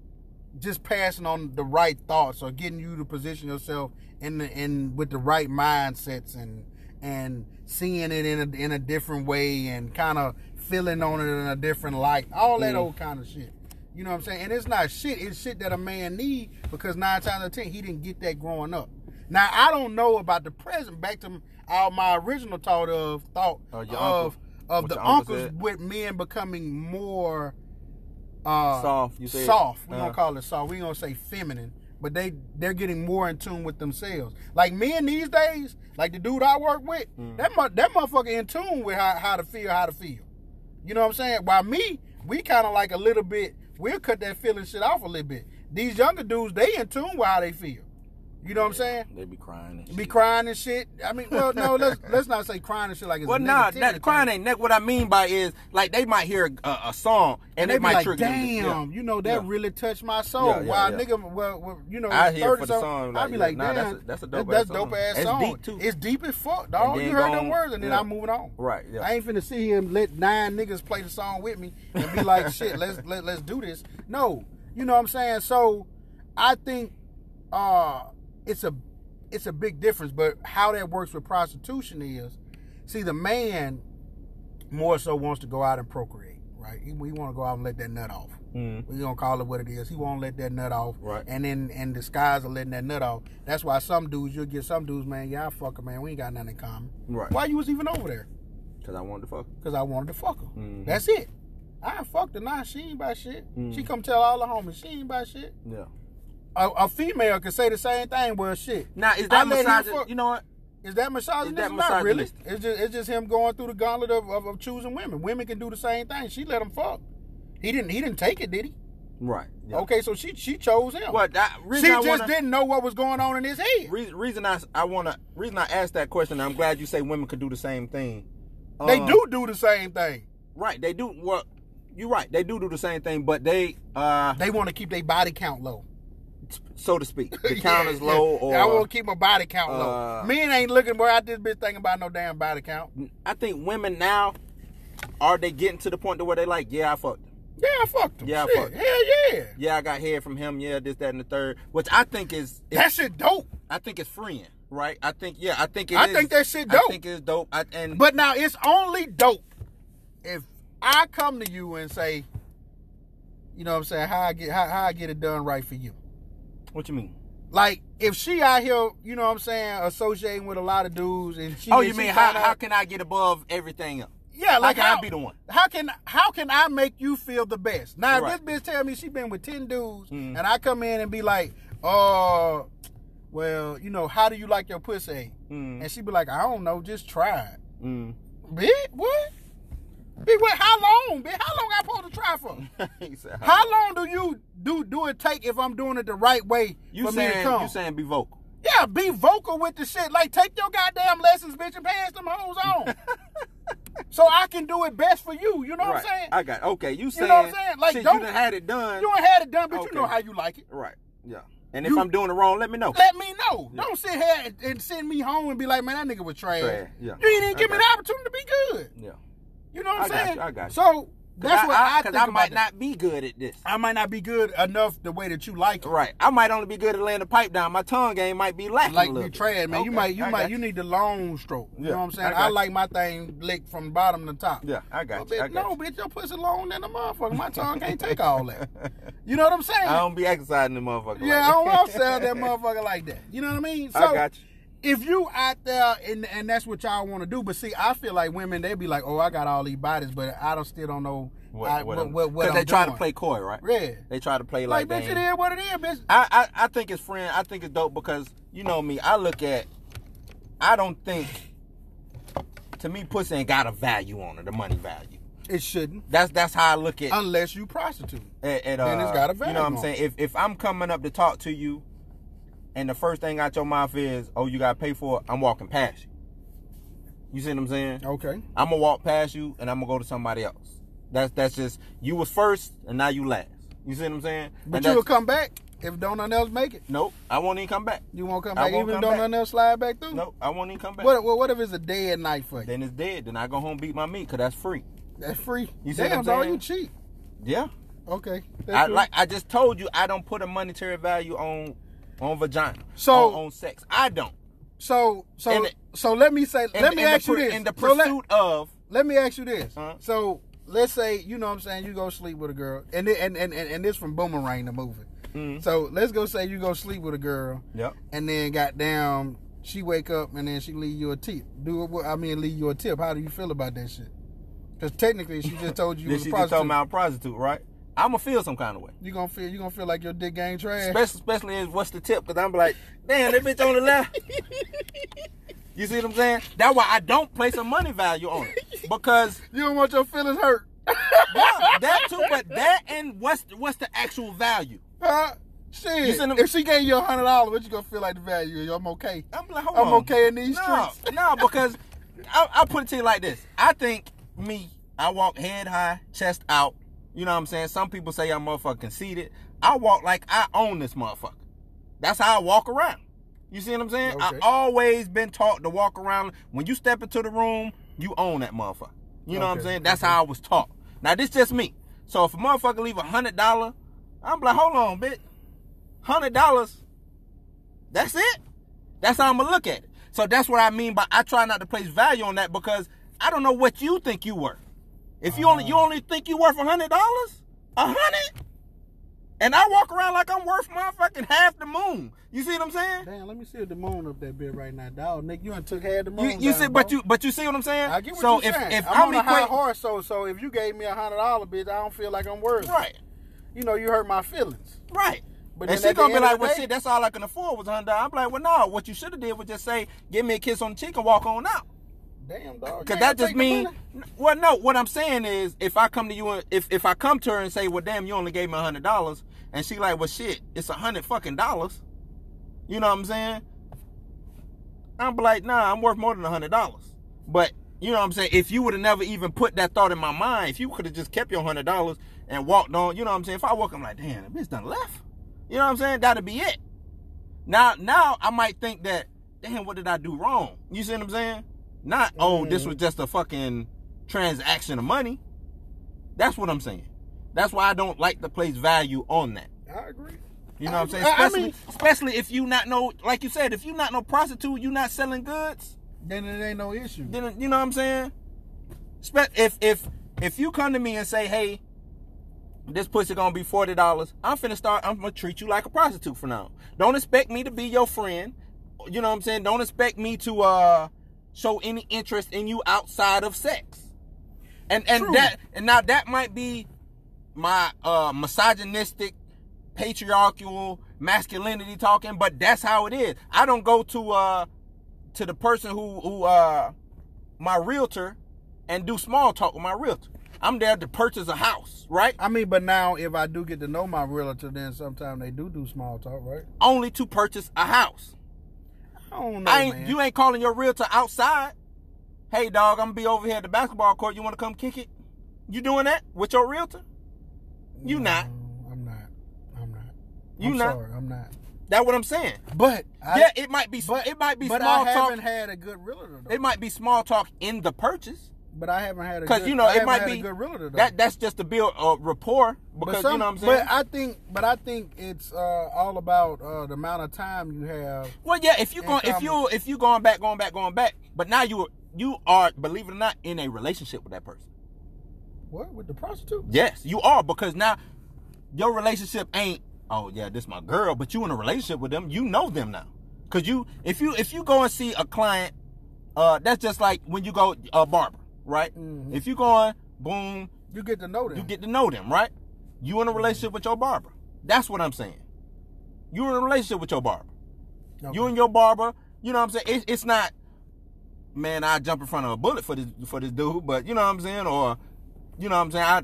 Speaker 1: just passing on the right thoughts or getting you to position yourself in the in with the right mindsets and and seeing it in a in a different way and kind of feeling on it in a different light. All
Speaker 2: Mm.
Speaker 1: that old kind of shit. You know what I'm saying? And it's not shit. It's shit that a man need because nine times out of ten he didn't get that growing up. Now I don't know about the present. Back to all my original thought of thought
Speaker 2: Uh, your
Speaker 1: of
Speaker 2: uncle.
Speaker 1: of
Speaker 2: What
Speaker 1: the
Speaker 2: your uncle
Speaker 1: uncles
Speaker 2: said.
Speaker 1: with men becoming more uh,
Speaker 2: Soft, you said.
Speaker 1: soft. We
Speaker 2: Uh.
Speaker 1: don't call it soft. We gonna say feminine. But they they're getting more in tune with themselves. Like men these days, like the dude I work with,
Speaker 2: Mm.
Speaker 1: that mu- that motherfucker in tune with how, how to feel, how to feel. You know what I'm saying? While me, we kind of like a little bit. We'll cut that feeling shit off a little bit. These younger dudes, they in tune with how they feel. You know what I'm saying?
Speaker 2: they be crying. And
Speaker 1: Be
Speaker 2: shit.
Speaker 1: crying and shit. I mean, well, no, let's let's not say crying and shit like it's
Speaker 2: Well,
Speaker 1: a
Speaker 2: nah,
Speaker 1: negativity
Speaker 2: that,
Speaker 1: thing.
Speaker 2: crying ain't neck. What I mean by is like they might hear a, a song and,
Speaker 1: And
Speaker 2: they
Speaker 1: they be
Speaker 2: might
Speaker 1: like,
Speaker 2: trigger them. Yeah.
Speaker 1: damn, you know that
Speaker 2: Yeah.
Speaker 1: really touched my soul.
Speaker 2: Yeah, yeah,
Speaker 1: Why
Speaker 2: yeah.
Speaker 1: nigga, well, well, you know,
Speaker 2: I hear
Speaker 1: 30
Speaker 2: for the
Speaker 1: some-
Speaker 2: song,
Speaker 1: I
Speaker 2: like,
Speaker 1: be
Speaker 2: yeah,
Speaker 1: like,
Speaker 2: nah,
Speaker 1: damn,
Speaker 2: that's a- that's a dope
Speaker 1: that-
Speaker 2: ass song.
Speaker 1: ass
Speaker 2: It's
Speaker 1: song.
Speaker 2: deep, too.
Speaker 1: It's deep as fuck, dog.
Speaker 2: then
Speaker 1: You
Speaker 2: go
Speaker 1: heard them
Speaker 2: on-
Speaker 1: words, and then
Speaker 2: yeah.
Speaker 1: I'm moving on.
Speaker 2: Right, yeah.
Speaker 1: I ain't finna see him let nine niggas play the song with me and be like, shit, let's let, let's do this. No, you know what I'm saying. So, I think uh it's a it's a big difference. But how that works with prostitution is, see, the man more so wants to go out and procreate, right? He, he want to go out and let that nut off.
Speaker 2: Mm.
Speaker 1: We gonna call it what it is. He won't let that nut off,
Speaker 2: Right.
Speaker 1: And then in disguise of letting that nut off, that's why some dudes you'll get some dudes, man. Yeah, I fuck her, man. We ain't got nothing in common.
Speaker 2: Right.
Speaker 1: Why you was even over there?
Speaker 2: Cause I wanted to fuck.
Speaker 1: Cause I wanted to fuck her.
Speaker 2: Mhm.
Speaker 1: That's it. I ain't fucked her. Nah, she ain't by shit.
Speaker 2: Mm-hmm.
Speaker 1: She come tell all the homies she ain't by shit.
Speaker 2: Yeah.
Speaker 1: A, a female could say the same thing. Well, shit.
Speaker 2: Now is
Speaker 1: I
Speaker 2: that
Speaker 1: let him
Speaker 2: misogynist?
Speaker 1: fuck-
Speaker 2: You know what?
Speaker 1: Is that misogynism?
Speaker 2: Is that
Speaker 1: Not really.
Speaker 2: misogynist?
Speaker 1: It's just it's just him going through the gauntlet of, of, of choosing women. Women can do the same thing. She let him fuck. He didn't he didn't take it, did he?
Speaker 2: Right. Yeah.
Speaker 1: Okay, so she she chose him.
Speaker 2: Well, that
Speaker 1: she
Speaker 2: reason I
Speaker 1: just
Speaker 2: wanna,
Speaker 1: didn't know what was going on in his head.
Speaker 2: Reason, reason I I wanna reason I asked that question. I'm glad you say women could do the same thing.
Speaker 1: They
Speaker 2: uh,
Speaker 1: do do the same thing.
Speaker 2: Right. They do. Well, you're right. They do do the same thing, but they, uh,
Speaker 1: They want to keep their body count low.
Speaker 2: so to speak, the
Speaker 1: Yeah,
Speaker 2: count is
Speaker 1: yeah.
Speaker 2: low. Or
Speaker 1: I want to keep my body count low.
Speaker 2: uh,
Speaker 1: Men ain't looking boy out this bitch thinking about no damn body count.
Speaker 2: I think women now are they getting to the point to where they like, yeah, I fucked. him.
Speaker 1: Yeah, I fucked them.
Speaker 2: Yeah, I
Speaker 1: Shit,
Speaker 2: fucked 'em.
Speaker 1: Hell yeah.
Speaker 2: Yeah, I got hair from him. Yeah, this, that, and the third, which I think is, is
Speaker 1: That shit dope.
Speaker 2: I think it's freeing, right? I think, yeah, I think it
Speaker 1: I
Speaker 2: is-
Speaker 1: think that shit
Speaker 2: I
Speaker 1: dope.
Speaker 2: think it's dope. I, and
Speaker 1: But now it's only dope if I come to you and say, you know what I'm saying, how I get how, how I get it done right for you.
Speaker 2: what you mean?
Speaker 1: Like if she out here, you know what I'm saying, associating with a lot of dudes and she
Speaker 2: oh, you
Speaker 1: she
Speaker 2: mean how,
Speaker 1: find out-
Speaker 2: how can I get above everything else?
Speaker 1: Yeah, like
Speaker 2: can I be the one?
Speaker 1: How can how can I make you feel the best? Now,
Speaker 2: Right.
Speaker 1: if this bitch tell me she been with ten dudes,
Speaker 2: Mhm.
Speaker 1: and I come in and be like, "Uh, well, you know, how do you like your pussy?"
Speaker 2: Mm.
Speaker 1: And she be like, "I don't know, just try it."
Speaker 2: Mm.
Speaker 1: Bitch, what? Bitch, what? How long? Bitch, how long I supposed to try for?
Speaker 2: He said,
Speaker 1: How long do you do do it take if I'm doing it the right way
Speaker 2: you
Speaker 1: for me to
Speaker 2: saying
Speaker 1: come?
Speaker 2: you saying be vocal?
Speaker 1: Yeah, be vocal with the shit. Like, take your goddamn lessons, bitch, and pass them hoes on. so I can do it best for you. You know what I'm
Speaker 2: right.
Speaker 1: saying?
Speaker 2: I got okay. You saying
Speaker 1: know what I'm saying? Like,
Speaker 2: shit,
Speaker 1: don't-
Speaker 2: you done had it done.
Speaker 1: you ain't had it done, but
Speaker 2: Okay.
Speaker 1: you know how you like it.
Speaker 2: Right. Yeah. And if
Speaker 1: You-
Speaker 2: I'm doing it wrong, let me know.
Speaker 1: Let me know. Don't sit here and, and send me home and be like, man, that nigga was trash.
Speaker 2: Trash, yeah.
Speaker 1: You ain't even
Speaker 2: I
Speaker 1: give me
Speaker 2: got
Speaker 1: the opportunity to be good.
Speaker 2: yeah.
Speaker 1: You know what I'm
Speaker 2: I got
Speaker 1: saying?
Speaker 2: you, I got you.
Speaker 1: So that's what I,
Speaker 2: Because
Speaker 1: think
Speaker 2: I,
Speaker 1: about
Speaker 2: might
Speaker 1: it.
Speaker 2: not be good at this.
Speaker 1: I might not be good enough the way that you like it.
Speaker 2: Right. I might only be good at laying the pipe down. My tongue game might be lacking.
Speaker 1: Like
Speaker 2: a
Speaker 1: you
Speaker 2: little
Speaker 1: trash,
Speaker 2: bit.
Speaker 1: man. You
Speaker 2: Okay,
Speaker 1: might, you
Speaker 2: I
Speaker 1: might,
Speaker 2: got
Speaker 1: you need the long stroke. You
Speaker 2: Yeah,
Speaker 1: know what I'm saying?
Speaker 2: I got
Speaker 1: I,
Speaker 2: you.
Speaker 1: like my thing licked from bottom to top.
Speaker 2: Yeah, I got
Speaker 1: But
Speaker 2: you. I
Speaker 1: bitch,
Speaker 2: got
Speaker 1: no,
Speaker 2: you.
Speaker 1: bitch, your pussy long than a motherfucker. My tongue can't take all that. You know what I'm saying?
Speaker 2: I don't be exercising the motherfucker.
Speaker 1: yeah, I
Speaker 2: like
Speaker 1: don't
Speaker 2: that.
Speaker 1: want to sell that motherfucker like that. You know what I mean? So
Speaker 2: I got you.
Speaker 1: if you out there and and that's what y'all want to do, but see, I feel like women they be like, oh, I got all these bodies, but I don't still don't know
Speaker 2: What,
Speaker 1: I-
Speaker 2: what,
Speaker 1: what,
Speaker 2: I'm-
Speaker 1: what, what
Speaker 2: 'cause they
Speaker 1: I'm
Speaker 2: try to
Speaker 1: doing.
Speaker 2: play coy, right?
Speaker 1: Yeah,
Speaker 2: They try to play
Speaker 1: like,
Speaker 2: like,
Speaker 1: bitch,
Speaker 2: they
Speaker 1: it
Speaker 2: ain't-
Speaker 1: is what it is, bitch.
Speaker 2: I, I I think it's friend. I think it's dope because you know me. I look at. I don't think. To me, pussy ain't got a value on it, the money value.
Speaker 1: It shouldn't
Speaker 2: That's that's how I look at
Speaker 1: unless you prostitute.
Speaker 2: at, at,
Speaker 1: Then it's
Speaker 2: uh,
Speaker 1: got a
Speaker 2: You know what I'm
Speaker 1: value
Speaker 2: saying? If if I'm coming up to talk to you, and the first thing out your mouth is, "Oh, you gotta pay for it," I'm walking past you. You see what I'm saying?
Speaker 1: Okay,
Speaker 2: I'm gonna walk past you, and I'm gonna go to somebody else. That's that's just you was first, and now you last. You see what I'm saying?
Speaker 1: but
Speaker 2: And
Speaker 1: you will
Speaker 2: that's-
Speaker 1: come back if don't nothing else make it.
Speaker 2: Nope, I won't even come back.
Speaker 1: You won't come
Speaker 2: I
Speaker 1: back
Speaker 2: won't
Speaker 1: even
Speaker 2: come
Speaker 1: though
Speaker 2: back.
Speaker 1: nothing else slide back through.
Speaker 2: Nope, I won't even come back.
Speaker 1: What, what what if it's a dead night for you?
Speaker 2: Then it's dead. Then I go home beat my meat because that's free.
Speaker 1: That's free.
Speaker 2: You see what
Speaker 1: Damn,
Speaker 2: I'm
Speaker 1: dog,
Speaker 2: saying?
Speaker 1: you cheap.
Speaker 2: Yeah.
Speaker 1: Okay, that's
Speaker 2: I
Speaker 1: true.
Speaker 2: like. I just told you I don't put a monetary value on on vagina.
Speaker 1: So-
Speaker 2: on, on sex, I don't.
Speaker 1: So so
Speaker 2: And it-
Speaker 1: so let me say
Speaker 2: In
Speaker 1: let
Speaker 2: the-
Speaker 1: me
Speaker 2: in the
Speaker 1: ask you
Speaker 2: pur-
Speaker 1: this.
Speaker 2: in the
Speaker 1: So
Speaker 2: pursuit Uh-huh.
Speaker 1: let-
Speaker 2: of
Speaker 1: let me ask you this.
Speaker 2: Huh?
Speaker 1: So let's say you know what I'm saying you go sleep with a girl, and it, and, and and and this from Boomerang the movie. So let's go say you go sleep with a girl,
Speaker 2: Mm-hmm. Yep.
Speaker 1: and then goddamn she wake up and then she leave you a tip. Do it. I mean, leave you a tip. How do you feel about that shit? Because technically, she just told you you
Speaker 2: this
Speaker 1: was a
Speaker 2: shit you talking
Speaker 1: prostitute.
Speaker 2: about a prostitute, right? I'm gonna feel some kind of way.
Speaker 1: You gonna feel you gonna feel like your dick gang trash.
Speaker 2: Especially, especially is what's the tip? Cause I'm like, damn, that bitch on the left. You see what I'm saying? That's why I don't place a money value on it because
Speaker 1: you don't want your feelings hurt.
Speaker 2: yeah, that too. But that and what's what's the actual value?
Speaker 1: Huh? Shit.
Speaker 2: You send them-
Speaker 1: if she gave you a hundred dollars, what you gonna feel like the value? is? I'm okay.
Speaker 2: I'm like, hold
Speaker 1: I'm
Speaker 2: on.
Speaker 1: okay in these
Speaker 2: no,
Speaker 1: streets.
Speaker 2: No, because I, I put it to you like this. I think me, I walk head high, chest out. You know what I'm saying? Some people say I'm motherfucking conceited. I walk like I own this motherfucker. That's how I walk around. You see what I'm saying?
Speaker 1: Okay.
Speaker 2: I always been taught to walk around. When you step into the room, you own that motherfucker. You know what I'm
Speaker 1: Okay,
Speaker 2: saying? That's how I was taught. Now this just me. So if a motherfucker leave a hundred dollar, I'm like, hold on, bitch. Hundred dollars. That's it. That's how I'm gonna look at it. So that's what I mean by I try not to place value on that because I don't know what you think you worth. If you only
Speaker 1: Uh-huh.
Speaker 2: you only think you worth a hundred dollars, a hundred, and I walk around like I'm worth motherfucking half the moon. You see what I'm saying?
Speaker 1: Damn, let me see the moon up that bit right now, dog. Nick, you done took half the moon.
Speaker 2: You, you
Speaker 1: down,
Speaker 2: see, but
Speaker 1: bro.
Speaker 2: you but you see what I'm saying?
Speaker 1: I get what
Speaker 2: so
Speaker 1: you're
Speaker 2: if
Speaker 1: saying.
Speaker 2: if
Speaker 1: I'm,
Speaker 2: I'm,
Speaker 1: on a high
Speaker 2: equating-
Speaker 1: horse, so so if you gave me a hundred dollar, bitch, I don't feel like I'm worth. it.
Speaker 2: right,
Speaker 1: You know, you hurt my feelings.
Speaker 2: right.
Speaker 1: But
Speaker 2: and
Speaker 1: then
Speaker 2: she
Speaker 1: at the
Speaker 2: gonna be
Speaker 1: end of
Speaker 2: like,
Speaker 1: the
Speaker 2: "Well,
Speaker 1: day-
Speaker 2: shit, that's all I can afford was a hundred. I'm like, "Well, no. What you should have did was just say, give me a kiss on the cheek and walk on out."
Speaker 1: Damn, dog.
Speaker 2: Cause
Speaker 1: You ain't
Speaker 2: that
Speaker 1: gonna
Speaker 2: just
Speaker 1: take the
Speaker 2: mean,
Speaker 1: money.
Speaker 2: well, no. What I'm saying is, if I come to you, and if if I come to her and say, "Well, damn, you only gave me a hundred dollars," and she like, "Well, shit, it's a hundred fucking dollars," you know what I'm saying? I'm like, "Nah, I'm worth more than a hundred dollars." But You know what I'm saying? If you would have never even put that thought in my mind, if you could have just kept your hundred dollars and walked on, you know what I'm saying? If I walk, I'm like, damn, the bitch done left. You know what I'm saying? That'd be it. Now, now I might think that, damn, what did I do wrong? You see what I'm saying? Not, oh, this
Speaker 1: Mm-hmm.
Speaker 2: was just a fucking transaction of money. That's what I'm saying. That's why I don't like to place value on that.
Speaker 1: I agree.
Speaker 2: You know what I'm saying?
Speaker 1: I- I
Speaker 2: Especially,
Speaker 1: mean-
Speaker 2: especially if you not no, like you said, if you not no prostitute, you not selling goods
Speaker 1: Then it ain't no issue.
Speaker 2: then you know what I'm saying. Spe- If if if you come to me and say, "Hey, this pussy gonna be forty dollars," I'm finna start. I'm gonna treat you like a prostitute from now. on. Don't expect me to be your friend. You know what I'm saying. Don't expect me to uh show any interest in you outside of sex. And and
Speaker 1: True.
Speaker 2: that and now that might be my uh misogynistic patriarchal masculinity talking but that's how it is i don't go to uh to the person who who uh my realtor and do small talk with my realtor i'm there to purchase a house right
Speaker 1: I mean, but now if I do get to know my realtor, then sometimes they do do small talk, right?
Speaker 2: only to purchase a house
Speaker 1: I don't know,
Speaker 2: I ain't,
Speaker 1: man.
Speaker 2: you ain't calling your realtor outside hey dog i'm gonna be over here at the basketball court you want to come kick it you doing that with your realtor you not
Speaker 1: No, I'm not. I'm not.
Speaker 2: You
Speaker 1: I'm
Speaker 2: not.
Speaker 1: Sorry, I'm not.
Speaker 2: that what i'm saying
Speaker 1: But I,
Speaker 2: yeah it might be
Speaker 1: but-
Speaker 2: it might be
Speaker 1: but
Speaker 2: small
Speaker 1: I
Speaker 2: talk
Speaker 1: haven't had a good realtor though.
Speaker 2: It might be small talk in the purchase
Speaker 1: but I haven't had a
Speaker 2: because
Speaker 1: good,
Speaker 2: you know
Speaker 1: I
Speaker 2: it
Speaker 1: haven't
Speaker 2: might
Speaker 1: had a
Speaker 2: be
Speaker 1: good realtor though.
Speaker 2: that that's just to build a rapport because you know what I'm saying.
Speaker 1: But I think, but I think it's uh, all about uh, the amount of time you have.
Speaker 2: well, yeah, if you
Speaker 1: And
Speaker 2: going if
Speaker 1: some-
Speaker 2: you if you going back, going back, going back, but now you you are believe it or not in a relationship with that person.
Speaker 1: What with the prostitute?
Speaker 2: Yes, you are because now your relationship ain't oh yeah this my girl, but you in a relationship with them. You know them now because you if you if you go and see a client, uh, that's just like when you go a barber, right?
Speaker 1: Mhm.
Speaker 2: If you going boom,
Speaker 1: You get to know them.
Speaker 2: You get to know them, right? You in a relationship with your barber. That's what I'm saying. You're in a relationship with your barber.
Speaker 1: Okay.
Speaker 2: You and your barber, you know what I'm saying? It, it's not, man, I jump in front of a bullet for this for this dude, but you know what I'm saying? Or, you know what I'm saying? I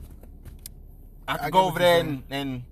Speaker 2: I could
Speaker 1: I get
Speaker 2: go
Speaker 1: what
Speaker 2: over
Speaker 1: you're
Speaker 2: there and,
Speaker 1: saying.
Speaker 2: and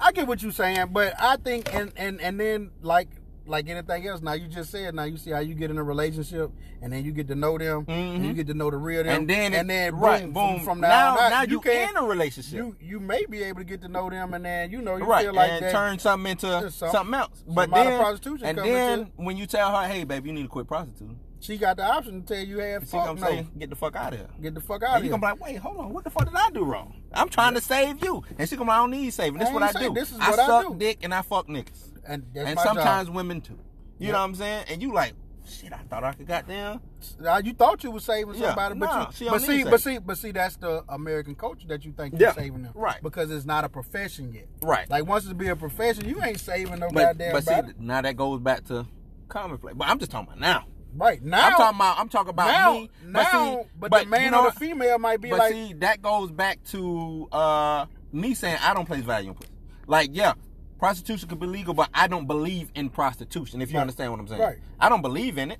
Speaker 1: I get what you're saying, but I think and and and then like like anything else. Now you just said now you see how you get in a relationship and then you get to know them and you get to know the real them
Speaker 2: Mm-hmm. and then it-
Speaker 1: and then boom,
Speaker 2: right,
Speaker 1: from-
Speaker 2: boom
Speaker 1: from, now
Speaker 2: now
Speaker 1: on out,
Speaker 2: now you,
Speaker 1: can
Speaker 2: in a relationship
Speaker 1: you you may be able to get to know them and then you know you
Speaker 2: right
Speaker 1: feel like
Speaker 2: and
Speaker 1: that
Speaker 2: turn something into
Speaker 1: There's some-
Speaker 2: something else but
Speaker 1: amount of
Speaker 2: then
Speaker 1: prostitution
Speaker 2: and
Speaker 1: come into
Speaker 2: then
Speaker 1: it.
Speaker 2: when you tell her hey babe you need to quit prostituting
Speaker 1: she got the option to tell you hey
Speaker 2: you see what
Speaker 1: fuck
Speaker 2: i'm
Speaker 1: no
Speaker 2: saying get the fuck out of here
Speaker 1: get the fuck out of
Speaker 2: And you
Speaker 1: here.
Speaker 2: gonna be like, wait, hold on, what the fuck did I do wrong? I'm trying to save you, and she gonna, be, I don't need saving. This
Speaker 1: I
Speaker 2: is what I
Speaker 1: ain't
Speaker 2: do.
Speaker 1: saying- this is
Speaker 2: I
Speaker 1: what I
Speaker 2: suck
Speaker 1: do.
Speaker 2: dick and I fuck niggas,
Speaker 1: and that's
Speaker 2: and
Speaker 1: my
Speaker 2: sometimes
Speaker 1: job.
Speaker 2: women too. You
Speaker 1: Yep.
Speaker 2: know what I'm saying? And you like, shit, I thought I could goddamn.
Speaker 1: Now, Uh, you thought you were saving
Speaker 2: Yeah,
Speaker 1: somebody, but
Speaker 2: nah,
Speaker 1: you,
Speaker 2: she don't
Speaker 1: but
Speaker 2: need
Speaker 1: see,
Speaker 2: saving.
Speaker 1: but see, but see, that's the American culture that you think you're
Speaker 2: Yeah,
Speaker 1: saving them,
Speaker 2: right.
Speaker 1: Because it's not a profession yet,
Speaker 2: Right.
Speaker 1: Like once it be a profession, you ain't saving no
Speaker 2: But,
Speaker 1: goddamn
Speaker 2: but see,
Speaker 1: body.
Speaker 2: now that goes back to commonplace. But I'm just talking about now.
Speaker 1: right now,
Speaker 2: I'm talking about. I'm talking about
Speaker 1: now,
Speaker 2: me.
Speaker 1: now,
Speaker 2: see,
Speaker 1: but,
Speaker 2: but
Speaker 1: the man
Speaker 2: you know,
Speaker 1: or the female might be
Speaker 2: But
Speaker 1: like,
Speaker 2: see, that goes back to uh, me saying I don't place value in pussy. Like, yeah, prostitution could be legal, but I don't believe in prostitution. If you
Speaker 1: Right.
Speaker 2: understand what I'm saying,
Speaker 1: Right.
Speaker 2: I don't believe in it.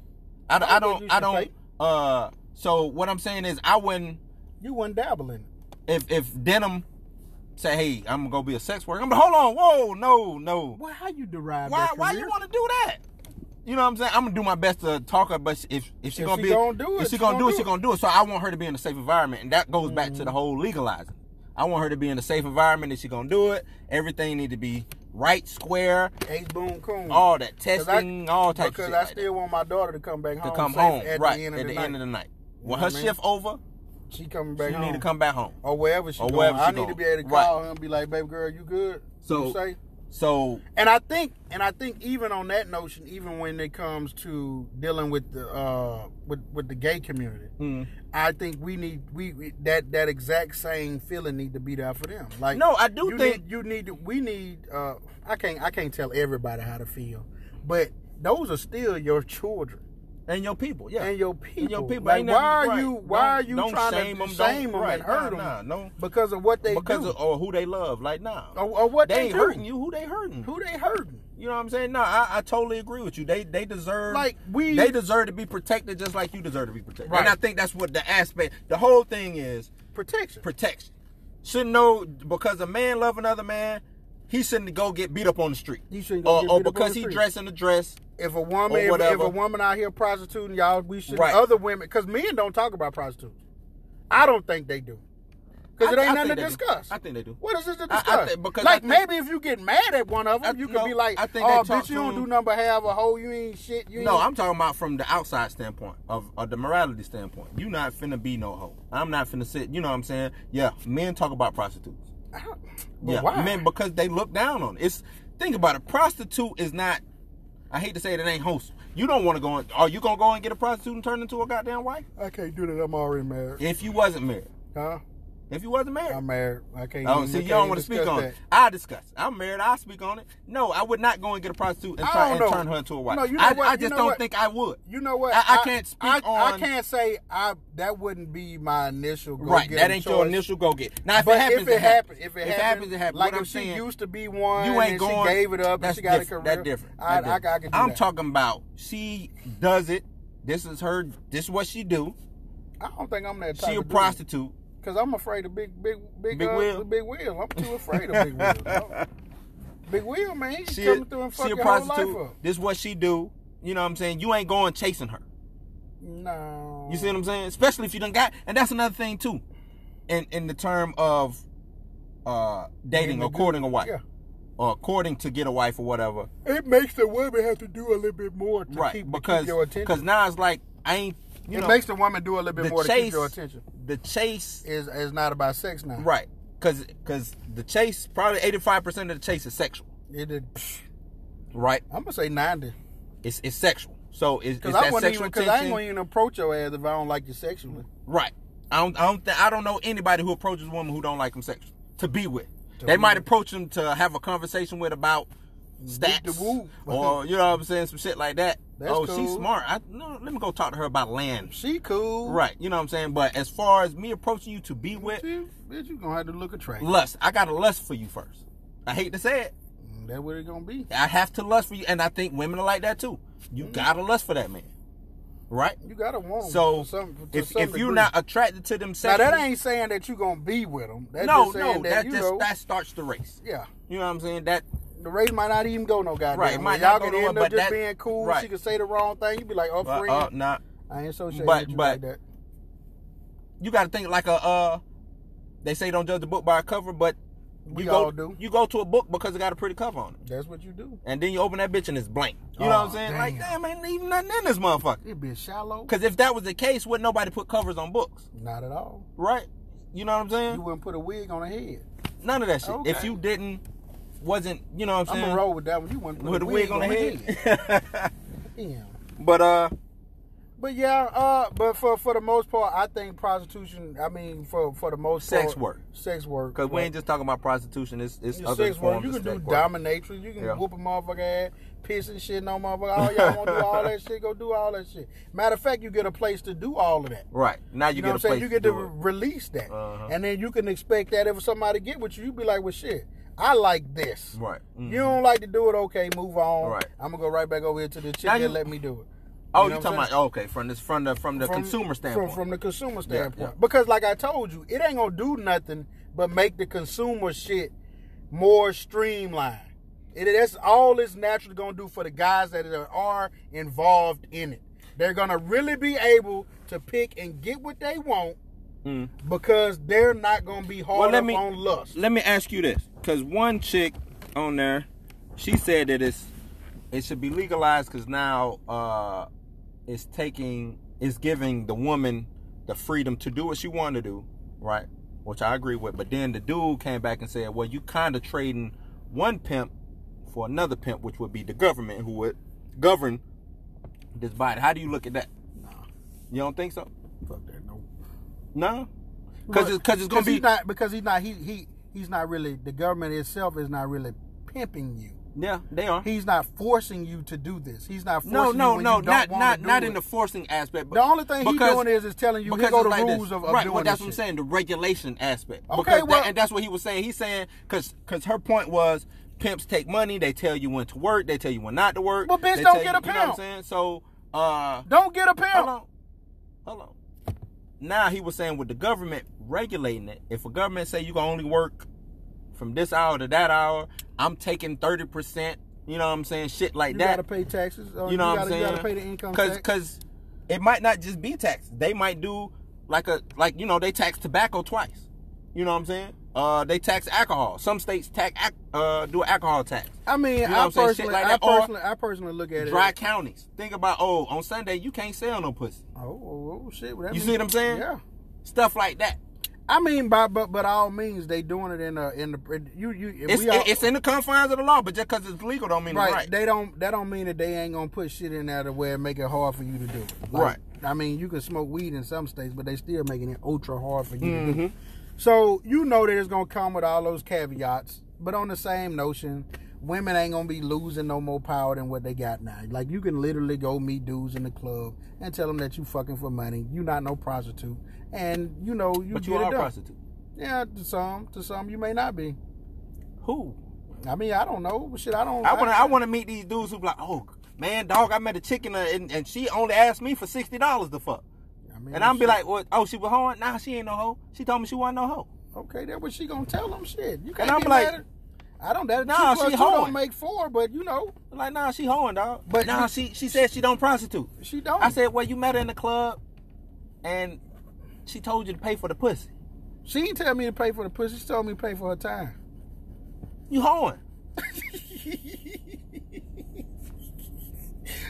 Speaker 2: I, don't.
Speaker 1: I don't
Speaker 2: I don't.
Speaker 1: think
Speaker 2: I
Speaker 1: you
Speaker 2: don't
Speaker 1: should
Speaker 2: uh, so what I'm saying is, I wouldn't.
Speaker 1: you wouldn't dabble in it.
Speaker 2: If if denim say, hey, I'm gonna go be a sex worker. I'm like, hold on, whoa, no, no.
Speaker 1: Well, how you derive
Speaker 2: Why?
Speaker 1: that
Speaker 2: Why
Speaker 1: career?
Speaker 2: you want to do that? You know what I'm saying? I'm gonna do my best to talk her, but if if she
Speaker 1: If
Speaker 2: gonna
Speaker 1: she
Speaker 2: be
Speaker 1: gonna do
Speaker 2: if
Speaker 1: it, Mm.
Speaker 2: she, gonna, do it, she gonna do it. So I want her to be in a safe environment, and that goes back to the whole legalizing. I want her to be in a safe environment, and she gonna do it. Everything need to be right, square,
Speaker 1: Ace Boone Coon.
Speaker 2: all that
Speaker 1: 'Cause I-
Speaker 2: testing, all types of
Speaker 1: Because
Speaker 2: shit
Speaker 1: I
Speaker 2: like
Speaker 1: still want my daughter to come back
Speaker 2: that,
Speaker 1: home
Speaker 2: to come
Speaker 1: safe
Speaker 2: home
Speaker 1: at
Speaker 2: right
Speaker 1: the end of
Speaker 2: at
Speaker 1: the
Speaker 2: the
Speaker 1: night.
Speaker 2: end of the night. When
Speaker 1: know
Speaker 2: her
Speaker 1: what I mean?
Speaker 2: shift over,
Speaker 1: she coming back
Speaker 2: you
Speaker 1: home.
Speaker 2: need to come back home.
Speaker 1: or wherever she
Speaker 2: Or
Speaker 1: going.
Speaker 2: wherever she
Speaker 1: I need to
Speaker 2: going.
Speaker 1: be able to
Speaker 2: Right.
Speaker 1: call her and be like, "Baby girl, you good?
Speaker 2: So-
Speaker 1: you safe?"
Speaker 2: So
Speaker 1: And I think, and I think, even on that notion, even when it comes to dealing with the uh, with with the gay community,
Speaker 2: mm,
Speaker 1: I think we need we we- that that exact same feeling need to be there for them. Like,
Speaker 2: No, I do
Speaker 1: you
Speaker 2: think-
Speaker 1: need, you need to, we need. Uh, I can't I can't tell everybody how to feel, but those are still your children
Speaker 2: and your people, yeah,
Speaker 1: and your people.
Speaker 2: And your people.
Speaker 1: Like,
Speaker 2: Ain't
Speaker 1: why
Speaker 2: nothing-
Speaker 1: are
Speaker 2: right.
Speaker 1: you why
Speaker 2: Don't-
Speaker 1: are you
Speaker 2: don't
Speaker 1: trying
Speaker 2: shame
Speaker 1: to
Speaker 2: 'em,
Speaker 1: shame
Speaker 2: don't-
Speaker 1: them
Speaker 2: right,
Speaker 1: and hurt
Speaker 2: nah,
Speaker 1: them
Speaker 2: nah, no.
Speaker 1: because of what they
Speaker 2: because
Speaker 1: do
Speaker 2: of, or who they love. Like now,
Speaker 1: or, or what
Speaker 2: they,
Speaker 1: they,
Speaker 2: ain't
Speaker 1: do.
Speaker 2: hurting you. Who they hurting?
Speaker 1: Who they hurting?
Speaker 2: You know what I'm saying? No, I, I totally agree with you. They they deserve
Speaker 1: Like, we-
Speaker 2: they deserve to be protected just like you deserve to be protected.
Speaker 1: Right.
Speaker 2: And I think that's what the aspect the whole thing is
Speaker 1: Protection.
Speaker 2: protection. Should know because a man love another man, he shouldn't go get beat up on the street.
Speaker 1: He shouldn't go
Speaker 2: Or,
Speaker 1: get
Speaker 2: or
Speaker 1: beat up on
Speaker 2: because
Speaker 1: the
Speaker 2: he
Speaker 1: street.
Speaker 2: dressed in a dress.
Speaker 1: If a
Speaker 2: or
Speaker 1: woman, if, if
Speaker 2: whatever.
Speaker 1: a woman out here prostituting y'all, we should
Speaker 2: Right.
Speaker 1: other women because men don't talk about prostitutes. I don't think they do because
Speaker 2: I-
Speaker 1: it ain't
Speaker 2: I
Speaker 1: nothing to
Speaker 2: think they do.
Speaker 1: discuss.
Speaker 2: I think they do.
Speaker 1: What is this to
Speaker 2: I- I
Speaker 1: discuss?
Speaker 2: think- because I
Speaker 1: like
Speaker 2: think-
Speaker 1: maybe if you get mad at one of them,
Speaker 2: I-
Speaker 1: you could
Speaker 2: no,
Speaker 1: be like,
Speaker 2: I think they
Speaker 1: "Oh,
Speaker 2: talk
Speaker 1: bitch,
Speaker 2: to
Speaker 1: you don't
Speaker 2: them-
Speaker 1: do number half a hoe. You ain't shit. You
Speaker 2: No,
Speaker 1: ain't-
Speaker 2: I'm talking about from the outside standpoint of, of the morality standpoint. You not finna be no hoe. I'm not finna sit. You know what I'm saying? Yeah, men talk about prostitutes.
Speaker 1: I don't- but
Speaker 2: Yeah,
Speaker 1: why?
Speaker 2: men because they look down on it. It's think about it. Prostitute is not. I hate to say it, it ain't host. You don't want to go. In, are you gonna go and get a prostitute and turn into a goddamn wife?
Speaker 1: I can't do that. I'm already married.
Speaker 2: If you wasn't married,
Speaker 1: Huh?
Speaker 2: if you wasn't married,
Speaker 1: I'm married. I can't.
Speaker 2: Oh,
Speaker 1: even-
Speaker 2: see,
Speaker 1: I can't
Speaker 2: you don't want
Speaker 1: even
Speaker 2: to speak
Speaker 1: discuss
Speaker 2: on
Speaker 1: that.
Speaker 2: it. I discuss. it. I'm married. I speak on it. No, I would not go and get a prostitute and,
Speaker 1: I
Speaker 2: try,
Speaker 1: don't
Speaker 2: and
Speaker 1: know.
Speaker 2: turn her into a wife.
Speaker 1: No, you know
Speaker 2: I,
Speaker 1: what?
Speaker 2: I
Speaker 1: You
Speaker 2: just
Speaker 1: know
Speaker 2: don't
Speaker 1: what?
Speaker 2: think I would.
Speaker 1: You know what?
Speaker 2: I- I can't speak
Speaker 1: I, I
Speaker 2: on-
Speaker 1: can't say I. That wouldn't be my initial. Go
Speaker 2: right? That ain't your initial go get. Now, if it happens,
Speaker 1: if it happens, if it,
Speaker 2: happens, it happens.
Speaker 1: Like
Speaker 2: what I'm
Speaker 1: if she
Speaker 2: saying,
Speaker 1: used to be one,
Speaker 2: you ain't
Speaker 1: and
Speaker 2: going.
Speaker 1: She gave it up.
Speaker 2: That's
Speaker 1: and she got
Speaker 2: different.
Speaker 1: a career.
Speaker 2: That different.
Speaker 1: I,
Speaker 2: That different.
Speaker 1: I, I, can do
Speaker 2: I'm
Speaker 1: that.
Speaker 2: talking about she does it. This is her. This is what she do.
Speaker 1: I don't think I'm that. Type
Speaker 2: She a
Speaker 1: of dude.
Speaker 2: prostitute.
Speaker 1: Cause I'm afraid of big, big, big,
Speaker 2: Big
Speaker 1: uh,
Speaker 2: Will?
Speaker 1: Big Will. I'm too afraid of Big Will. dog. Big Will, man, he
Speaker 2: She,
Speaker 1: coming through and
Speaker 2: she
Speaker 1: fuck
Speaker 2: a
Speaker 1: your whole life
Speaker 2: prostitute.
Speaker 1: up.
Speaker 2: This is what she do. You know what I'm saying? You ain't going chasing her.
Speaker 1: No.
Speaker 2: You see what I'm saying? Especially if you done got, and that's another thing too, in in the term of uh dating
Speaker 1: Getting
Speaker 2: or
Speaker 1: a good-
Speaker 2: courting a wife,
Speaker 1: yeah.
Speaker 2: or courting to get a wife or whatever.
Speaker 1: It makes the woman have to do a little bit more to
Speaker 2: right?
Speaker 1: keep, to
Speaker 2: because
Speaker 1: keep your
Speaker 2: because
Speaker 1: attention.
Speaker 2: now it's like I ain't. You
Speaker 1: it
Speaker 2: know,
Speaker 1: makes the woman do a little bit
Speaker 2: the
Speaker 1: more to
Speaker 2: chase,
Speaker 1: keep your attention.
Speaker 2: the chase,
Speaker 1: Is is not about sex now.
Speaker 2: right? Because because the chase probably eighty five percent of the chase is sexual,
Speaker 1: It is-
Speaker 2: right?
Speaker 1: I'm gonna say ninety.
Speaker 2: It's it's sexual. So it's, it's
Speaker 1: Cause I
Speaker 2: that
Speaker 1: wouldn't
Speaker 2: sexual
Speaker 1: even. Cause I ain't
Speaker 2: tension.
Speaker 1: gonna e- even approach your ass if I don't like you sexually.
Speaker 2: Right. I don't. I don't. Th- I don't know anybody who approaches a woman who don't like them sexual to be with.
Speaker 1: To
Speaker 2: they
Speaker 1: be
Speaker 2: might
Speaker 1: with.
Speaker 2: approach them to have a conversation with about
Speaker 1: the
Speaker 2: stats
Speaker 1: whoop.
Speaker 2: or you know what I'm saying, some shit like that.
Speaker 1: That's
Speaker 2: oh, she's
Speaker 1: cool.
Speaker 2: smart. I no. Let me go talk to her about land.
Speaker 1: She cool.
Speaker 2: Right. You know what I'm saying. But as far as me approaching you to be with
Speaker 1: Bitch, bitch, you gonna have to look attractive.
Speaker 2: lust, I got to lust for you first. I hate to say it.
Speaker 1: Mm, That what it gonna be.
Speaker 2: I have to lust for you, and I think women are like that too. You
Speaker 1: Mm-hmm.
Speaker 2: gotta lust for that man, right?
Speaker 1: You gotta want 'em
Speaker 2: So
Speaker 1: to some, to
Speaker 2: if
Speaker 1: some
Speaker 2: if you're
Speaker 1: degree.
Speaker 2: not attracted to them
Speaker 1: Now
Speaker 2: sexually,
Speaker 1: that ain't saying that you gonna be with them. That's
Speaker 2: no,
Speaker 1: just
Speaker 2: no,
Speaker 1: saying
Speaker 2: that
Speaker 1: you
Speaker 2: just
Speaker 1: know,
Speaker 2: that starts the race.
Speaker 1: yeah.
Speaker 2: You know what I'm saying? That
Speaker 1: The race might not even go no goddamn
Speaker 2: Right, it
Speaker 1: way. Y'all
Speaker 2: might not go
Speaker 1: could
Speaker 2: nowhere,
Speaker 1: end
Speaker 2: but
Speaker 1: up just
Speaker 2: that-
Speaker 1: being cool.
Speaker 2: right.
Speaker 1: She could say the wrong thing. You be like, "Oh,
Speaker 2: uh,
Speaker 1: friend,
Speaker 2: uh, nah.
Speaker 1: I ain't associating
Speaker 2: but-
Speaker 1: with you
Speaker 2: but-
Speaker 1: like that."
Speaker 2: You got to think like a uh. They say don't judge the book by a cover, but you
Speaker 1: We
Speaker 2: go
Speaker 1: all do.
Speaker 2: you go to a book because it got a pretty cover on it,
Speaker 1: That's what you do.
Speaker 2: and then you open that bitch and it's blank. You know
Speaker 1: Aw,
Speaker 2: what I'm saying?
Speaker 1: damn.
Speaker 2: Like damn, ain't even nothing in this motherfucker.
Speaker 1: It be shallow.
Speaker 2: Because if that was the case, would nobody put covers on books,
Speaker 1: Not at all.
Speaker 2: right? You know what I'm saying?
Speaker 1: You wouldn't put a wig on her head.
Speaker 2: None of that shit. If
Speaker 1: Okay.
Speaker 2: you didn't, wasn't you know what
Speaker 1: I'm
Speaker 2: I'm saying?
Speaker 1: gonna roll with that one. You wouldn't put
Speaker 2: with
Speaker 1: a wig, on,
Speaker 2: the
Speaker 1: her
Speaker 2: head.
Speaker 1: head. Damn.
Speaker 2: but uh,
Speaker 1: But yeah, uh, but for for the most part, I think prostitution. I mean, for for the most
Speaker 2: Sex
Speaker 1: part,
Speaker 2: work.
Speaker 1: sex work.
Speaker 2: because we
Speaker 1: right.
Speaker 2: ain't just talking about prostitution. It's it's
Speaker 1: Your
Speaker 2: other
Speaker 1: sex work.
Speaker 2: forms
Speaker 1: You
Speaker 2: of
Speaker 1: can do
Speaker 2: sex work.
Speaker 1: dominatrix. You can
Speaker 2: Yeah.
Speaker 1: whoop a motherfucker ass, piss and shit no motherfucker. All y'all want to do all that shit. Go do all that shit. Matter of fact, you get a place to do all of that.
Speaker 2: Right now you,
Speaker 1: You, know what
Speaker 2: get
Speaker 1: I'm
Speaker 2: a place
Speaker 1: saying? You get
Speaker 2: to
Speaker 1: to,
Speaker 2: do it.
Speaker 1: release that,
Speaker 2: Uh-huh.
Speaker 1: and then you can expect that if somebody get with you, you be like, "Well, shit, I like this.
Speaker 2: Right.
Speaker 1: Mm.
Speaker 2: Mm.
Speaker 1: You don't like to do it, okay? Move on.
Speaker 2: Mm-hmm. Right.
Speaker 1: I'm gonna go right back over here to the chick
Speaker 2: Now
Speaker 1: that
Speaker 2: you-
Speaker 1: let me do it. You
Speaker 2: Oh, you
Speaker 1: know what
Speaker 2: are
Speaker 1: I'm
Speaker 2: talking about okay from this from the from the
Speaker 1: From-
Speaker 2: consumer standpoint.
Speaker 1: From, from the consumer
Speaker 2: Yeah, yeah.
Speaker 1: standpoint, because like I told you, it ain't gonna do nothing but make the consumer shit more streamlined. It, that's all it's naturally gonna do for the guys that are- are involved in it. They're gonna really be able to pick and get what they want
Speaker 2: Mm.
Speaker 1: because they're not gonna be hard
Speaker 2: let
Speaker 1: up
Speaker 2: me-
Speaker 1: on lust.
Speaker 2: Let me ask you this, because one chick on there, she said that it's it should be legalized because now uh it's taking it's giving the woman the freedom to do what she wanted to do, right? Which I agree with. But then the dude came back and said, "Well, you kind of trading one pimp for another pimp, which would be the government who would govern this body." How do you look at that?
Speaker 1: Nah,
Speaker 2: You don't think so?
Speaker 1: fuck that. No,
Speaker 2: No, because it's, cause it's gonna be
Speaker 1: he's not because he's not he he he's not really the government itself is not really pimping you.
Speaker 2: yeah they are.
Speaker 1: He's not forcing you to do this. He's not forcing
Speaker 2: no,
Speaker 1: you
Speaker 2: no,
Speaker 1: when you
Speaker 2: no,
Speaker 1: don't
Speaker 2: not
Speaker 1: wanna
Speaker 2: not
Speaker 1: do
Speaker 2: not
Speaker 1: it.
Speaker 2: in the forcing aspect. But
Speaker 1: The only thing he's doing is is telling you here
Speaker 2: because
Speaker 1: go
Speaker 2: it's
Speaker 1: the
Speaker 2: like this.
Speaker 1: rules of, of
Speaker 2: right.
Speaker 1: doing
Speaker 2: well, that's
Speaker 1: this
Speaker 2: what I'm
Speaker 1: shit.
Speaker 2: saying. The regulation aspect.
Speaker 1: Okay,
Speaker 2: Because that-
Speaker 1: well-
Speaker 2: and that's what he was saying. He's saying because because her point was pimps take money. They tell you when to work. They tell you when not to work.
Speaker 1: But bitch
Speaker 2: they
Speaker 1: don't
Speaker 2: tell
Speaker 1: get
Speaker 2: you-
Speaker 1: a
Speaker 2: You know what I'm
Speaker 1: pimp.
Speaker 2: saying? So uh,
Speaker 1: Don't get a
Speaker 2: hold
Speaker 1: pimp.
Speaker 2: on, hold on. Now he was saying with the government regulating it, if a government say you can only work from this hour to that hour. I'm taking thirty percent. You know what I'm saying? Shit like
Speaker 1: You
Speaker 2: that.
Speaker 1: gotta pay taxes. or
Speaker 2: you know what
Speaker 1: gotta,
Speaker 2: I'm saying?
Speaker 1: You gotta pay the income
Speaker 2: Cause,
Speaker 1: tax.
Speaker 2: Cause it might not just be tax. They might do like a like you know they tax tobacco twice. You know what I'm saying? Uh, they tax alcohol. Some states tax ac- uh do an alcohol tax.
Speaker 1: I mean,
Speaker 2: know what
Speaker 1: I
Speaker 2: I'm saying? Shit
Speaker 1: personally,
Speaker 2: like
Speaker 1: I
Speaker 2: that, or
Speaker 1: personally, I personally look at it.
Speaker 2: Dry
Speaker 1: as-
Speaker 2: counties. Think about oh on Sunday you can't sell no pussy.
Speaker 1: Oh, oh, oh, shit! well, that
Speaker 2: You
Speaker 1: mean-
Speaker 2: see what I'm saying?
Speaker 1: Yeah.
Speaker 2: Stuff like that.
Speaker 1: I mean, by but but all means, they doing it in the in the you you. if
Speaker 2: It's
Speaker 1: we all,
Speaker 2: it's in the confines of the law, but just cause it's legal don't mean
Speaker 1: right.
Speaker 2: it's right.
Speaker 1: They don't. That don't mean that they ain't gonna put shit in there to where it make it hard for you to do it.
Speaker 2: Right.
Speaker 1: I mean, you can smoke weed in some states, but they still making it ultra hard for you to
Speaker 2: Mm-hmm.
Speaker 1: do. it. So you know that it's gonna come with all those caveats, but on the same notion. Women ain't gonna be losing no more power than what they got now. Like you can literally go meet dudes in the club and tell them that you fucking for money. You not no prostitute, and you know you
Speaker 2: but
Speaker 1: get
Speaker 2: you
Speaker 1: it
Speaker 2: are a
Speaker 1: done.
Speaker 2: prostitute.
Speaker 1: Yeah, to some, to some you may not be.
Speaker 2: Who?
Speaker 1: I mean, I don't know. Shit, I don't.
Speaker 2: I want to I want to meet these dudes who be like oh man dog I met a chick in a- and, and she only asked me for sixty dollars to fuck.
Speaker 1: I mean,
Speaker 2: And I'm be
Speaker 1: shit.
Speaker 2: like, well, oh, she was hoeing? Nah, she ain't no hoe. She told me she wasn't no hoe.
Speaker 1: okay, that what she gonna tell them? Shit, you can't
Speaker 2: I'm
Speaker 1: be
Speaker 2: like,
Speaker 1: mad at- I don't. That
Speaker 2: nah,
Speaker 1: two plus
Speaker 2: she
Speaker 1: two don't
Speaker 2: hoeing.
Speaker 1: make four, but you know,
Speaker 2: I'm like, nah, she hoeing, dog.
Speaker 1: But
Speaker 2: But nah,
Speaker 1: you-
Speaker 2: she she said she don't prostitute.
Speaker 1: she don't.
Speaker 2: I said, well, you met her in the club, and she told you to pay for the pussy.
Speaker 1: she didn't tell me to pay for the pussy. She told me to pay for her time.
Speaker 2: You hoeing?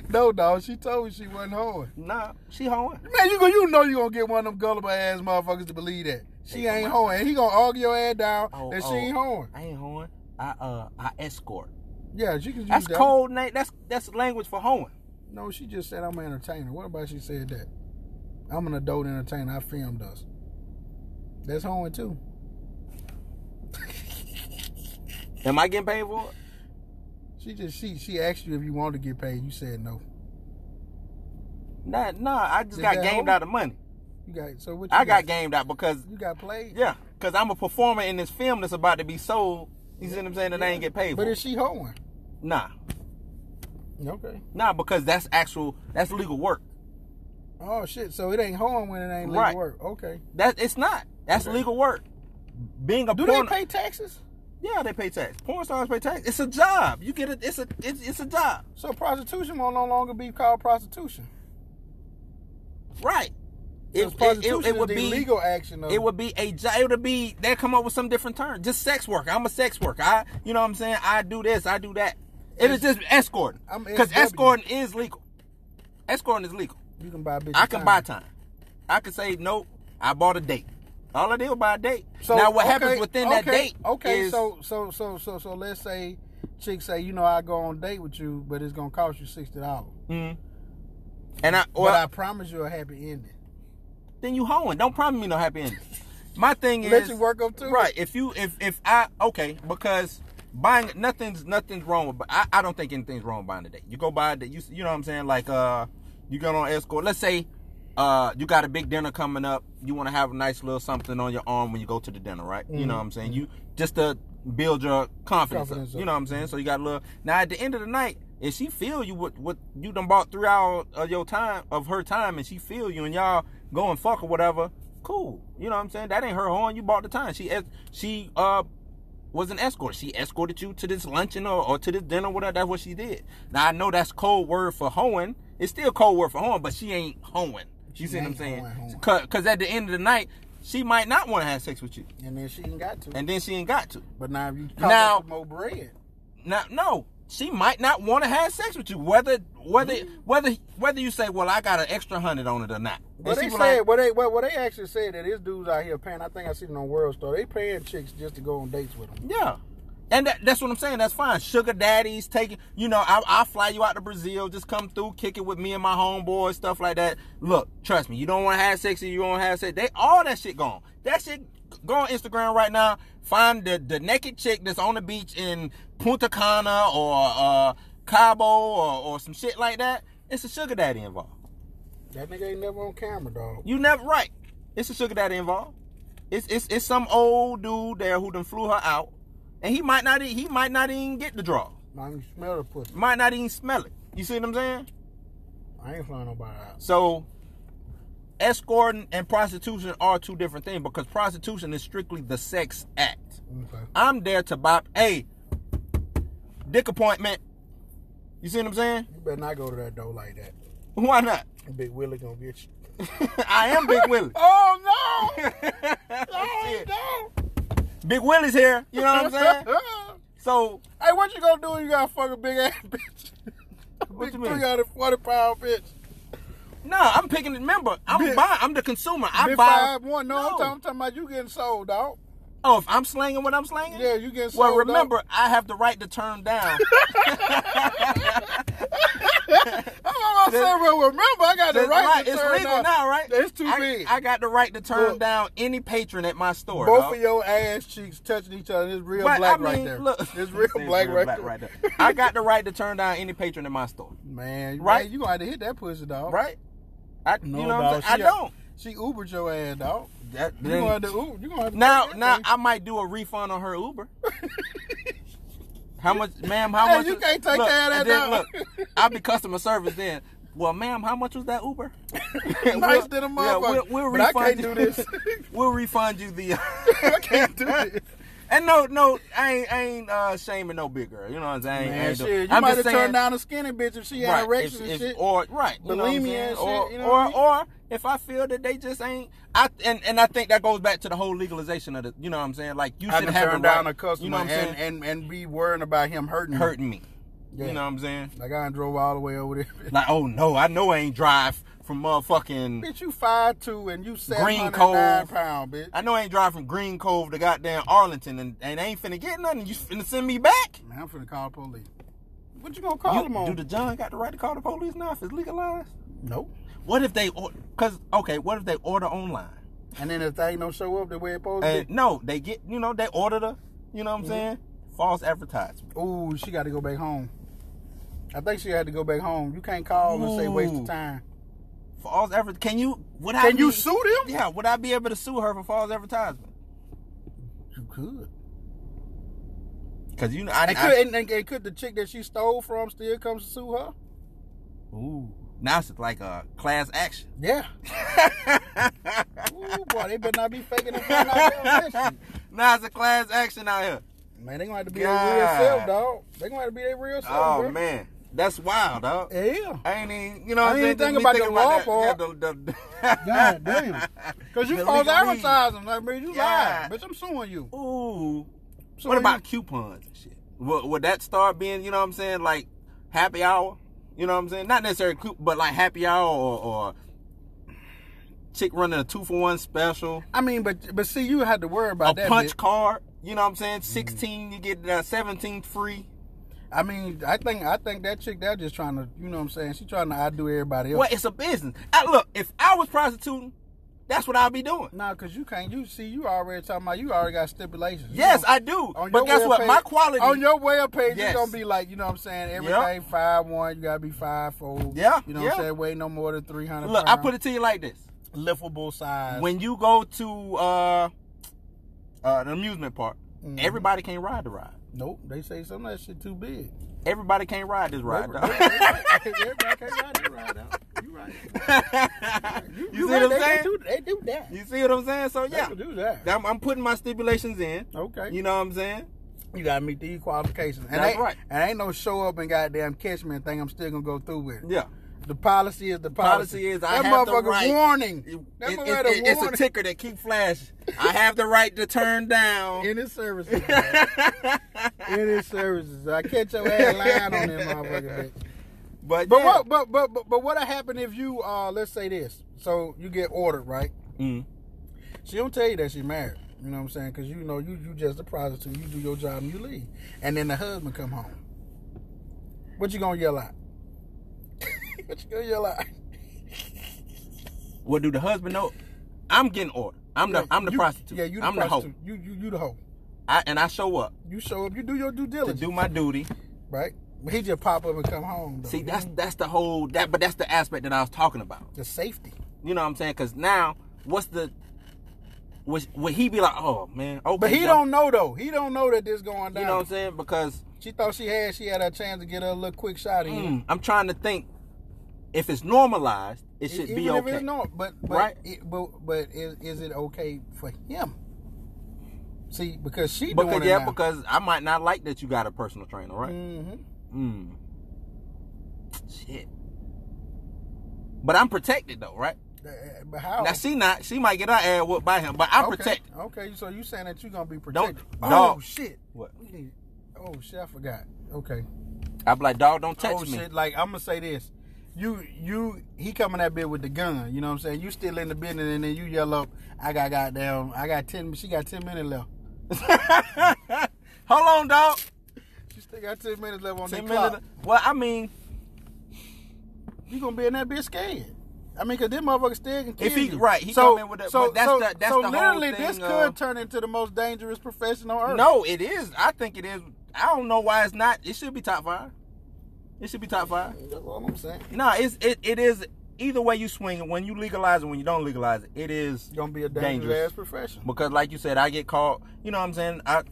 Speaker 1: No, dog. She told me she wasn't hoeing.
Speaker 2: Nah, she hoeing.
Speaker 1: Man, you go. You know you gonna get one of them gullible ass motherfuckers to believe that she
Speaker 2: They
Speaker 1: ain't
Speaker 2: gonna-
Speaker 1: hoeing. And he gonna argue your ass down
Speaker 2: Oh,
Speaker 1: that
Speaker 2: oh,
Speaker 1: she ain't hoeing.
Speaker 2: I ain't hoeing. I uh I escort.
Speaker 1: Yeah, she can use
Speaker 2: That's
Speaker 1: that.
Speaker 2: cold name. That's that's language for hoeing.
Speaker 1: No, she just said I'm an entertainer. What about she said that? I'm an adult entertainer. I filmed us. That's hoeing too.
Speaker 2: Am I getting paid for it?
Speaker 1: She just she she asked you if you wanted to get paid. You said no.
Speaker 2: Nah, nah. I just
Speaker 1: Is
Speaker 2: got
Speaker 1: that
Speaker 2: gamed
Speaker 1: hoeing?
Speaker 2: out of money.
Speaker 1: You got so what? You
Speaker 2: I got gamed out because
Speaker 1: You got played.
Speaker 2: yeah, because I'm a performer in this film that's about to be sold. You see what I'm saying? That I ain't get paid
Speaker 1: But
Speaker 2: for.
Speaker 1: is she hoeing?
Speaker 2: nah,
Speaker 1: Okay.
Speaker 2: Nah, because that's actual that's legal work.
Speaker 1: Oh shit! So it ain't hoeing when it ain't legal
Speaker 2: Right.
Speaker 1: work. Okay.
Speaker 2: That it's not. That's
Speaker 1: Okay.
Speaker 2: legal work. Being a
Speaker 1: Do
Speaker 2: porn
Speaker 1: they pay taxes?
Speaker 2: Yeah, they pay tax. Porn stars pay tax. It's a job. You get it it's a it's, it's a job.
Speaker 1: So prostitution will no longer be called prostitution.
Speaker 2: Right.
Speaker 1: Because
Speaker 2: It, it- it-
Speaker 1: prostitution
Speaker 2: it would
Speaker 1: is the
Speaker 2: be
Speaker 1: legal action. Of,
Speaker 2: it would be a job. It would be they come up with some different term. Just sex work. I'm a sex worker. I you know what I'm saying? I do this, I do that. It is just escorting.
Speaker 1: I'm
Speaker 2: Because
Speaker 1: SW.
Speaker 2: escorting is legal. Escorting is legal.
Speaker 1: you can buy. a Bitch
Speaker 2: I can buy time. I can say no. I bought a date. All I did was buy a date. now what happens
Speaker 1: okay,
Speaker 2: within that
Speaker 1: okay,
Speaker 2: date?
Speaker 1: Okay,
Speaker 2: is-
Speaker 1: so so so so so let's say chicks say, you know, I go on a date with you, but it's gonna cost you sixty dollars.
Speaker 2: Mhm. and I
Speaker 1: But
Speaker 2: well
Speaker 1: I promise you a happy ending.
Speaker 2: then you hoeing. Don't promise me no happy ending. My thing is
Speaker 1: Let you work up to it.
Speaker 2: right. If you if if I okay because buying nothing's nothing's wrong with. I I don't think anything's wrong with buying a date. You go buy a date. You you know what I'm saying? Like uh you go on escort. Let's say. Uh, you got a big dinner coming up. You want to have a nice little something on your arm when you go to the dinner, right? You know what I'm saying? You just to build your confidence,
Speaker 1: Mm-hmm. Confidence
Speaker 2: up.
Speaker 1: up.
Speaker 2: You know what I'm saying? So you got a little. Now at the end of the night, if she feel you what what you done bought three hours of your time of her time, and she feel you, and y'all go and fuck or whatever, cool. You know what I'm saying? That ain't her horn. You bought the time. She es- she uh was an escort. She escorted you to this luncheon or, or to this dinner, whatever. That's what she did. Now I know that's code word for hoeing. It's still code word for hoeing, but she ain't hoeing. You see what I'm
Speaker 1: ain't
Speaker 2: saying?
Speaker 1: hoeing, hoeing.
Speaker 2: Cause, 'cause at the end of the night, she might not want to have sex with you,
Speaker 1: And then she ain't got to.
Speaker 2: and then she ain't got to.
Speaker 1: but now if you caught
Speaker 2: Now-
Speaker 1: up with more bread.
Speaker 2: Now, no, she might not want to have sex with you. Whether whether
Speaker 1: Mm.
Speaker 2: whether whether you say, well, I got an extra hundred on it or not.
Speaker 1: But
Speaker 2: And
Speaker 1: they
Speaker 2: she be
Speaker 1: said,
Speaker 2: like,
Speaker 1: well, they, well, well, they actually said that there's dudes out here paying. I think I seen it on World Store. They paying chicks just to go on dates with them.
Speaker 2: yeah. And that, that's what I'm saying. That's fine. Sugar daddies taking, you know, I, I'll fly you out to Brazil. Just come through, kick it with me and my homeboy, stuff like that. Look, trust me, you don't want to have sex or you don't want to have sex. They all that shit gone. That shit, go on Instagram right now. Find the, the naked chick that's on the beach in Punta Cana or uh, Cabo or, or some shit like that. It's a sugar daddy involved.
Speaker 1: That nigga ain't never on camera, dog.
Speaker 2: You never right. It's a sugar daddy involved. It's it's it's some old dude there who done flew her out, and he might not e- he might not even get the draw.
Speaker 1: I can smell the pussy.
Speaker 2: Might not even smell it. You see what I'm saying?
Speaker 1: I ain't flying nobody out.
Speaker 2: So, escorting and prostitution are two different things because prostitution is strictly the sex act.
Speaker 1: Okay.
Speaker 2: I'm there to bop. Hey, dick appointment. You see what I'm saying?
Speaker 1: You better not go to that door like that.
Speaker 2: Why not?
Speaker 1: Big Willie gonna get you.
Speaker 2: I am Big Willie.
Speaker 1: Oh no!
Speaker 2: Shit.
Speaker 1: no!
Speaker 2: Big Willie's here. You know what I'm saying? So
Speaker 1: hey, what you gonna do when you got to fuck a big ass bitch?
Speaker 2: What
Speaker 1: big
Speaker 2: you mean?
Speaker 1: 340 pound bitch.
Speaker 2: nah, I'm picking. Remember, I'm
Speaker 1: Big-
Speaker 2: buying. I'm the consumer. I
Speaker 1: Big
Speaker 2: buy.
Speaker 1: five one. No, I'm, talking, I'm talking about you getting sold, dog.
Speaker 2: Oh, if I'm slanging what I'm slanging.
Speaker 1: Yeah, you getting sold.
Speaker 2: Well, remember, I have the right to turn down.
Speaker 1: Out. I'm almost saying, well, remember, I got the
Speaker 2: That's
Speaker 1: right,
Speaker 2: right.
Speaker 1: to
Speaker 2: It's
Speaker 1: turn
Speaker 2: legal
Speaker 1: down.
Speaker 2: now, right?
Speaker 1: It's too
Speaker 2: I,
Speaker 1: big.
Speaker 2: I got the right to turn
Speaker 1: Look.
Speaker 2: down any patron at my store.
Speaker 1: Both
Speaker 2: dog.
Speaker 1: of your ass cheeks touching each other. It's real
Speaker 2: But,
Speaker 1: black
Speaker 2: I mean,
Speaker 1: right there.
Speaker 2: Look,
Speaker 1: It's real
Speaker 2: It's
Speaker 1: black, right, there.
Speaker 2: I got the right to turn down any patron in my store,
Speaker 1: Man, you-
Speaker 2: Right?
Speaker 1: You gonna have to hit that pussy, dog.
Speaker 2: right? I,
Speaker 1: No,
Speaker 2: you know, what I'm
Speaker 1: dog,
Speaker 2: saying?
Speaker 1: she-
Speaker 2: I don't.
Speaker 1: She Ubered your ass, dog.
Speaker 2: That-
Speaker 1: You
Speaker 2: then-
Speaker 1: gonna have to Uber. You gonna have to
Speaker 2: now,
Speaker 1: take that
Speaker 2: now
Speaker 1: thing.
Speaker 2: I might do a refund on her Uber. how much, ma'am? How
Speaker 1: Hey,
Speaker 2: much?
Speaker 1: you
Speaker 2: is-
Speaker 1: can't take
Speaker 2: look,
Speaker 1: care of
Speaker 2: and
Speaker 1: that
Speaker 2: then,
Speaker 1: dog.
Speaker 2: Look, I'll be customer service then. Well, ma'am, how much was that Uber?
Speaker 1: nice to the motherfucker.
Speaker 2: we'll, we'll
Speaker 1: but I
Speaker 2: refund
Speaker 1: can't
Speaker 2: you-
Speaker 1: do this.
Speaker 2: we'll refund you the.
Speaker 1: I can't do this.
Speaker 2: And no, no, I ain't, I ain't uh, shaming no big girl. You know what I'm saying? I
Speaker 1: Man,
Speaker 2: ain't do-
Speaker 1: shit, you
Speaker 2: I'm
Speaker 1: might
Speaker 2: just
Speaker 1: have
Speaker 2: saying,
Speaker 1: turned down a skinny bitch if she had
Speaker 2: right,
Speaker 1: erections and
Speaker 2: if, if,
Speaker 1: shit.
Speaker 2: or right, you know what I'm
Speaker 1: bulimia
Speaker 2: saying?
Speaker 1: and
Speaker 2: or,
Speaker 1: shit, you know
Speaker 2: or,
Speaker 1: what I mean?
Speaker 2: or if I feel that they just ain't, I and and I think that goes back to the whole legalization of the. You know what I'm saying? Like you
Speaker 1: I
Speaker 2: should
Speaker 1: done
Speaker 2: have
Speaker 1: turned
Speaker 2: the right,
Speaker 1: down a customer
Speaker 2: You know what I'm
Speaker 1: and,
Speaker 2: saying?
Speaker 1: and, and be worrying about him hurting me.
Speaker 2: hurting me.
Speaker 1: Yeah.
Speaker 2: You know what I'm saying?
Speaker 1: Like I done drove all the way over there.
Speaker 2: Like oh no, I know I ain't drive from motgreen
Speaker 1: bitch, you five two and you seven
Speaker 2: Green
Speaker 1: hundred nine
Speaker 2: Cove.
Speaker 1: pound, bitch.
Speaker 2: I know I ain't drive from Green Cove to goddamn Arlington, and, and I ain't finna get nothing. You finna send me back?
Speaker 1: Man, I'm finna call the police. What you gonna call
Speaker 2: You-
Speaker 1: them on?
Speaker 2: Do the John got the right to call the police now if it's legalized?
Speaker 1: nope.
Speaker 2: What if they or Cause okay, what if they order online?
Speaker 1: And then if they don't show up the way it's supposed
Speaker 2: And
Speaker 1: to.
Speaker 2: no, they get you know they order the, you know what I'm
Speaker 1: Mm-hmm.
Speaker 2: saying? False advertisement.
Speaker 1: be. Ooh, she got to go back home. I think she had to go back home. You can't call and say waste of
Speaker 2: Ooh.
Speaker 1: time.
Speaker 2: False advert. Can you? Would I?
Speaker 1: Can you
Speaker 2: be-
Speaker 1: sue them?
Speaker 2: Yeah. Would I be able to sue her for false advertisement?
Speaker 1: You could.
Speaker 2: Cause you know I,
Speaker 1: And
Speaker 2: I,
Speaker 1: could, and, and, and could the chick that she stole from still come to sue her?
Speaker 2: Ooh. Now it's like a class action.
Speaker 1: Yeah. Ooh, boy, they better not be faking it. Man,
Speaker 2: now it's a class action out here.
Speaker 1: they gonna have to be their real
Speaker 2: God.
Speaker 1: self, dog. They gonna have to be their real self,
Speaker 2: Oh
Speaker 1: bro.
Speaker 2: man, that's wild, dog.
Speaker 1: Yeah.
Speaker 2: I ain't even, you know,
Speaker 1: I
Speaker 2: what I'm
Speaker 1: didn't
Speaker 2: saying?
Speaker 1: think
Speaker 2: Just me
Speaker 1: about the
Speaker 2: thinking
Speaker 1: law
Speaker 2: that- yeah, the- the-
Speaker 1: God damn. Cause you
Speaker 2: The
Speaker 1: false
Speaker 2: legal weed.
Speaker 1: advertising, like man, you
Speaker 2: Yeah.
Speaker 1: lied. Bitch, I'm suing you.
Speaker 2: Ooh.
Speaker 1: So
Speaker 2: what
Speaker 1: you-
Speaker 2: about coupons and shit? Would, would that start being, you know what I'm saying, like happy hour? You know what I'm saying? Not necessarily coup, but like happy hour or, or chick running a two for one special,
Speaker 1: I mean, but but see, you had to worry about
Speaker 2: a
Speaker 1: that. Mm-hmm.
Speaker 2: punch
Speaker 1: bitch.
Speaker 2: card. You know what I'm saying? 16, you get uh, 17 free.
Speaker 1: I mean, I think I think that chick that just trying to, you know what I'm saying? She trying to outdo everybody else.
Speaker 2: Well, it's a business. I, look, if I was prostituting, that's what I'd be doing.
Speaker 1: Nah, cause you can't. You see, you already talking about. You already got stipulations. You
Speaker 2: Yes,
Speaker 1: know,
Speaker 2: I do.
Speaker 1: on your
Speaker 2: But guess
Speaker 1: web
Speaker 2: what? My
Speaker 1: page-
Speaker 2: quality.
Speaker 1: on your web page,
Speaker 2: Yes.
Speaker 1: it's gonna be like you know what I'm saying. Everything five one, you gotta be five four.
Speaker 2: Yeah,
Speaker 1: you know what
Speaker 2: yeah.
Speaker 1: I'm saying. Weigh no more than three hundred.
Speaker 2: look, I put it to you like this.
Speaker 1: liftable size.
Speaker 2: when you go to uh, uh, an amusement park,
Speaker 1: Mhm.
Speaker 2: everybody can't ride the ride.
Speaker 1: nope, they say some of that shit too big.
Speaker 2: Everybody can't ride this ride. dog.
Speaker 1: Everybody- everybody can't ride that ride out. You right.
Speaker 2: you,
Speaker 1: You
Speaker 2: see
Speaker 1: right.
Speaker 2: what
Speaker 1: They-
Speaker 2: I'm
Speaker 1: they
Speaker 2: saying?
Speaker 1: do- They do that.
Speaker 2: You see what I'm saying? So
Speaker 1: They
Speaker 2: yeah,
Speaker 1: can do that.
Speaker 2: I'm, I'm putting my stipulations in.
Speaker 1: Okay.
Speaker 2: You know what I'm saying?
Speaker 1: You gotta meet these qualifications. And
Speaker 2: That's
Speaker 1: ain't,
Speaker 2: right.
Speaker 1: And ain't no show up and goddamn catch me and think I'm still gonna go through with it.
Speaker 2: Yeah.
Speaker 1: The policy is the policy.
Speaker 2: Policy is I
Speaker 1: that
Speaker 2: have the
Speaker 1: motherfucker
Speaker 2: right- It-
Speaker 1: warning. That
Speaker 2: it-
Speaker 1: motherfucker
Speaker 2: it-
Speaker 1: had a
Speaker 2: it- it's a
Speaker 1: warning
Speaker 2: ticker that keep flashing. I have the right to turn down.
Speaker 1: in his services. man. in his services. I catch your ass lying on that motherfucker. bitch.
Speaker 2: But
Speaker 1: But
Speaker 2: yeah.
Speaker 1: what? But but but, but what happened if you uh let's say this? So you get ordered right?
Speaker 2: Mm.
Speaker 1: She don't tell you that she married. You know what I'm saying? Because you know you you just a prostitute. You do your job and you leave, and then the husband come home. What you gonna yell out? what you gonna yell out?
Speaker 2: Well, do the husband know? I'm getting ordered. I'm the I'm the
Speaker 1: You-
Speaker 2: prostitute.
Speaker 1: Yeah, you the
Speaker 2: I'm
Speaker 1: prostitute. You you you the hoe.
Speaker 2: the hoe. I, and I show up
Speaker 1: You show up. You do your due
Speaker 2: to
Speaker 1: diligence,
Speaker 2: do my duty.
Speaker 1: right? But he just pop up and come home. Though.
Speaker 2: See, that's that's the whole that, but that's the aspect that I was talking about.
Speaker 1: the safety.
Speaker 2: You know what I'm saying? Because now, what's the? Was would he be like, oh man, okay?
Speaker 1: But he
Speaker 2: yeah."
Speaker 1: don't know though. He don't know that this going
Speaker 2: You
Speaker 1: down.
Speaker 2: know what I'm saying? Because
Speaker 1: she thought she had she had a chance to get a little quick shot in.
Speaker 2: mm, I'm trying to think. If it's normalized, it should
Speaker 1: E- Even
Speaker 2: be
Speaker 1: if
Speaker 2: okay.
Speaker 1: it's not, but but
Speaker 2: Right.
Speaker 1: it, but, but is, is it okay for him? See, because she
Speaker 2: Because
Speaker 1: doing it
Speaker 2: yeah,
Speaker 1: now.
Speaker 2: because I might not like that you got a personal trainer, right?
Speaker 1: Mhm.
Speaker 2: Mm. Shit. But I'm protected though, right?
Speaker 1: Uh, But how?
Speaker 2: Now she not she might get her ass whooped by him, but I'm
Speaker 1: okay.
Speaker 2: protected.
Speaker 1: Okay, so you saying that you're gonna be
Speaker 2: Don't-
Speaker 1: protected? oh
Speaker 2: dog.
Speaker 1: shit!
Speaker 2: What?
Speaker 1: We need- Oh shit! I forgot. Okay.
Speaker 2: I'm like, dog, don't touch
Speaker 1: oh
Speaker 2: me.
Speaker 1: shit! Like I'm gonna say this. You you he coming that bit with the gun. You know what I'm saying? You still in the business, and then you yell up. I got goddamn. I got ten. She got ten minutes left.
Speaker 2: Hold on, dog.
Speaker 1: She still got ten minutes left on
Speaker 2: Ten
Speaker 1: that
Speaker 2: minutes.
Speaker 1: clock.
Speaker 2: Well, I mean,
Speaker 1: You gonna be in that bitch scared. I mean, cause them motherfuckers still can kill
Speaker 2: If he-
Speaker 1: you.
Speaker 2: right, he
Speaker 1: so,
Speaker 2: come in with that-
Speaker 1: so,
Speaker 2: but that's
Speaker 1: so,
Speaker 2: the- that's
Speaker 1: so
Speaker 2: the whole
Speaker 1: literally, this
Speaker 2: thing, uh,
Speaker 1: could turn into the most dangerous profession on earth.
Speaker 2: no, it is. I think it is. I don't know why it's not. It should be top five. It should be top five.
Speaker 1: that's all I'm saying.
Speaker 2: No, it's it, it is either way you swing it. When you legalize it, when you don't legalize it, it is
Speaker 1: It's gonna be a dangerous,
Speaker 2: dangerous.
Speaker 1: ass profession.
Speaker 2: because like you said, I get called. You know what I'm saying? I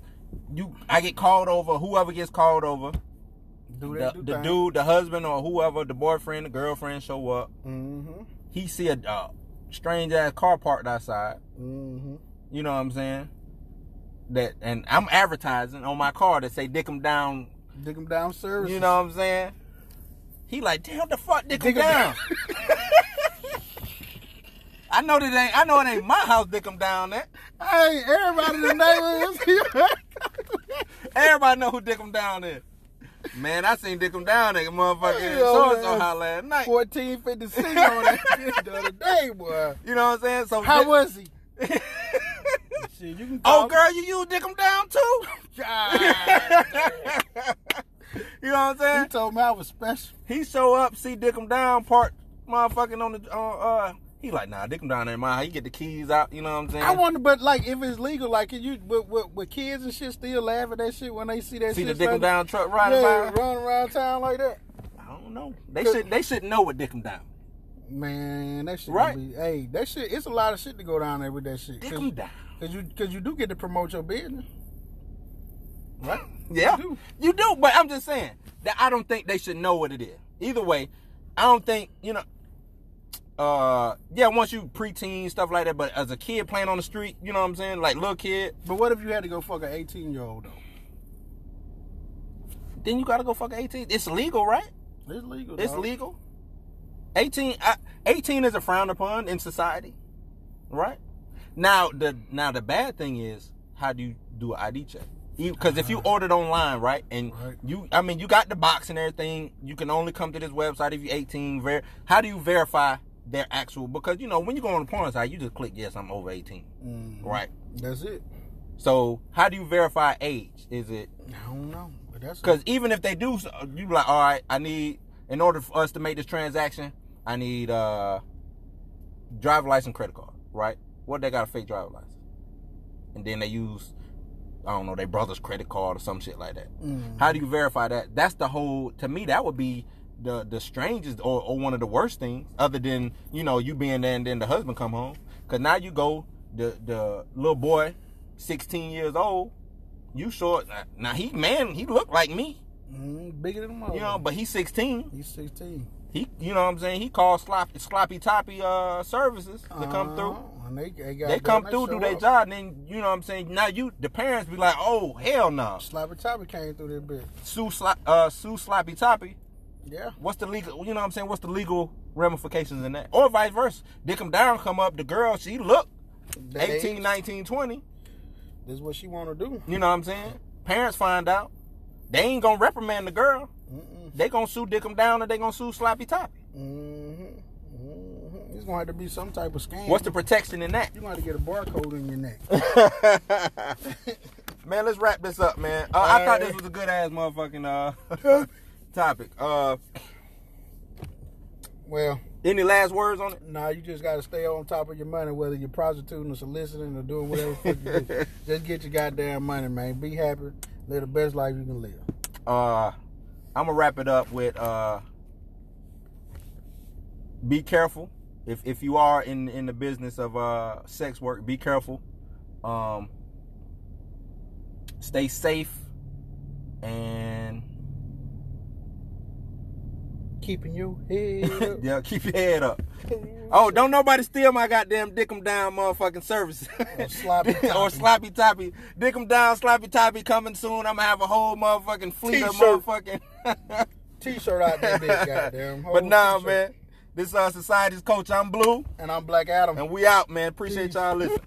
Speaker 2: you I get called over. Whoever gets called over,
Speaker 1: Do
Speaker 2: the,
Speaker 1: that? do
Speaker 2: the dude, the husband, or whoever, the boyfriend, the girlfriend show up.
Speaker 1: Mm-hmm.
Speaker 2: He see a uh, strange ass car parked outside.
Speaker 1: Mm-hmm.
Speaker 2: You know what I'm saying? That and I'm advertising on my car that say "Dick 'em down."
Speaker 1: Dig them down, sir.
Speaker 2: You know what I'm saying? He like, damn the fuck, dick 'em
Speaker 1: Dick 'em
Speaker 2: down. I know that ain't. I know it ain't my house. Dick 'em down. That
Speaker 1: Hey, everybody in the neighborhood is here.
Speaker 2: everybody know who Dick 'em down is. Man, I seen Dick 'em down. That motherfucker
Speaker 1: Yeah,
Speaker 2: so and so
Speaker 1: man.
Speaker 2: hot last night.
Speaker 1: 1456 on that shit the other day, boy.
Speaker 2: You know what I'm saying? So
Speaker 1: How
Speaker 2: Dick-
Speaker 1: was he? Shit, you can
Speaker 2: oh,
Speaker 1: call-
Speaker 2: girl, you use Dick 'em down too.
Speaker 1: God.
Speaker 2: you know what I'm saying?
Speaker 1: he told me I was special.
Speaker 2: He show up, see Dickum down, part motherfucking on the on uh. He like, nah, Dickum down there, my. house. He get the keys out. You know what I'm saying?
Speaker 1: I wonder, but like, if it's legal, like, can you, with, with, with kids and shit still laugh at that shit when they see that
Speaker 2: see the
Speaker 1: shit?
Speaker 2: Dickum
Speaker 1: starting-
Speaker 2: down truck riding
Speaker 1: Yeah,
Speaker 2: by.
Speaker 1: run around town like that.
Speaker 2: I don't know. They should they should know what Dickum down.
Speaker 1: Man, that shit
Speaker 2: Right.
Speaker 1: be, hey, that shit, it's a lot of shit to go down there with that shit. Cause,
Speaker 2: Dickum down.
Speaker 1: 'cause you, cause you do get to promote your business. Right?
Speaker 2: Yeah,
Speaker 1: You do.
Speaker 2: you do. But I'm just saying that I don't think they should know what it is. Either way, I don't think you know. Uh, yeah, once you preteen stuff like that, but as a kid playing on the street, you know what I'm saying? Like little kid,
Speaker 1: But what if you had to go fuck an 18 year old though?
Speaker 2: then you gotta go fuck 18. It's illegal, right?
Speaker 1: It's legal.
Speaker 2: It's
Speaker 1: dog.
Speaker 2: legal. 18, I, 18 is a frowned upon in society, right? Now the now the bad thing is how do you do an ID check? Because if you ordered online, right, and
Speaker 1: Right.
Speaker 2: you, I mean, you got the box and everything, you can only come to this website if you're 18. Ver- how do you verify their actual? Because you know when you go on the porn site, you just click yes, I'm over 18,
Speaker 1: Mhm.
Speaker 2: right?
Speaker 1: That's it.
Speaker 2: So how do you verify age? Is it
Speaker 1: I don't know, but that's
Speaker 2: Because even if they do, so- you be like, all right, I need, in order for us to make this transaction, I need uh driver license, credit card, right? What if they got a fake driver license, and then they use, I don't know, their brother's credit card or some shit like that.
Speaker 1: Mm.
Speaker 2: How do you verify that? That's the whole. To me, that would be the the strangest or, or one of the worst things, other than you know you being there and then the husband come home. Cause now you go the the little boy, sixteen years old. You short now. He man, he looked like me,
Speaker 1: mm, bigger than mother.
Speaker 2: you know, but he's sixteen.
Speaker 1: he's 16.
Speaker 2: He, you know, what I'm saying he called sloppy sloppy toppy uh services to come through.
Speaker 1: Uh, and they, they, got
Speaker 2: They come through, do
Speaker 1: show
Speaker 2: their
Speaker 1: up.
Speaker 2: job, and then you know what I'm saying. Now you, the parents be like, "Oh hell no,
Speaker 1: Sloppy Toppy came through this bitch.
Speaker 2: Sue, Slo- uh, Sue sloppy toppy."
Speaker 1: Yeah.
Speaker 2: what's the legal you know what I'm saying what's the legal ramifications in that or vice versa dick 'em down come up the girl she look
Speaker 1: That
Speaker 2: 18
Speaker 1: age,
Speaker 2: 19 20
Speaker 1: This is what she want to do.
Speaker 2: you know what I'm saying parents find out they ain't gonna reprimand the girl
Speaker 1: Mm-mm.
Speaker 2: they gonna sue dick 'em down or they gonna sue sloppy toppy
Speaker 1: Mm-hmm. Mm-hmm. It's going to have to be some type of scam.
Speaker 2: what's the protection in that
Speaker 1: You're going to have to get a barcode in your neck.
Speaker 2: man let's wrap this up man uh, I thought this
Speaker 1: Alright.
Speaker 2: was a good ass motherfucking uh topic uh
Speaker 1: well,
Speaker 2: any last words on it
Speaker 1: Nah, you just gotta stay on top of your money, whether you're prostituting or soliciting or doing whatever the fuck you do. Just get your goddamn money, man. Be happy, live the best life you can live.
Speaker 2: uh I'm gonna wrap it up with uh be careful if if you are in in the business of uh sex work be careful um stay safe and
Speaker 1: Keep keeping your head up.
Speaker 2: yeah, keep your head up. Oh, don't nobody steal my goddamn dickum down motherfucking service.
Speaker 1: Or sloppy toppy.
Speaker 2: or sloppy toppy. Dickum down, sloppy toppy coming soon. I'm gonna have a whole motherfucking fleet of
Speaker 1: T-shirt.
Speaker 2: motherfucking.
Speaker 1: T-shirt out that bitch, goddamn. Whole
Speaker 2: but nah,
Speaker 1: t-shirt.
Speaker 2: man. This uh, society's coach. I'm blue,
Speaker 1: And I'm Black Adam.
Speaker 2: and we out, man. Appreciate
Speaker 1: Peace.
Speaker 2: y'all listening.